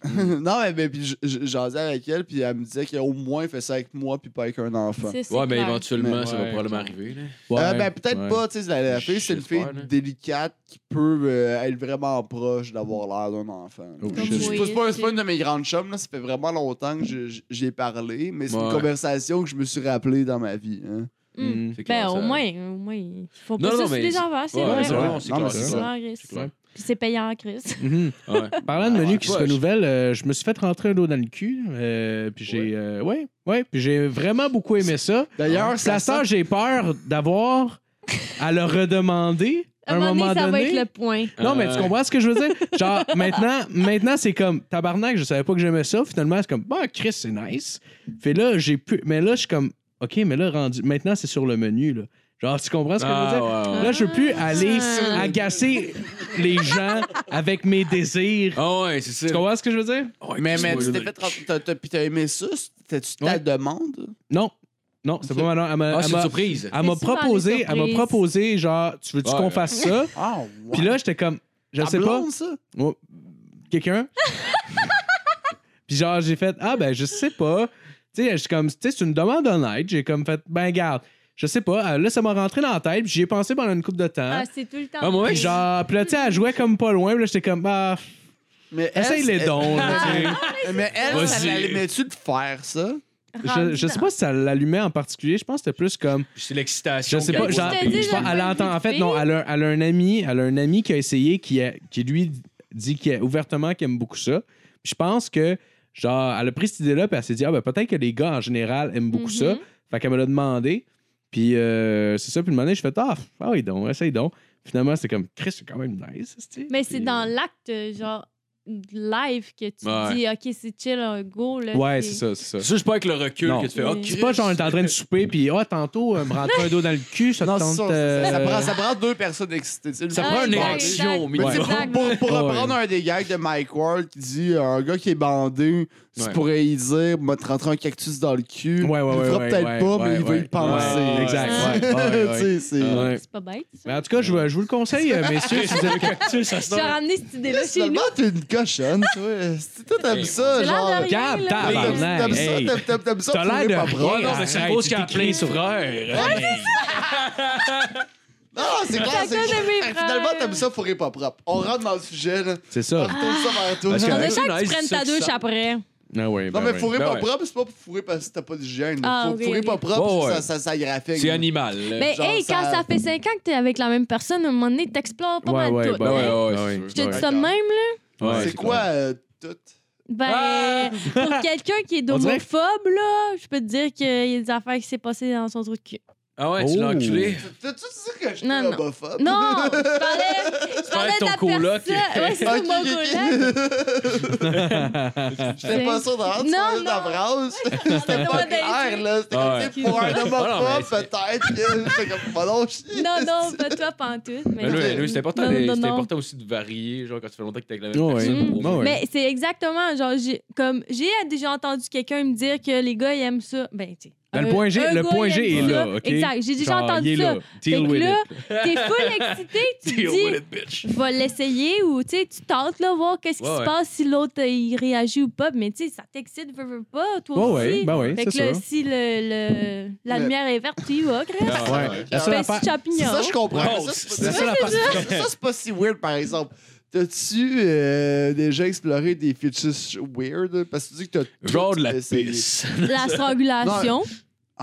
S3: non, mais, mais puis j- j- jasais avec elle, puis elle me disait qu'au moins, elle fait ça avec moi, puis pas avec un enfant.
S5: C'est- c'est
S6: Ouais, mais
S5: clair.
S6: éventuellement,
S4: Mais-
S6: ça va
S4: ouais,
S6: probablement
S4: clair.
S6: arriver. Là.
S3: Euh,
S4: Ouais,
S3: ben, peut-être
S4: ouais.
S3: pas, tu sais, la, la fille, c'est une fille
S6: J'espère, là.
S3: délicate qui peut euh, être vraiment proche d'avoir l'air d'un enfant.
S4: Oh,
S3: Je-
S4: shit.
S3: je- C'est
S5: Oui,
S3: pas, c'est pas
S5: c'est-
S3: une de mes grandes chums, là. ça fait vraiment longtemps que je- je- j'y ai parlé, mais c'est une
S6: Ouais.
S3: conversation que je me suis rappelé dans ma vie. hein.
S5: Mm.
S4: Mm.
S6: C'est
S5: Ben,
S6: clair,
S5: au
S6: ça-
S5: moins, au moins, ils font
S6: Non,
S5: pas
S6: non,
S5: ça sur
S6: mais
S5: les
S6: c'est-
S5: enfants, c'est
S6: Ouais,
S5: vrai.
S6: c'est
S3: ouais.
S6: vrai, on s'est
S3: Non, mais
S6: classé
S3: c'est
S5: C'est
S3: ça.
S6: ça.
S5: vraiment agressif.
S6: C'est clair.
S5: Puis c'est payant en crise.
S4: Mhm.
S6: Ouais.
S4: Parlant de menu
S6: Ah, ouais,
S4: qui
S6: ouais,
S4: se
S6: je-
S4: renouvelle, euh, je me suis fait rentrer un dos dans le cul. euh, puis j'ai. euh, ouais, ouais. Puis j'ai vraiment beaucoup aimé ça.
S3: D'ailleurs,
S4: Sa
S3: ça
S4: sœur, j'ai peur d'avoir à le redemander à
S5: À
S4: un moment
S5: donné, ça va être
S4: donné.
S5: le point.
S4: Non, mais
S6: Euh,
S4: tu comprends ce que je veux dire? Genre, maintenant, maintenant c'est comme tabarnak, je savais pas que j'aimais ça. Finalement, c'est comme, bah, Chris, c'est nice. Fait là, j'ai pu. Mais là, je suis comme, OK, mais là, rendu. Maintenant, c'est sur le menu, là. Genre, tu comprends ce que je veux dire?
S6: Ah, ouais, ouais.
S4: Là, je veux plus
S5: Ah.
S4: aller agacer les gens avec mes désirs.
S6: Ah, ouais, c'est
S4: Tu
S6: ça.
S4: comprends ce que je veux dire?
S3: Mais, mais tu t'es
S6: Spoiler.
S3: fait. t'as- t'as- Puis t'as aimé ça? T'as-tu ta
S4: Ouais.
S3: demande?
S4: Non. Non, c'est pas mal. Elle m'a-
S6: Ah,
S4: elle
S6: c'est une
S4: m'a-
S6: surprise.
S4: elle m'a
S5: C'est souvent des
S4: proposé, elle m'a
S5: surprises.
S4: proposé, genre, tu veux-tu
S6: Ouais.
S4: qu'on fasse ça?
S3: Ah, ouais.
S4: Puis là, j'étais comme, je
S3: Ta
S4: sais pas.
S3: blonde, ça?
S4: Oh, Quelqu'un? Puis genre, j'ai fait, ah ben, je sais pas. Tu sais, je suis comme, tu sais, c'est une demande honnête. J'ai comme fait, ben, garde, je sais pas. Euh, Là, ça m'a rentré dans la tête, puis j'y ai pensé pendant une couple de temps.
S5: Ah, c'est tout le temps.
S6: Ah, moi,
S5: pris.
S4: Puis genre, puis là, tu sais, elle jouait comme pas loin, puis là, j'étais comme, ah,
S3: Mais elle,
S4: essaye les
S3: elle-
S4: dons, là, tu sais.
S3: Mais elle, ça
S6: Vas-y.
S3: l'allumait-tu de faire ça?
S4: Je, je sais pas si ça l'allumait en particulier. Je pense que c'était plus comme.
S6: C'est l'excitation.
S4: Je sais
S6: qu'elle
S4: pas,
S5: Je
S4: genre,
S5: te dis,
S4: je pense-
S5: j'ai
S4: elle
S5: pas
S4: entend.
S5: vu
S4: En
S5: de
S4: fait, non,
S5: fille.
S4: elle a, elle a un ami, elle a un ami qui a essayé, qui, a- qui lui dit qu'il ouvertement qu'il aime beaucoup ça. Puis je pense que, genre, elle a pris cette idée-là, puis elle s'est dit, ah ben peut-être que les gars en général aiment beaucoup ça.
S5: Mhm.
S4: Fait qu'elle me l'a demandé. Puis euh, c'est ça, puis le moment donné, je fais, ah, f- ah oui, donc, essaye donc. Finalement, c'était comme, Chris, c'est quand même nice. c'ti.
S5: Mais
S4: Puis,
S5: c'est dans l'acte, genre, live que tu
S6: euh, Ouais.
S5: dis, OK, c'est chill, euh, go. Là,
S4: Ouais, c'est ça, c'est ça.
S6: Ça, je pas avec le recul
S4: Non.
S6: que tu fais.
S5: Oui.
S6: Oh,
S4: C'est pas genre, on est en train de souper, puis ah, tantôt, euh, me rentrer un dos dans le cul, ça te
S3: Non, c'est
S4: tente.
S3: ça,
S4: euh,
S3: ça, prend, ça prend deux personnes excitées. tu sais,
S6: Ça
S3: le-
S5: Ah,
S6: prend une
S5: exact,
S6: érection au
S5: exact.
S3: Mais
S6: minimum.
S3: tu sais,
S5: Ouais.
S3: pour, pour- pour
S4: Ouais.
S3: reprendre un des gags de Mike Ward qui dit euh, un gars qui est bandé, tu
S6: Ouais.
S3: pourrais y dire, m'a te rentrer un cactus dans le cul.
S4: Ouais, ouais,
S3: il le
S4: ouais,
S3: fera
S4: ouais,
S3: peut-être
S4: ouais,
S3: pas, mais
S4: ouais,
S3: il va y
S4: ouais.
S3: penser.
S6: Ouais,
S4: exact,
S6: ouais,
S4: ouais,
S3: Tu sais, c'est-
S4: Ouais.
S5: C'est pas bête,
S4: Mais
S5: ça.
S4: en tout cas, je, vous- je vous le conseille, euh, messieurs, si vous avez cactus, ça
S5: Je vais ramener cette idée-là chez
S3: Finalement,
S5: nous.
S3: t'es une cochonne, toi. Si toi, t'aimes ça,
S5: C'est l'air
S3: genre.
S5: de rien,
S4: Gab,
S5: là.
S3: T'aimes
S4: tabarnak.
S3: t'aimes ça,
S4: Hey.
S3: t'aimes- t'aimes- t'aimes ça,
S4: T'as
S3: fouler
S4: l'air
S3: pas
S4: de
S3: propre.
S4: rien.
S6: non, mais c'est à
S4: Arrête,
S6: cause qu'elle a
S4: t'écris.
S6: plein d'erreurs.
S3: Non, c'est clair,
S5: Chacun
S3: c'est
S5: de mes
S3: clair. Finalement,
S5: frères.
S3: t'aimes ça, fourrer pas propre. On rentre dans le sujet, là.
S4: C'est
S3: On
S4: ça.
S5: Ah.
S3: retourne ça vers
S6: Ah.
S3: toi.
S6: Parce que-
S5: On
S6: Ouais,
S5: a
S6: c'est
S5: chaque que tu
S6: nice,
S5: prennes
S6: c'est
S5: ta
S6: ça.
S5: douche après.
S4: Ah ouais,
S3: Non,
S4: ben
S3: mais
S4: ouais.
S3: fourrer
S6: Ben
S3: pas
S6: ouais.
S3: propre, c'est pas pour fourrer parce que t'as pas d'hygiène.
S5: Ah,
S3: Fou-
S5: ok,
S3: Fourrer
S5: ok.
S3: pas propre,
S6: Ouais, ouais.
S3: ça, ça, ça graphique.
S6: C'est animal. là.
S4: Euh,
S5: Mais
S3: genre,
S5: hey, quand
S3: ça-
S5: ça fait 5 ans que t'es avec la même personne, à un moment donné, t'explores pas
S4: Ouais,
S5: mal
S4: ouais,
S5: tout.
S6: Ben
S4: ben
S5: hein.
S6: ouais, ouais,
S4: Ah
S6: c'est
S4: oui.
S5: Je te
S6: sûr.
S5: dis
S3: Ouais.
S5: ça de même, là.
S6: Ouais,
S3: c'est quoi, euh, tout?
S5: Ben,
S6: Ah!
S5: pour quelqu'un qui est
S4: On dirait-
S5: homophobe, là, je peux te dire qu'il y a des affaires qui s'est passées dans son truc.
S6: Ah ouais, tu l'as
S4: Oh.
S6: enculé.
S3: T'as-tu dit que je suis
S5: Non, non.
S3: homophobe?
S5: Non, je parlais,
S6: parlais
S5: je parlais
S6: de
S5: de
S6: ton
S5: la
S6: coloc.
S5: personne. Ouais, c'est
S3: Ok,
S5: mon
S3: ok,
S5: coloc.
S3: ok. J'étais pas sûr d'avoir
S5: Non,
S3: entendu la
S5: non.
S3: phrase.
S5: C'était
S3: Pas clair, là. C'était
S6: Ah
S3: comme, tu sais, pour un
S6: Ah non, mais
S3: homophobe,
S6: c'est-
S3: peut-être. que- J'étais comme, pas non, chier.
S5: Non, non, pas toi, pas en tout. Mais,
S6: Mais lui, lui, c'est important,
S5: Non, non,
S6: de-
S5: non,
S6: c'est
S5: non.
S6: important aussi de varier, genre quand tu fais longtemps que t'es avec la même
S4: Oh, ouais.
S6: personne.
S5: Mm.
S6: pour-
S4: Bah ouais.
S5: Mais c'est exactement, genre, j'ai, comme, j'ai déjà entendu quelqu'un me dire que les gars, ils aiment ça. Ben, tu sais.
S4: Ben, le
S5: un-
S4: point G,
S5: un
S4: le
S5: gars,
S4: point
S5: il
S4: G
S5: aime
S4: est
S5: ça.
S4: là, OK?
S5: Exact, j'ai déjà
S4: Genre, il
S5: entendu
S4: est
S5: ça.
S4: là.
S5: Fait
S4: Deal
S5: que
S4: with
S5: là,
S4: it.
S5: t'es full excité, tu
S6: Deal
S5: te
S6: with
S5: dis,
S6: it, bitch.
S5: je vais l'essayer ou tu sais, tu tentes, là, voir qu'est-ce qui
S6: Ouais,
S5: se
S6: ouais.
S5: passe si l'autre, euh, il réagit ou pas. Mais tu sais, ça t'excite, veux, veux pas, toi
S4: Ouais,
S5: aussi.
S4: ouais, ben ouais,
S5: Fait
S4: c'est
S5: que là,
S4: ça.
S5: si le, le- la
S3: Le-
S5: lumière est verte, tu y vas, Chris.
S6: Ah
S3: Ouais.
S4: La
S5: Ben,
S4: seule affaire-
S5: si champignon.
S3: C'est ça, je comprends. mais
S6: Gross.
S3: ça, c'est
S4: La
S3: pas-
S4: seule affaire-
S3: Ça, ça, c'est pas si weird, par exemple. T'as-tu euh, déjà exploré des features weird? Parce que tu dis que t'as. tout
S6: Genre de la
S3: essayé.
S6: pisse.
S5: La strangulation.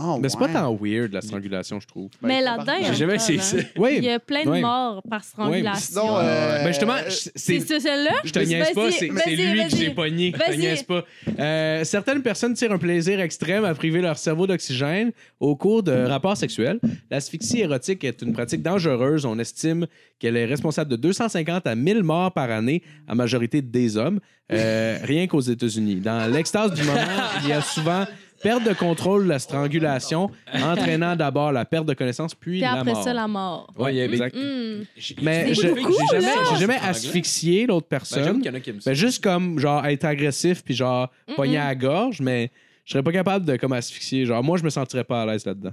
S3: Ah,
S4: Mais c'est
S3: ouais.
S4: pas tant weird, la strangulation, je trouve.
S3: Ben,
S5: mais
S3: c'est
S5: là-dedans,
S3: pas-
S5: il y a
S6: J'ai jamais
S5: encore,
S6: essayé
S5: hein.
S6: ça.
S5: Il y
S4: Oui.
S5: a plein de
S4: Ouais.
S5: morts par strangulation.
S3: Sinon, euh,
S4: Ben justement, c'est-
S5: C'est ça, celle-là?
S4: Je te niaise pas, c'est
S5: Vas-y,
S4: c'est lui
S5: vas-y.
S4: que j'ai pogné. Je te
S5: Vas-y.
S4: niaise pas. Euh, certaines personnes tirent un plaisir extrême à priver leur cerveau d'oxygène au cours de rapports sexuels. L'asphyxie érotique est une pratique dangereuse. On estime qu'elle est responsable de 250 à 1000 morts par année, à majorité des hommes, euh, rien qu'aux États-Unis. Dans l'extase du moment, il y a souvent perte de contrôle, la strangulation, entraînant d'abord la perte de connaissance, puis,
S5: Puis
S4: la
S5: après
S4: mort.
S5: ça, la mort.
S6: Ouais, il y avait-
S4: Exact.
S5: Hmm.
S6: J'ai-
S4: Mais je-
S5: C'est
S4: j'ai
S5: beaucoup,
S4: jamais,
S5: là.
S4: j'ai jamais
S6: Ben,
S4: asphyxié l'autre
S6: j'avoue
S4: personne.
S6: qu'il y en a qui aiment ça.
S4: Ben, juste comme, genre, être agressif puis genre,
S5: Mm-mm.
S4: pogner à la gorge, mais je serais pas capable de, comme, asphyxier. Genre, moi, je me sentirais pas à l'aise là-dedans.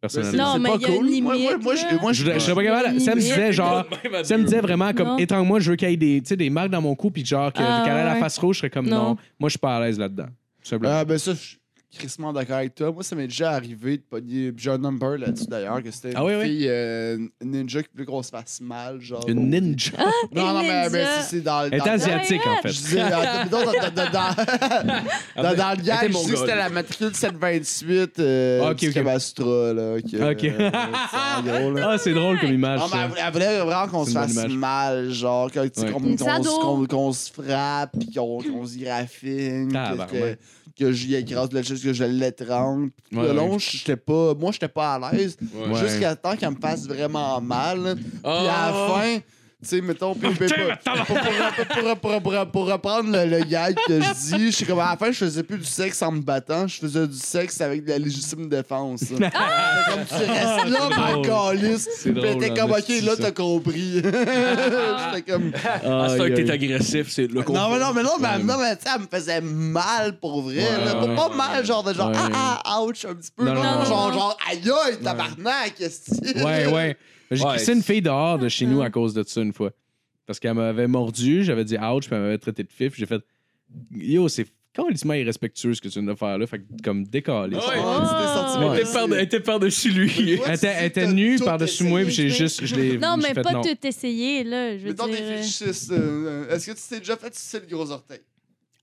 S4: Personnellement.
S5: Non,
S3: c'est
S5: mais
S3: pas
S5: il y a une
S3: cool. Moi, moi,
S5: limite,
S3: moi, je-
S5: là.
S3: moi,
S4: Je, voudrais- je serais pas
S5: Il y a
S4: capable.
S5: une
S4: Ça me
S5: limite.
S4: disait, genre,
S6: Même à
S4: ça me
S6: deux.
S4: disait vraiment,
S5: Non.
S4: comme, étrange-moi, je veux qu'il y ait des, tu sais, des marques dans mon cou puis que, genre, que- qu'elle
S5: Ah,
S4: ait la
S5: ouais.
S4: face rouge, je serais comme, non,
S5: Non.
S4: moi, je suis pas à l'aise là-dedans. Tout simplement.
S3: Ah, ben ça, je suis crissement d'accord avec toi. Moi, ça m'est déjà arrivé de pogner. puis J'ai un number là-dessus d'ailleurs, que c'était
S4: Ah
S3: une
S4: oui, oui.
S3: fille euh, ninja qui voulait qu'on se fasse mal. genre.
S4: Une ninja.
S3: Non, non,
S5: Une
S3: mais,
S5: ninja.
S3: mais si c'est dans le.
S4: Elle est
S3: dans-
S4: asiatique, en
S3: Je
S4: fait.
S3: disais, euh, dans, dans, dans, dans, dans- dans le gag,
S6: était
S3: je disais que c'était
S6: mongole.
S3: la matricule 728 euh,
S4: Ah, ok,
S3: du
S4: ok.
S3: Kama Sutra, là. que, euh,
S4: Ok.
S3: c'est en gros, là.
S4: Ah, c'est drôle comme image.
S3: Ah, mais
S4: ça.
S3: elle voulait- elle voulait vraiment qu'on
S4: C'est
S3: se
S4: une bonne
S3: fasse
S4: image.
S3: mal, genre, que, tu sais,
S4: Ouais.
S3: qu'on
S5: Une
S3: qu'on
S5: sado.
S3: se- qu'on- qu'on se frappe, puis qu'on qu'on se graffine, que, que,
S4: Tabarnak.
S3: que j'y écrase de la chose, que je l'étrangle. Tout
S4: Ouais,
S3: le long,
S4: ouais.
S3: j'étais pas, moi, j'étais pas à l'aise,
S6: Ouais.
S3: jusqu'à temps qu'elle me fasse vraiment mal. Puis à la
S6: Ah!
S3: fin, tu sais, mettons, puis- puis- pour, pour- pour- pour- pour- pour reprendre le, le gag que je dis, je suis comme à la fin, je faisais plus du sexe en me battant, je faisais du sexe avec de la légitime défense. Fait comme tu restes là, ma
S4: drôle.
S3: calice.
S4: C'est
S3: Puis elle
S4: drôle,
S3: était comme,
S4: en
S3: ok,
S4: esti,
S3: Ben, là,
S4: ça.
S3: t'as compris. J'étais comme.
S6: Ah, c'est toi que
S4: Aïe,
S6: t'es
S4: aïe.
S6: agressif, c'est le
S3: Non, mais non, mais non, mais,
S4: Ouais.
S3: non, mais tu sais, elle me faisait mal pour vrai.
S4: Ouais,
S3: là.
S4: ouais,
S3: pas
S6: ouais.
S3: mal, genre de genre,
S4: Ouais.
S3: ah ah, ouch, un petit peu.
S4: Non,
S3: Non,
S4: non,
S3: non,
S5: non.
S3: genre, genre, aïe aïe, tabarnak, esti.
S4: Ouais, ouais. J'ai
S6: Ouais,
S4: crissé une fille dehors de chez nous à cause de ça une fois. Parce qu'elle m'avait mordu, j'avais dit ouch, puis elle m'avait traité de fif. J'ai fait Yo, c'est complètement irrespectueux ce que tu viens de faire là. Fait que, comme décalé.
S3: Ah,
S6: Ouais.
S3: tu t'es senti
S4: Ouais.
S6: Elle était par- elle était par-dessus lui.
S3: Toi,
S4: Elle était,
S3: tu-
S4: elle était
S3: t'as
S4: nue
S3: tout
S4: par-dessus moi, puis j'ai
S5: essayé.
S4: juste. Je l'ai
S5: Non,
S4: j'ai
S5: mais
S4: fait
S5: pas
S4: non.
S5: tout essayer, là. Je veux
S3: Mettons des
S5: dire.
S3: fétichistes. euh, euh, Est-ce que tu t'es déjà fait sucer le gros orteil?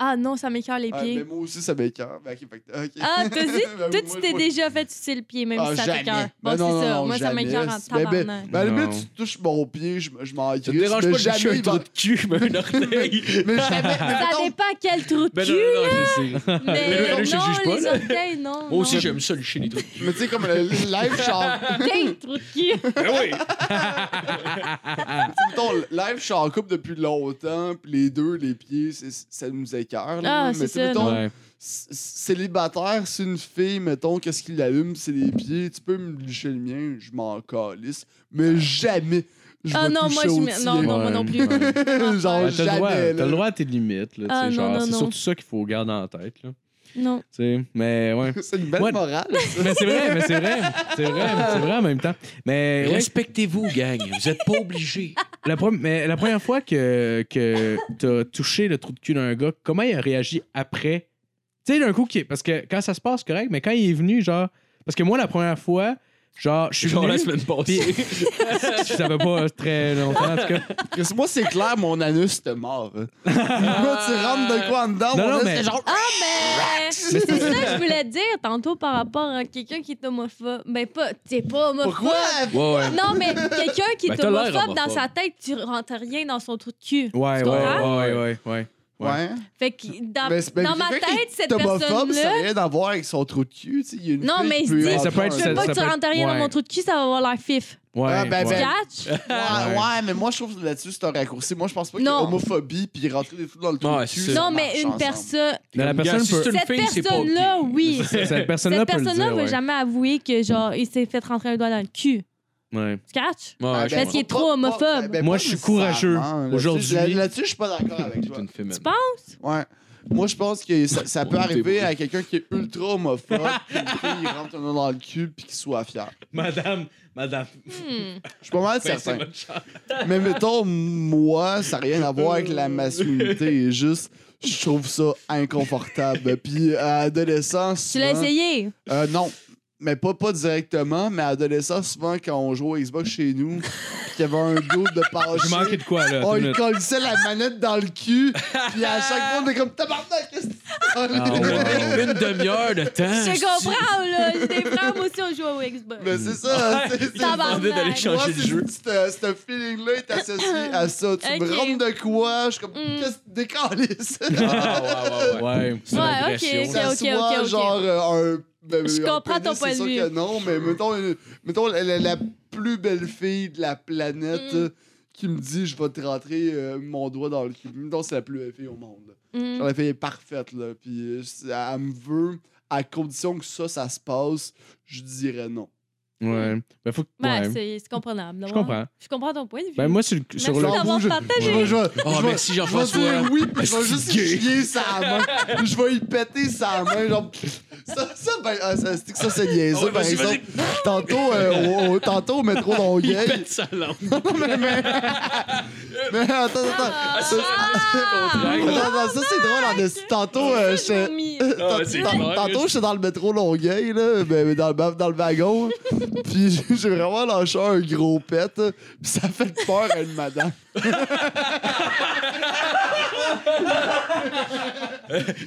S5: Ah non, ça m'écœure les
S3: Ah, mais
S5: pieds.
S3: moi aussi, ça m'écoeure. Ben, ok, fait que- ok.
S5: Ah, t'as
S3: Ben,
S5: dit? Toi,
S3: moi,
S5: tu t'es
S3: moi,
S5: déjà fait sucer le pied, même
S3: Ah,
S5: si ça
S3: jamais.
S5: t'écœure. Bon,
S3: Ben non,
S5: c'est
S3: non,
S5: ça.
S3: non,
S5: Moi, ça
S3: jamais.
S5: m'écœure en
S3: Ben, ben,
S5: tabarnak.
S3: ben, à la limite,
S4: Non.
S3: tu touches mon pied, je, je m'en
S6: Ça
S3: crisse.
S6: te dérange pas
S3: mais
S6: de
S3: jamais,
S6: toucher un
S3: il va-
S6: trou de cul, mais un orteil.
S3: Mais jamais, mais
S5: Ça
S3: mettons,
S5: dépend quel trou de
S6: Ben non, non,
S5: cul,
S6: non, je sais.
S5: mais
S6: là, là,
S5: non,
S6: je juge pas,
S5: les
S6: là. Oh,
S5: orteils, non.
S6: Moi aussi,
S5: non.
S6: j'aime ça, licher les trucs.
S3: mais tu sais, comme le live char,
S5: Dang, trou de cul.
S6: Ben oui!
S3: mettons, le live char en couple depuis longtemps, puis les deux, les pieds, c'est- ça nous écœure. là.
S5: Ah,
S3: mais
S5: c'est
S3: tu sais,
S5: ça,
S3: mettons,
S4: Ouais.
S3: c- célibataire, c'est une fille, mettons, qu'est-ce qui l'allume, c'est les pieds. Tu peux me licher le mien, je m'en calisse. Mais jamais. Je
S5: Ah
S3: vais
S5: non,
S3: toucher
S5: moi, je
S3: au
S5: me- non,
S3: tien.
S5: non, moi non plus.
S4: Ben, T'as le
S3: Genre,
S5: hein.
S4: droit-
S3: jamais.
S4: t'as
S3: là.
S4: le droit à tes limites. là, tu sais,
S5: Ah, non,
S4: genre,
S5: non,
S4: c'est
S5: non.
S4: surtout ça qu'il faut garder en tête. Là, tu
S5: Non.
S4: sais. mais ouais.
S3: C'est une belle
S4: Ouais.
S3: morale.
S4: mais c'est vrai, mais c'est vrai. C'est vrai, mais c'est vrai en même temps. Mais ouais,
S6: Respectez-vous, gang. Vous êtes pas obligés.
S4: La, pro- mais la première fois que, que t'as touché le trou de cul d'un gars, comment il a réagi après? Tu sais, d'un coup, qui- parce que quand ça se passe, correct, mais quand il est venu, genre... Parce que moi, la première fois, genre, je suis
S6: Genre
S4: venu...
S6: la semaine passée.
S4: ça fait pas très longtemps, en tout cas.
S3: Parce que moi, c'est clair, mon anus, c'était mort. Moi, tu rentres de quoi en dedans?
S4: hein. Non,
S3: mon
S4: non,
S3: anus,
S4: mais-
S3: c'est genre.
S5: Ah, mais c'est ça que je voulais dire tantôt par rapport à quelqu'un qui est homophobe. Ben, pas, t'es pas homophobe.
S3: Pourquoi?
S6: Ouais, ouais.
S5: Non, mais quelqu'un qui
S6: Ben,
S5: est
S6: t'as l'air
S5: homophobe, dans
S6: homophobe.
S5: sa tête, tu rentres rien dans son trou de cul.
S4: Ouais, ouais,
S5: comprends?
S4: ouais, ouais, ouais.
S3: Ouais.
S5: Fait que dans,
S3: Mais c'est- mais
S5: dans ma
S3: quelqu'un qui
S5: tête, cette
S3: est homophobe, ça n'a
S5: personne-là.
S3: rien à voir avec son trou de cul. tu sais, il y a une
S5: Non,
S3: fille
S5: mais
S3: qui
S5: il
S3: peut
S5: se dit,
S3: avoir
S4: Ça peut être
S5: Je
S3: un-
S4: ça-
S5: veux pas que tu
S4: peut être-
S5: rentres rien dans
S4: ouais.
S5: mon trou de cul, ça va avoir l'air fif.
S4: Ouais,
S3: Ah, ben,
S5: Tu
S4: ouais.
S3: ben,
S5: catches?
S3: Ouais,
S4: Ouais.
S3: ouais, mais moi, je trouve que là-dessus, c'est un raccourci. Moi, je pense pas que
S5: Non.
S3: homophobie puis rentrer des trucs dans le trou
S2: Ouais,
S3: de cul.
S2: c'est-
S3: ça
S5: Non, mais
S3: marche
S5: une
S3: ensemble.
S5: personne.
S4: Mais la personne
S2: si c'est
S4: peut.
S2: une
S5: Cette
S2: fille, c'est pas
S5: personne-là,
S2: gay.
S5: oui.
S4: Cette personne-là
S5: Cette
S4: peut le dire.
S5: personne-là va
S4: ouais.
S5: jamais avouer que, genre, il s'est fait rentrer un doigt dans le cul.
S4: Ouais.
S5: Tu catches?
S2: Ouais,
S3: Ah,
S2: ouais, je
S4: ben,
S5: Parce
S2: pense.
S5: qu'il est
S3: pas-
S5: trop
S3: pas-
S5: homophobe.
S3: ben,
S4: Moi,
S3: pas
S4: je suis
S3: nécessairement,
S4: courageux
S3: là. Là-dessus,
S4: aujourd'hui.
S3: là- Là-dessus, je suis pas d'accord avec
S9: C'est
S3: toi.
S9: une femelle.
S5: Tu penses?
S3: Ouais. Moi, je pense que ça, ça peut
S9: On est
S3: arriver
S9: brûlés.
S3: à quelqu'un qui est ultra homophobe, qu'une fille rentre un nom dans le cul puis qu'il soit fier.
S4: Madame, madame,
S5: Hmm.
S3: Je suis pas
S4: Ben,
S3: mal certain. Mais mettons, moi, ça n'a rien à voir avec la masculinité. Juste, je trouve ça inconfortable. Puis à adolescence.
S5: Tu
S4: Ah.
S5: l'as
S3: souvent-
S5: essayé?
S3: Euh, non. Mais pas, pas directement, mais à adolescence, souvent, quand on jouait au Xbox chez nous, pis qu'il y avait un dos de
S4: J'ai
S3: pâché,
S4: manqué de quoi, là?
S3: on
S4: Attends une
S3: lui
S4: minute.
S3: collissait la manette dans le cul, pis à chaque fois, on était comme tabarnak, qu'est-ce que tu
S4: Ah, wow.
S2: Une demi-heure de
S4: Ah,
S2: temps.
S5: Je comprends, là. J'ai des frères, moi aussi, on joue au Xbox.
S4: Ben,
S3: Mais c'est ça, c'est c'est-
S5: Ça va.
S3: moi,
S2: demandé d'aller
S5: Tabarnak.
S2: changer de
S3: c'est-
S2: jeu.
S3: c'est- euh, Ce feeling-là est associé à ça. Tu me
S5: Ok.
S3: rentres de quoi? Je suis comme,
S5: Mm.
S3: qu'est-ce que tu décalisses?
S2: Ah, ouais, ouais, ouais.
S4: Ouais.
S2: C'est une
S5: Ouais,
S2: agression.
S5: ok,
S3: Ça
S5: ok,
S3: se
S5: ok,
S3: voit,
S5: ok.
S3: genre euh, un. ben,
S5: Je
S3: un
S5: comprends ton
S3: pénis,
S5: point de
S3: C'est
S5: vue.
S3: sûr que non, mais mettons, euh, mettons la, la- la plus belle fille de la planète
S5: Mm.
S3: euh, qui me dit je vais te rentrer euh, mon doigt dans le cul. Mettons, c'est la plus belle fille au monde.
S5: Hmm.
S3: Genre, la fille est parfaite, là. Puis euh, c'est- elle me veut, à condition que ça, ça se passe, je dirais non.
S4: Ouais. Ben, faut que.
S5: Ben,
S4: Ouais.
S5: c'est c'est comprénable.
S4: Je
S5: d'avoir-
S4: comprends.
S5: Je comprends ton point de vue.
S4: Ben, moi, sur le.
S5: Merci
S4: sur le-
S5: d'avoir
S3: Je- Je
S5: partagé.
S3: vais- je vais-
S2: Oh,
S3: je vais-
S2: merci
S3: je vais
S2: Jean-François.
S3: dire oui, puis je vais
S2: Est-ce
S3: juste
S2: qu'il est gay?
S3: chier sa main. Je vais y péter sa main. Genre, ça, ça, ben, ah, ça, c'est que ça, c'est
S2: Ah
S3: niaiseux,
S2: ouais,
S3: par
S2: vas-y,
S3: exemple. Tantôt, euh, au, au- tantôt au métro d'Ongueuil.
S2: Pète sa langue.
S3: Mais attends,
S5: Ah!
S3: attends. Ah, Ça, attends, attends, ça, c'est drôle. en esti. Tantôt, euh,
S5: C'est
S3: j'étais-
S5: vomi.
S2: Ah, ouais, c'est
S3: Tant-
S2: vrai.
S3: Tantôt, j'étais dans le métro Longueuil, là, ben, ben, dans, le, ba- dans le wagon, puis j'ai- j'ai vraiment lâché un gros pet, hein, puis ça a fait peur à une madame.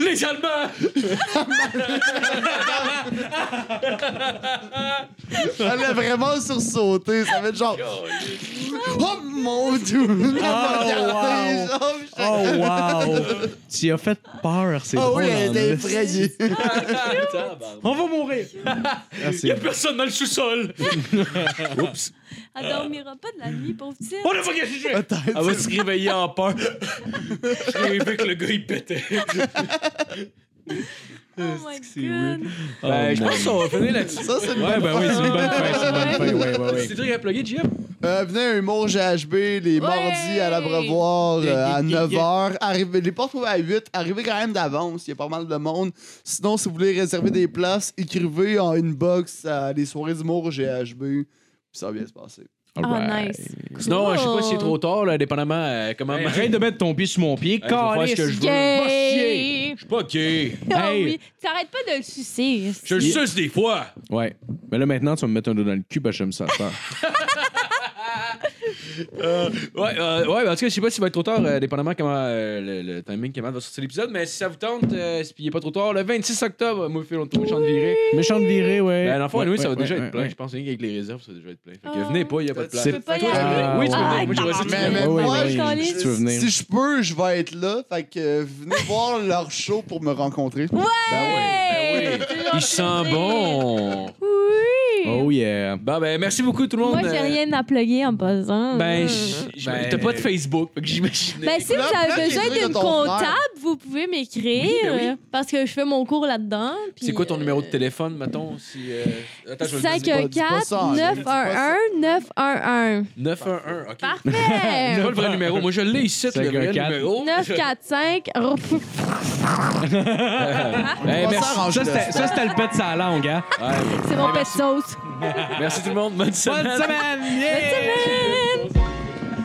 S2: Les Allemands!
S3: Elle a vraiment sursauté, ça fait genre... Oh mon dieu! Elle m'a regardé,
S4: wow.
S3: genre, j'étais-
S4: Oh, wow! Tu as fait peur, c'est
S3: Ah
S4: drôle.
S3: oui, elle
S4: en
S3: était
S4: esti.
S3: effrayée.
S2: ah, Oh,
S4: On va mourir! Ah,
S2: Il bah. y a
S4: c'est-
S2: personne dans le sous-sol! Oups!
S5: Elle dormira pas de la nuit, pauvre petite.
S2: On a pas qu'à
S4: Ah,
S2: juger!
S3: Attends,
S2: Elle va se réveiller en peur. Je rêvais que le gars il pétait.
S5: Oh my god.
S4: Oh,
S2: Ben, je
S4: mon-
S2: pense qu'on va finir là-dessus.
S3: ça, c'est une
S4: Ouais,
S3: bonne
S4: ben oui,
S3: fin.
S4: c'est une bonne fin, c'est une bonne fin. Ouais, ouais, ouais.
S2: C'est truc à plugger, JF?
S3: Euh, venez à Humour GHB les mardis à l'Abreuvoir euh, à 9h. Arrivez, les portes ouvrent à 8. Arrivez quand même d'avance, il y a pas mal de monde. Sinon, si vous voulez réserver des places, écrivez en inbox à les soirées d'humour GHB. Puis ça va bien se passer.
S5: Ah,
S4: Alright.
S5: nice.
S2: Sinon, je sais pas si c'est trop tard, là, dépendamment euh, comment.
S4: Hey, Arrête de mettre ton pied sur mon pied,
S2: je vais faire ce que je veux.
S4: Va chier.
S5: Gay.
S2: suis pas gay.
S5: Ah
S4: Hey.
S5: oui. T'arrêtes pas de le sucer.
S2: Je le suce des fois.
S4: Ouais. Mais là, maintenant, tu vas me mettre un dos dans le cul, parce que j'aime ça. ça.
S2: Euh, ouais, euh, ouais, en tout cas, je sais pas si va être trop tard, euh, dépendamment comment euh, le, le timing comment va sortir l'épisode, mais si ça vous tente, euh, si il est pas trop tard, le 26 octobre, moi, on trouve champ de virée.
S4: Méchant de virée, ouais.
S2: Ben, l'enfant,
S4: Ouais,
S2: oui, ça va
S4: ouais,
S2: déjà
S4: ouais,
S2: être plein.
S4: ouais.
S2: Je pense rien qu'avec les réserves, ça va déjà être plein. Fait que
S5: Ah.
S2: venez pas, il y a pas de place.
S5: Tu peux pas y
S3: Toi,
S5: aller.
S2: Oui, tu peux
S5: Ah,
S2: venir. Moi, j'aurais essayé de
S3: Mais-
S2: venir.
S3: mais-
S4: Ouais, ouais,
S3: moi,
S4: ouais,
S5: je-
S4: si tu veux venir.
S3: Si je peux, je vais être là. Fait que euh, venez voir leur show pour me rencontrer.
S5: Ouais.
S2: Ben oui, Il sent bon.
S5: Oui.
S4: Oh yeah.
S2: Bon, ben, merci beaucoup, tout le monde.
S5: Moi, j'ai rien à plugger en passant.
S2: Ben, j- j-
S4: Ben-
S2: t'as pas de Facebook, fait que j'imaginais.
S5: Ben, si vous
S3: Là, là,
S5: avez
S3: j'ai
S5: besoin
S3: trouvé
S5: d'une
S3: ton frère.
S5: comptable, vous pouvez m'écrire
S2: Oui, ben oui.
S5: euh, parce que je fais mon cours là-dedans. puis,
S2: c'est quoi ton
S5: euh,
S2: numéro de téléphone, mettons? Si, euh... Attends, je vais le dire.
S3: dire. Dis pas ça, hein, dis pas
S5: 514 911 911.
S2: 911, ok. C'est
S5: Parfait!
S2: pas le vrai numéro. Moi, je l'ai ici, le vrai
S4: 514.
S2: numéro.
S5: 945.
S2: Ben,
S3: On va
S2: merci.
S3: s'arranger
S4: Ça,
S3: de
S4: c'était ça, c'était le pet de sa langue, hein.
S2: Ouais.
S5: C'est mon pet sauce.
S2: Merci tout le monde. Bonne semaine.
S4: Bonne semaine! Yeah!
S5: Bonne semaine!